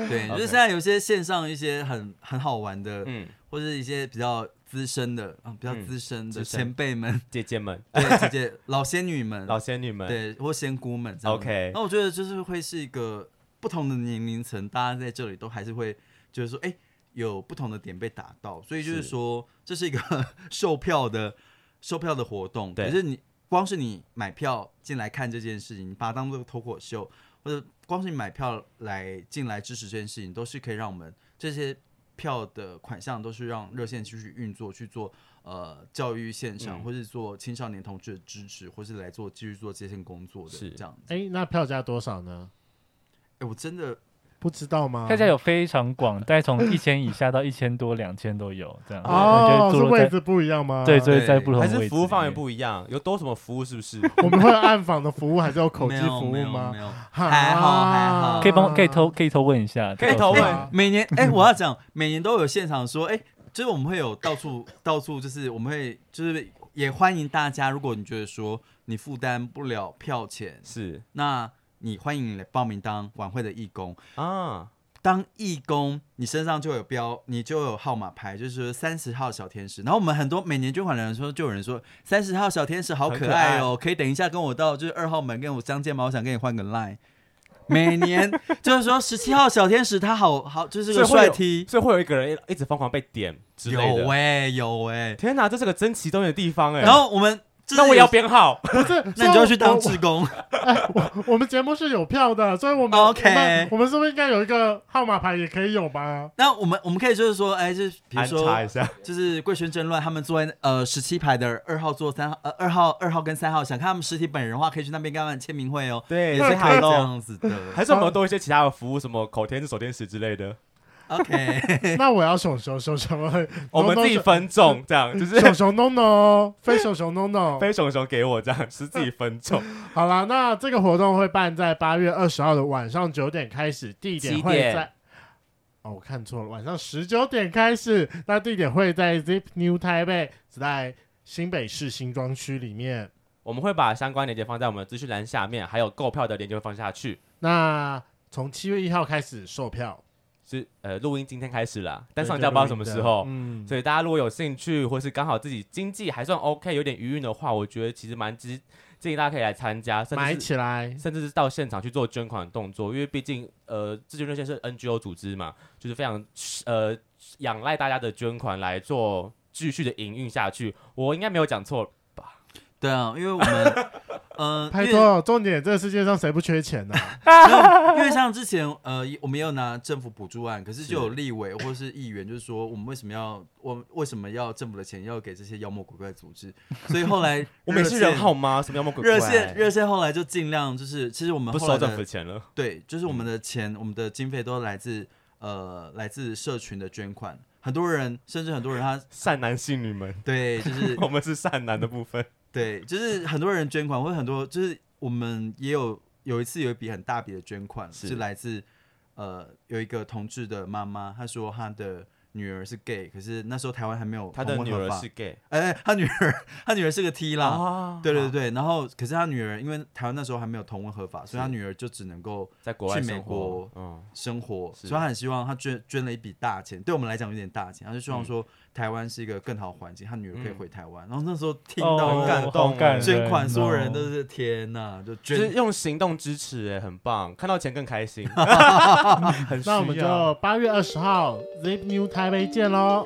[SPEAKER 5] 对，就是
[SPEAKER 1] OK
[SPEAKER 5] 现在有一些线上一些很很好玩的，
[SPEAKER 1] 嗯，
[SPEAKER 5] 或是一些比较资深的，啊，比较
[SPEAKER 1] 嗯
[SPEAKER 5] 资深的
[SPEAKER 1] 资深
[SPEAKER 5] 前辈 们，
[SPEAKER 1] 姐姐们、
[SPEAKER 5] 对，姐姐老仙女们，
[SPEAKER 1] 老仙女们，
[SPEAKER 5] 对，或仙姑们这样子
[SPEAKER 1] OK
[SPEAKER 5] 那我觉得就是会是一个不同的年龄层，大家在这里都还是会觉得说，哎、有不同的点被打到，所以就是
[SPEAKER 1] 是
[SPEAKER 5] 说，这是一个 售票的售票的活动。
[SPEAKER 1] 对
[SPEAKER 5] 可是你光是你买票进来看这件事情，你把它当做脱口秀，或者光是你买票来进来支持这件事情，都是可以让我们这些票的款项都是让热线继续运作去做。呃，教育现场，
[SPEAKER 1] 嗯
[SPEAKER 5] 或是做青少年同志的支持，或是来做继续做接线工作的
[SPEAKER 1] 是
[SPEAKER 5] 这样子。
[SPEAKER 2] 哎、那票价多少呢？
[SPEAKER 5] 哎，我真的
[SPEAKER 2] 不知道吗？
[SPEAKER 3] 大家有非常广，大概从一千以下到一千多、两千都有这样。
[SPEAKER 2] 哦，
[SPEAKER 3] 就是坐落
[SPEAKER 2] 位
[SPEAKER 3] 在
[SPEAKER 2] 置不一样吗？
[SPEAKER 3] 对，就是在不同的
[SPEAKER 1] 还
[SPEAKER 3] 位置
[SPEAKER 1] 是
[SPEAKER 3] 里面。
[SPEAKER 1] 服务范围不一样？有多什么服务是不 是？
[SPEAKER 2] 我们会有暗访的服务，还是有口
[SPEAKER 5] 没
[SPEAKER 2] 技
[SPEAKER 5] 有
[SPEAKER 2] 服
[SPEAKER 5] 没
[SPEAKER 2] 务
[SPEAKER 5] 有
[SPEAKER 2] 吗
[SPEAKER 5] 没？有
[SPEAKER 2] 哈
[SPEAKER 5] 还好还好
[SPEAKER 3] 可以
[SPEAKER 2] 哦
[SPEAKER 3] 帮可以偷可以偷问一下，
[SPEAKER 1] 可以偷
[SPEAKER 3] 这
[SPEAKER 1] 问
[SPEAKER 3] 个是
[SPEAKER 2] 啊
[SPEAKER 5] 每年 哎、我要讲，每年都有现场说，哎、就是我们会有到处到处，就是我们会就是也欢迎大家，如果你觉得说你负担不了票钱，
[SPEAKER 1] 是
[SPEAKER 5] 那你欢迎来报名当晚会的义工。
[SPEAKER 1] 啊，
[SPEAKER 5] 当义工，你身上就有标，你就有号码牌，就是三十号小天使。然后我们很多每年捐款的人说，就有人说三十号小天使好可爱哦，可以等一下跟我到就是二号门跟我相见吗？我想跟你换个 line。每年 就是说十七号小天使他好好就是个
[SPEAKER 1] 所以会
[SPEAKER 5] 帅
[SPEAKER 1] 有
[SPEAKER 5] T，
[SPEAKER 1] 所以会有一个人一一直疯狂被点之
[SPEAKER 5] 有
[SPEAKER 1] 类的。
[SPEAKER 5] 哎、有哎、
[SPEAKER 1] 天哪，这是个争奇斗艳的地方哎。
[SPEAKER 5] 然后我们就是
[SPEAKER 1] 那我也要
[SPEAKER 5] 有，
[SPEAKER 1] 编号，
[SPEAKER 5] 那你就要去当 志工，
[SPEAKER 2] 我 们节目是有票的，所以我们
[SPEAKER 5] 哦 OK
[SPEAKER 2] 我们我们是不是应该有一个号码牌也可以有 吧？
[SPEAKER 5] 那我们我们可以就是说，哎、就是比如
[SPEAKER 1] 安
[SPEAKER 5] 说
[SPEAKER 1] 插一下。
[SPEAKER 5] 就是贵圈争乱，他们坐在呃十七排的二号座三号呃二号二号跟三号，想看他们实体本人的话，可以去那边跟他们签名会哦。
[SPEAKER 1] 对
[SPEAKER 5] 也是可以这
[SPEAKER 1] hello，
[SPEAKER 5] 样子的。
[SPEAKER 1] 还是我们有多一些其他的服务，什么口天使、手天使之类 的，
[SPEAKER 5] OK，
[SPEAKER 2] 那我要熊熊熊熊，
[SPEAKER 1] 我们自己分众这样， 就是
[SPEAKER 2] 熊熊 no no，非熊熊 no no。
[SPEAKER 1] 飞熊熊给我这样，是自己分众。
[SPEAKER 2] 好啦，那这个活动会办在八月二十号的晚上九点开始，地点会
[SPEAKER 1] 几点
[SPEAKER 2] 在。哦，我看错了，晚上十九点开始，那地点会在 Zip New 台北，是在新北市新庄区里面。
[SPEAKER 1] 我们会把相关链接放在我们的资讯栏下面，还有购票的链接会放下去。
[SPEAKER 2] 那从七月一号开始售票，
[SPEAKER 1] 是呃，录音今天开始啦，但上架不知道什么时候。
[SPEAKER 2] 嗯，
[SPEAKER 1] 所以大家如果有兴趣，或是刚好自己经济还算 OK，有点余韵的话，我觉得其实蛮值，建议大家可以来参加，甚
[SPEAKER 2] 买
[SPEAKER 1] 至是
[SPEAKER 2] 起来。
[SPEAKER 1] 甚至是到现场去做捐款的动作，因为毕竟呃，自捐热线是 NGO 组织嘛，就是非常呃仰赖大家的捐款来做继续的营运下去。我应该没有讲错，
[SPEAKER 5] 对啊，因为我们呃，因
[SPEAKER 2] 拍
[SPEAKER 5] 为
[SPEAKER 2] 拖，重点这个世界上谁不缺钱啊呢、
[SPEAKER 5] 因为像之前呃，我们也有拿政府补助案，可是就有立委或是议员就是说，我们为什么要我为什么要政府的钱要给这些妖魔鬼怪组织？所以后 来
[SPEAKER 1] 我们也是
[SPEAKER 5] 热线
[SPEAKER 1] 人好吗？什么妖魔鬼怪？
[SPEAKER 5] 热线热线后来就尽量就是，其实我们
[SPEAKER 1] 不
[SPEAKER 5] 后来
[SPEAKER 1] 收
[SPEAKER 5] 的
[SPEAKER 1] 政府钱了，
[SPEAKER 5] 对，就是我
[SPEAKER 1] 嗯
[SPEAKER 5] 们的钱、我们的经费都来自呃来自社群的捐款。很多人，甚至很多人 他，
[SPEAKER 1] 善男信女们，
[SPEAKER 5] 对，就是
[SPEAKER 1] 我们是善男的部分。
[SPEAKER 5] 对，就是很多人捐款，或者很多，就是我们也有有一次有一笔很大笔的捐款
[SPEAKER 1] 是
[SPEAKER 5] 是来自呃有一个同志的妈妈，她说她的女儿是 gay，可是那时候台湾还没有
[SPEAKER 1] 他的
[SPEAKER 5] 同婚
[SPEAKER 1] 女
[SPEAKER 5] 合
[SPEAKER 1] 儿
[SPEAKER 5] 法
[SPEAKER 1] 是 gay
[SPEAKER 5] 哎、她女儿她女儿是个 T 啦，
[SPEAKER 1] 啊
[SPEAKER 5] 对对，对，然后可是她女儿因为台湾那时候还没有同婚合法，所以她
[SPEAKER 1] 是
[SPEAKER 5] 女儿就只能够
[SPEAKER 1] 在国外
[SPEAKER 5] 去
[SPEAKER 1] 生
[SPEAKER 5] 美
[SPEAKER 1] 活
[SPEAKER 5] 国，
[SPEAKER 1] 嗯，
[SPEAKER 5] 生活，
[SPEAKER 1] 是
[SPEAKER 5] 所以他很希望他捐捐了一笔大钱，对我们来讲有点大钱，他就希
[SPEAKER 1] 嗯
[SPEAKER 5] 望说台湾是一个更好的环境，他女儿可以回台湾。然后那时候听到
[SPEAKER 3] 哦
[SPEAKER 5] 干
[SPEAKER 1] 很
[SPEAKER 3] 好
[SPEAKER 1] 动嗯
[SPEAKER 3] 感
[SPEAKER 1] 哦
[SPEAKER 5] 捐款，所有人
[SPEAKER 3] 哦
[SPEAKER 5] 都是天呐，就
[SPEAKER 1] 就是
[SPEAKER 5] 捐
[SPEAKER 1] 用行动支持，哎，很棒，看到钱更开 心，很需要
[SPEAKER 2] 那我们就八月二十号 Zip New 台北见喽。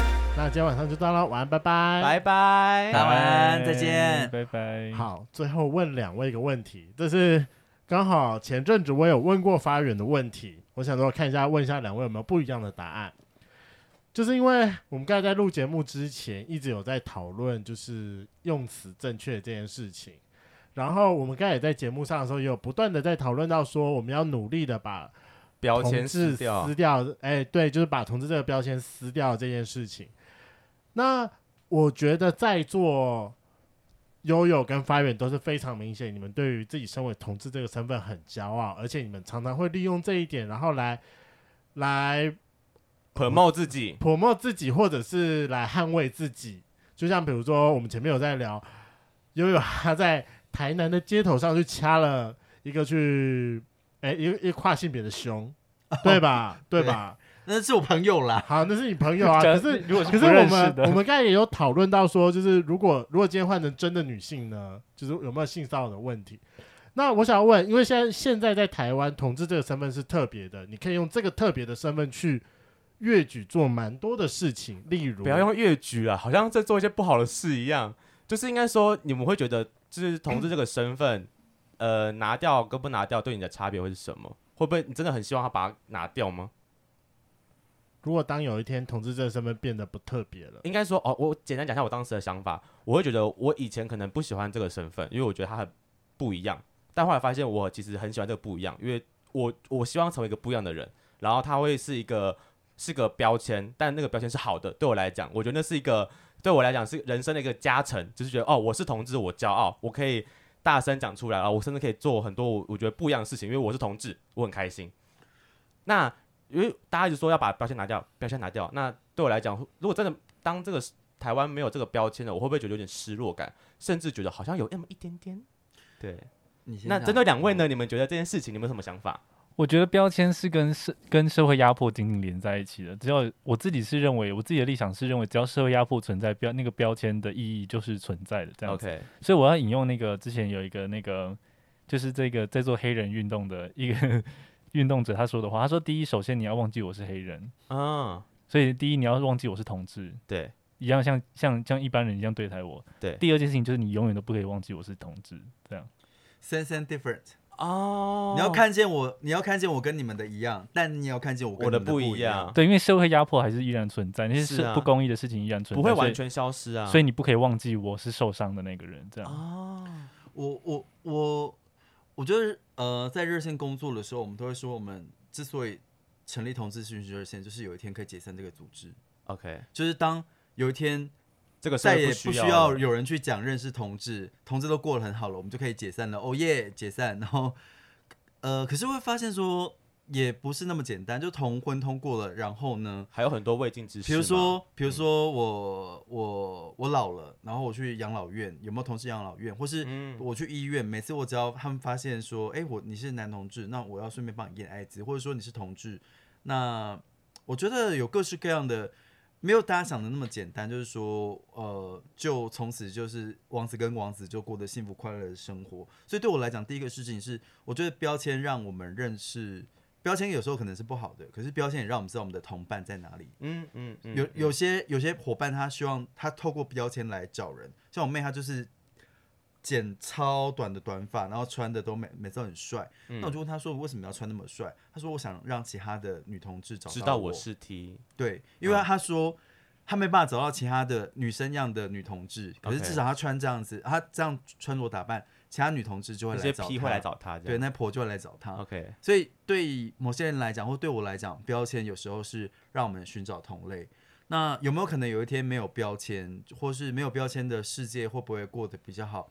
[SPEAKER 2] 那今天晚上就到了，晚安，拜拜。
[SPEAKER 1] 拜拜，
[SPEAKER 4] 拜晚安再见
[SPEAKER 3] 拜拜。
[SPEAKER 2] 好，最后问两位一个问题，这是刚好前阵子我有问过发源的问题，我想说看一下问一下两位有没有不一样的答案。就是因为我们刚才在录节目之前一直有在讨论，就是用词正确这件事情。然后我们刚才也在节目上的时候，也有不断的在讨论到说，我们要努力的把
[SPEAKER 1] 标
[SPEAKER 2] 同
[SPEAKER 1] 签
[SPEAKER 2] 志
[SPEAKER 1] 撕掉
[SPEAKER 2] 撕。掉，哎、对，就是把同志这个标签撕掉这件事情。那我觉得在座悠悠跟发源都是非常明显，你们对于自己身为同志这个身份很骄傲，而且你们常常会利用这一点，然后来来
[SPEAKER 1] promote 自己，
[SPEAKER 2] 泼墨自己，或者是来捍卫自己。就像比如说，我们前面有在聊悠悠，他在台南的街头上去掐了一个去，哎、一个一个跨性别的胸，对吧？哦对吧？
[SPEAKER 5] 那是我朋友啦。
[SPEAKER 2] 好，那是你朋友啊。 可是
[SPEAKER 3] 如果
[SPEAKER 2] 可
[SPEAKER 3] 是
[SPEAKER 2] 是
[SPEAKER 3] 不
[SPEAKER 2] 我
[SPEAKER 3] 认识
[SPEAKER 2] 们我
[SPEAKER 3] 的，
[SPEAKER 2] 们刚才也有讨论到说，就是如果如果今天换成真的女性呢，就是有没有性骚扰的问题？那我想要问，因为现在现在在台湾，同志这个身份是特别的，你可以用这个特别的身份去越举做蛮多的事情，例如
[SPEAKER 1] 不要用越剧啊，好像在做一些不好的事一样。就是应该说，你们会觉得，就是同志这个身份，呃，拿掉跟不拿掉对你的差别会是什么？会不会你真的很希望他把它拿掉吗？
[SPEAKER 2] 如果当有一天同志这个身份变得不特别了，
[SPEAKER 1] 应该说，哦，我简单讲一下我当时的想法，我会觉得我以前可能不喜欢这个身份，因为我觉得它很不一样。但后来发现我其实很喜欢这个不一样，因为我我希望成为一个不一样的人，然后他会是一个是个标签，但那个标签是好的，对我来讲，我觉得那是一个对我来讲是人生的一个加成，就是觉得哦，我是同志，我骄傲，我可以大声讲出来啊，我甚至可以做很多我我觉得不一样的事情，因为我是同志，我很开心。那因为大家一直说要把标签拿掉，标签拿掉，那对我来讲，如果真的当这个台湾没有这个标签了，我会不会觉得有点失落感，甚至觉得好像有那么一点点？对，
[SPEAKER 5] 你先
[SPEAKER 1] 那
[SPEAKER 5] 讲
[SPEAKER 1] 针对两位？呢？你们觉得这件事情，你们有什么想法？
[SPEAKER 3] 我觉得标签是跟社跟社会压迫紧紧连在一起的。只要我自己是认为，我自己的立场是认为，只要社会压迫存在，标那个标签的意义就是存在的这样子。
[SPEAKER 1] OK，
[SPEAKER 3] 所以我要引用那个之前有一个那个，就是这个在做黑人运动的一个 运动者他说的话，他说：第一，首先你要忘记我是黑人，
[SPEAKER 1] 嗯，
[SPEAKER 3] 所以第一你要忘记我是同志，
[SPEAKER 1] 对
[SPEAKER 3] 一样像像像一般人一样对待我。
[SPEAKER 1] 对
[SPEAKER 3] 第二件事情就是你永远都不可以忘记我是同志，这样。
[SPEAKER 5] Sense and different，
[SPEAKER 1] 哦
[SPEAKER 5] 你要看见我，你要看见我跟你们的一样，但你也要看见我跟
[SPEAKER 1] 我的
[SPEAKER 5] 你们不
[SPEAKER 1] 不一样，
[SPEAKER 3] 对，因为社会压迫还是依然存在，那些
[SPEAKER 1] 啊是
[SPEAKER 3] 社
[SPEAKER 1] 啊
[SPEAKER 3] 不公义的事情依然存在，
[SPEAKER 1] 不会
[SPEAKER 3] 所以
[SPEAKER 1] 完全消失啊。
[SPEAKER 3] 所
[SPEAKER 1] 以
[SPEAKER 3] 以你不可以忘记我是受伤的那个人，这样。
[SPEAKER 1] 哦，
[SPEAKER 5] 我我我，我觉得呃，在热线工作的时候，我们都会说，我们之所以成立同志咨询师热线，就是有一天可以解散这个组织，
[SPEAKER 1] OK，
[SPEAKER 5] 就是当有一天
[SPEAKER 1] 这个社
[SPEAKER 5] 再
[SPEAKER 1] 会
[SPEAKER 5] 也
[SPEAKER 1] 不
[SPEAKER 5] 不需
[SPEAKER 1] 要
[SPEAKER 5] 要
[SPEAKER 1] 了
[SPEAKER 5] 有人去讲认识同志，同志都过得很好了，我们就可以解散了。哦耶，解散。然后，呃，可是会发现说，也不是那么简单。就同婚通过了，然后呢，
[SPEAKER 1] 还有很多未尽之事。
[SPEAKER 5] 比如，说，比如说我我我老了，然后我去养老院，有没有同志养老院？或是
[SPEAKER 1] 嗯，
[SPEAKER 5] 我去医院，每次我只要他们发现说，哎、我你是男同志，那我要顺便帮你验艾滋，或者说你是同志，那我觉得有各式各样的，没有大家想的那么简单，就是说，呃，就从此就是王子跟王子就过得幸福快乐的生活。所以对我来讲，第一个事情是，我觉得标签让我们认识，标签有时候可能是不好的，可是标签也让我们知道我们的同伴在哪里。
[SPEAKER 1] 嗯嗯嗯，
[SPEAKER 5] 有有些有些伙伴，他希望他透过标签来找人，像我妹，她就是剪超短的短发，然后穿的都每每次都很帅。
[SPEAKER 1] 嗯
[SPEAKER 5] 那我就问她说，为什么要穿那么帅？她说我想让其他的女同志找
[SPEAKER 1] 知
[SPEAKER 5] 到
[SPEAKER 1] 道我是嗯 T，
[SPEAKER 5] 对，因为她说她没办法找到其他的女生样的女同志，可是
[SPEAKER 1] OK
[SPEAKER 5] 至少她穿这样子，她这样穿着打扮，其他女同志就会
[SPEAKER 1] 那
[SPEAKER 5] 来
[SPEAKER 1] 些
[SPEAKER 5] 找
[SPEAKER 1] P
[SPEAKER 5] 她。
[SPEAKER 1] 会来找他，这
[SPEAKER 5] 对，
[SPEAKER 1] 样
[SPEAKER 5] 那婆就会来找她。
[SPEAKER 1] OK，
[SPEAKER 5] 所以对某些人来讲，或对我来讲，标签有时候是让我们寻找同类。那有没有可能有一天没有标签，或是没有标签的世界会不会过得比较好？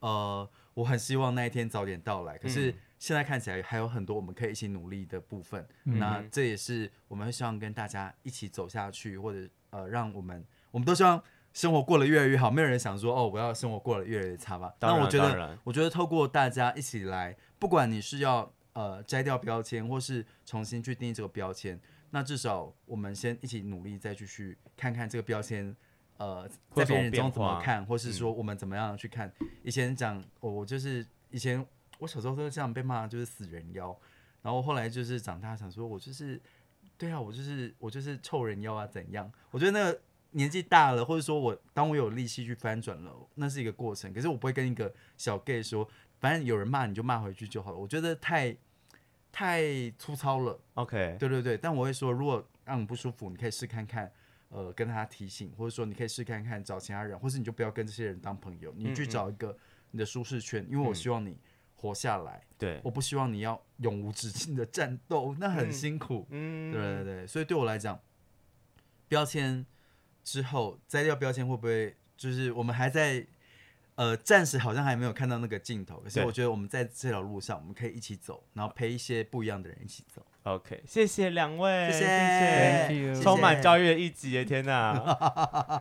[SPEAKER 5] 呃，我很希望那一天早点到来。可
[SPEAKER 1] 嗯
[SPEAKER 5] 是现在看起来还有很多我们可以一起努力的部分。
[SPEAKER 1] 嗯
[SPEAKER 5] 那这也是我们会希望跟大家一起走下去，或者呃，让我们我们都希望生活过得越来越好，没有人想说哦，我要生活过得越来越差吧。
[SPEAKER 1] 当
[SPEAKER 5] 那
[SPEAKER 1] 然
[SPEAKER 5] 我觉
[SPEAKER 1] 当
[SPEAKER 5] 得
[SPEAKER 1] 然，
[SPEAKER 5] 我觉得透过大家一起来，不管你是要呃摘掉标签，或是重新去定义这个标签，那至少我们先一起努力，再继续看看这个标签。呃，
[SPEAKER 1] 会
[SPEAKER 5] 在
[SPEAKER 1] 有什么
[SPEAKER 5] 别人眼中怎
[SPEAKER 1] 变
[SPEAKER 5] 么
[SPEAKER 1] 化
[SPEAKER 5] 看，或是说我们怎么样去看？以前讲，我、我就是以前我小时候都这样被骂，就是死人妖，然后后来就是长大想说，我就是对啊，我就是我就是臭人妖啊，怎样？我觉得那个年纪大了，或者说我当我有力气去翻转了，那是一个过程。可是我不会跟一个小 gay 说，反正有人骂你就骂回去就好了。我觉得太太粗糙了。
[SPEAKER 1] OK，
[SPEAKER 5] 对对对，但我会说，如果让你不舒服，你可以试看看，呃，跟他提醒，或者说你可以试看看找其他人，或是你就不要跟这些人当朋友，你去找一个你的舒适圈，因为我希望你活下来，
[SPEAKER 1] 嗯对，
[SPEAKER 5] 我不希望你要永无止境的战斗，那很辛苦。
[SPEAKER 1] 嗯，
[SPEAKER 5] 对对对，所以对我来讲，标签之后摘掉标签会不会就是我们还在呃暂时好像还没有看到那个尽头，可是
[SPEAKER 1] 对
[SPEAKER 5] 我觉得我们在这条路上我们可以一起走，然后陪一些不一样的人一起走。
[SPEAKER 1] OK，谢谢两位，谢
[SPEAKER 5] 谢谢
[SPEAKER 3] Thank you
[SPEAKER 1] 充满教
[SPEAKER 5] 育。
[SPEAKER 1] 育的一集耶，天哪！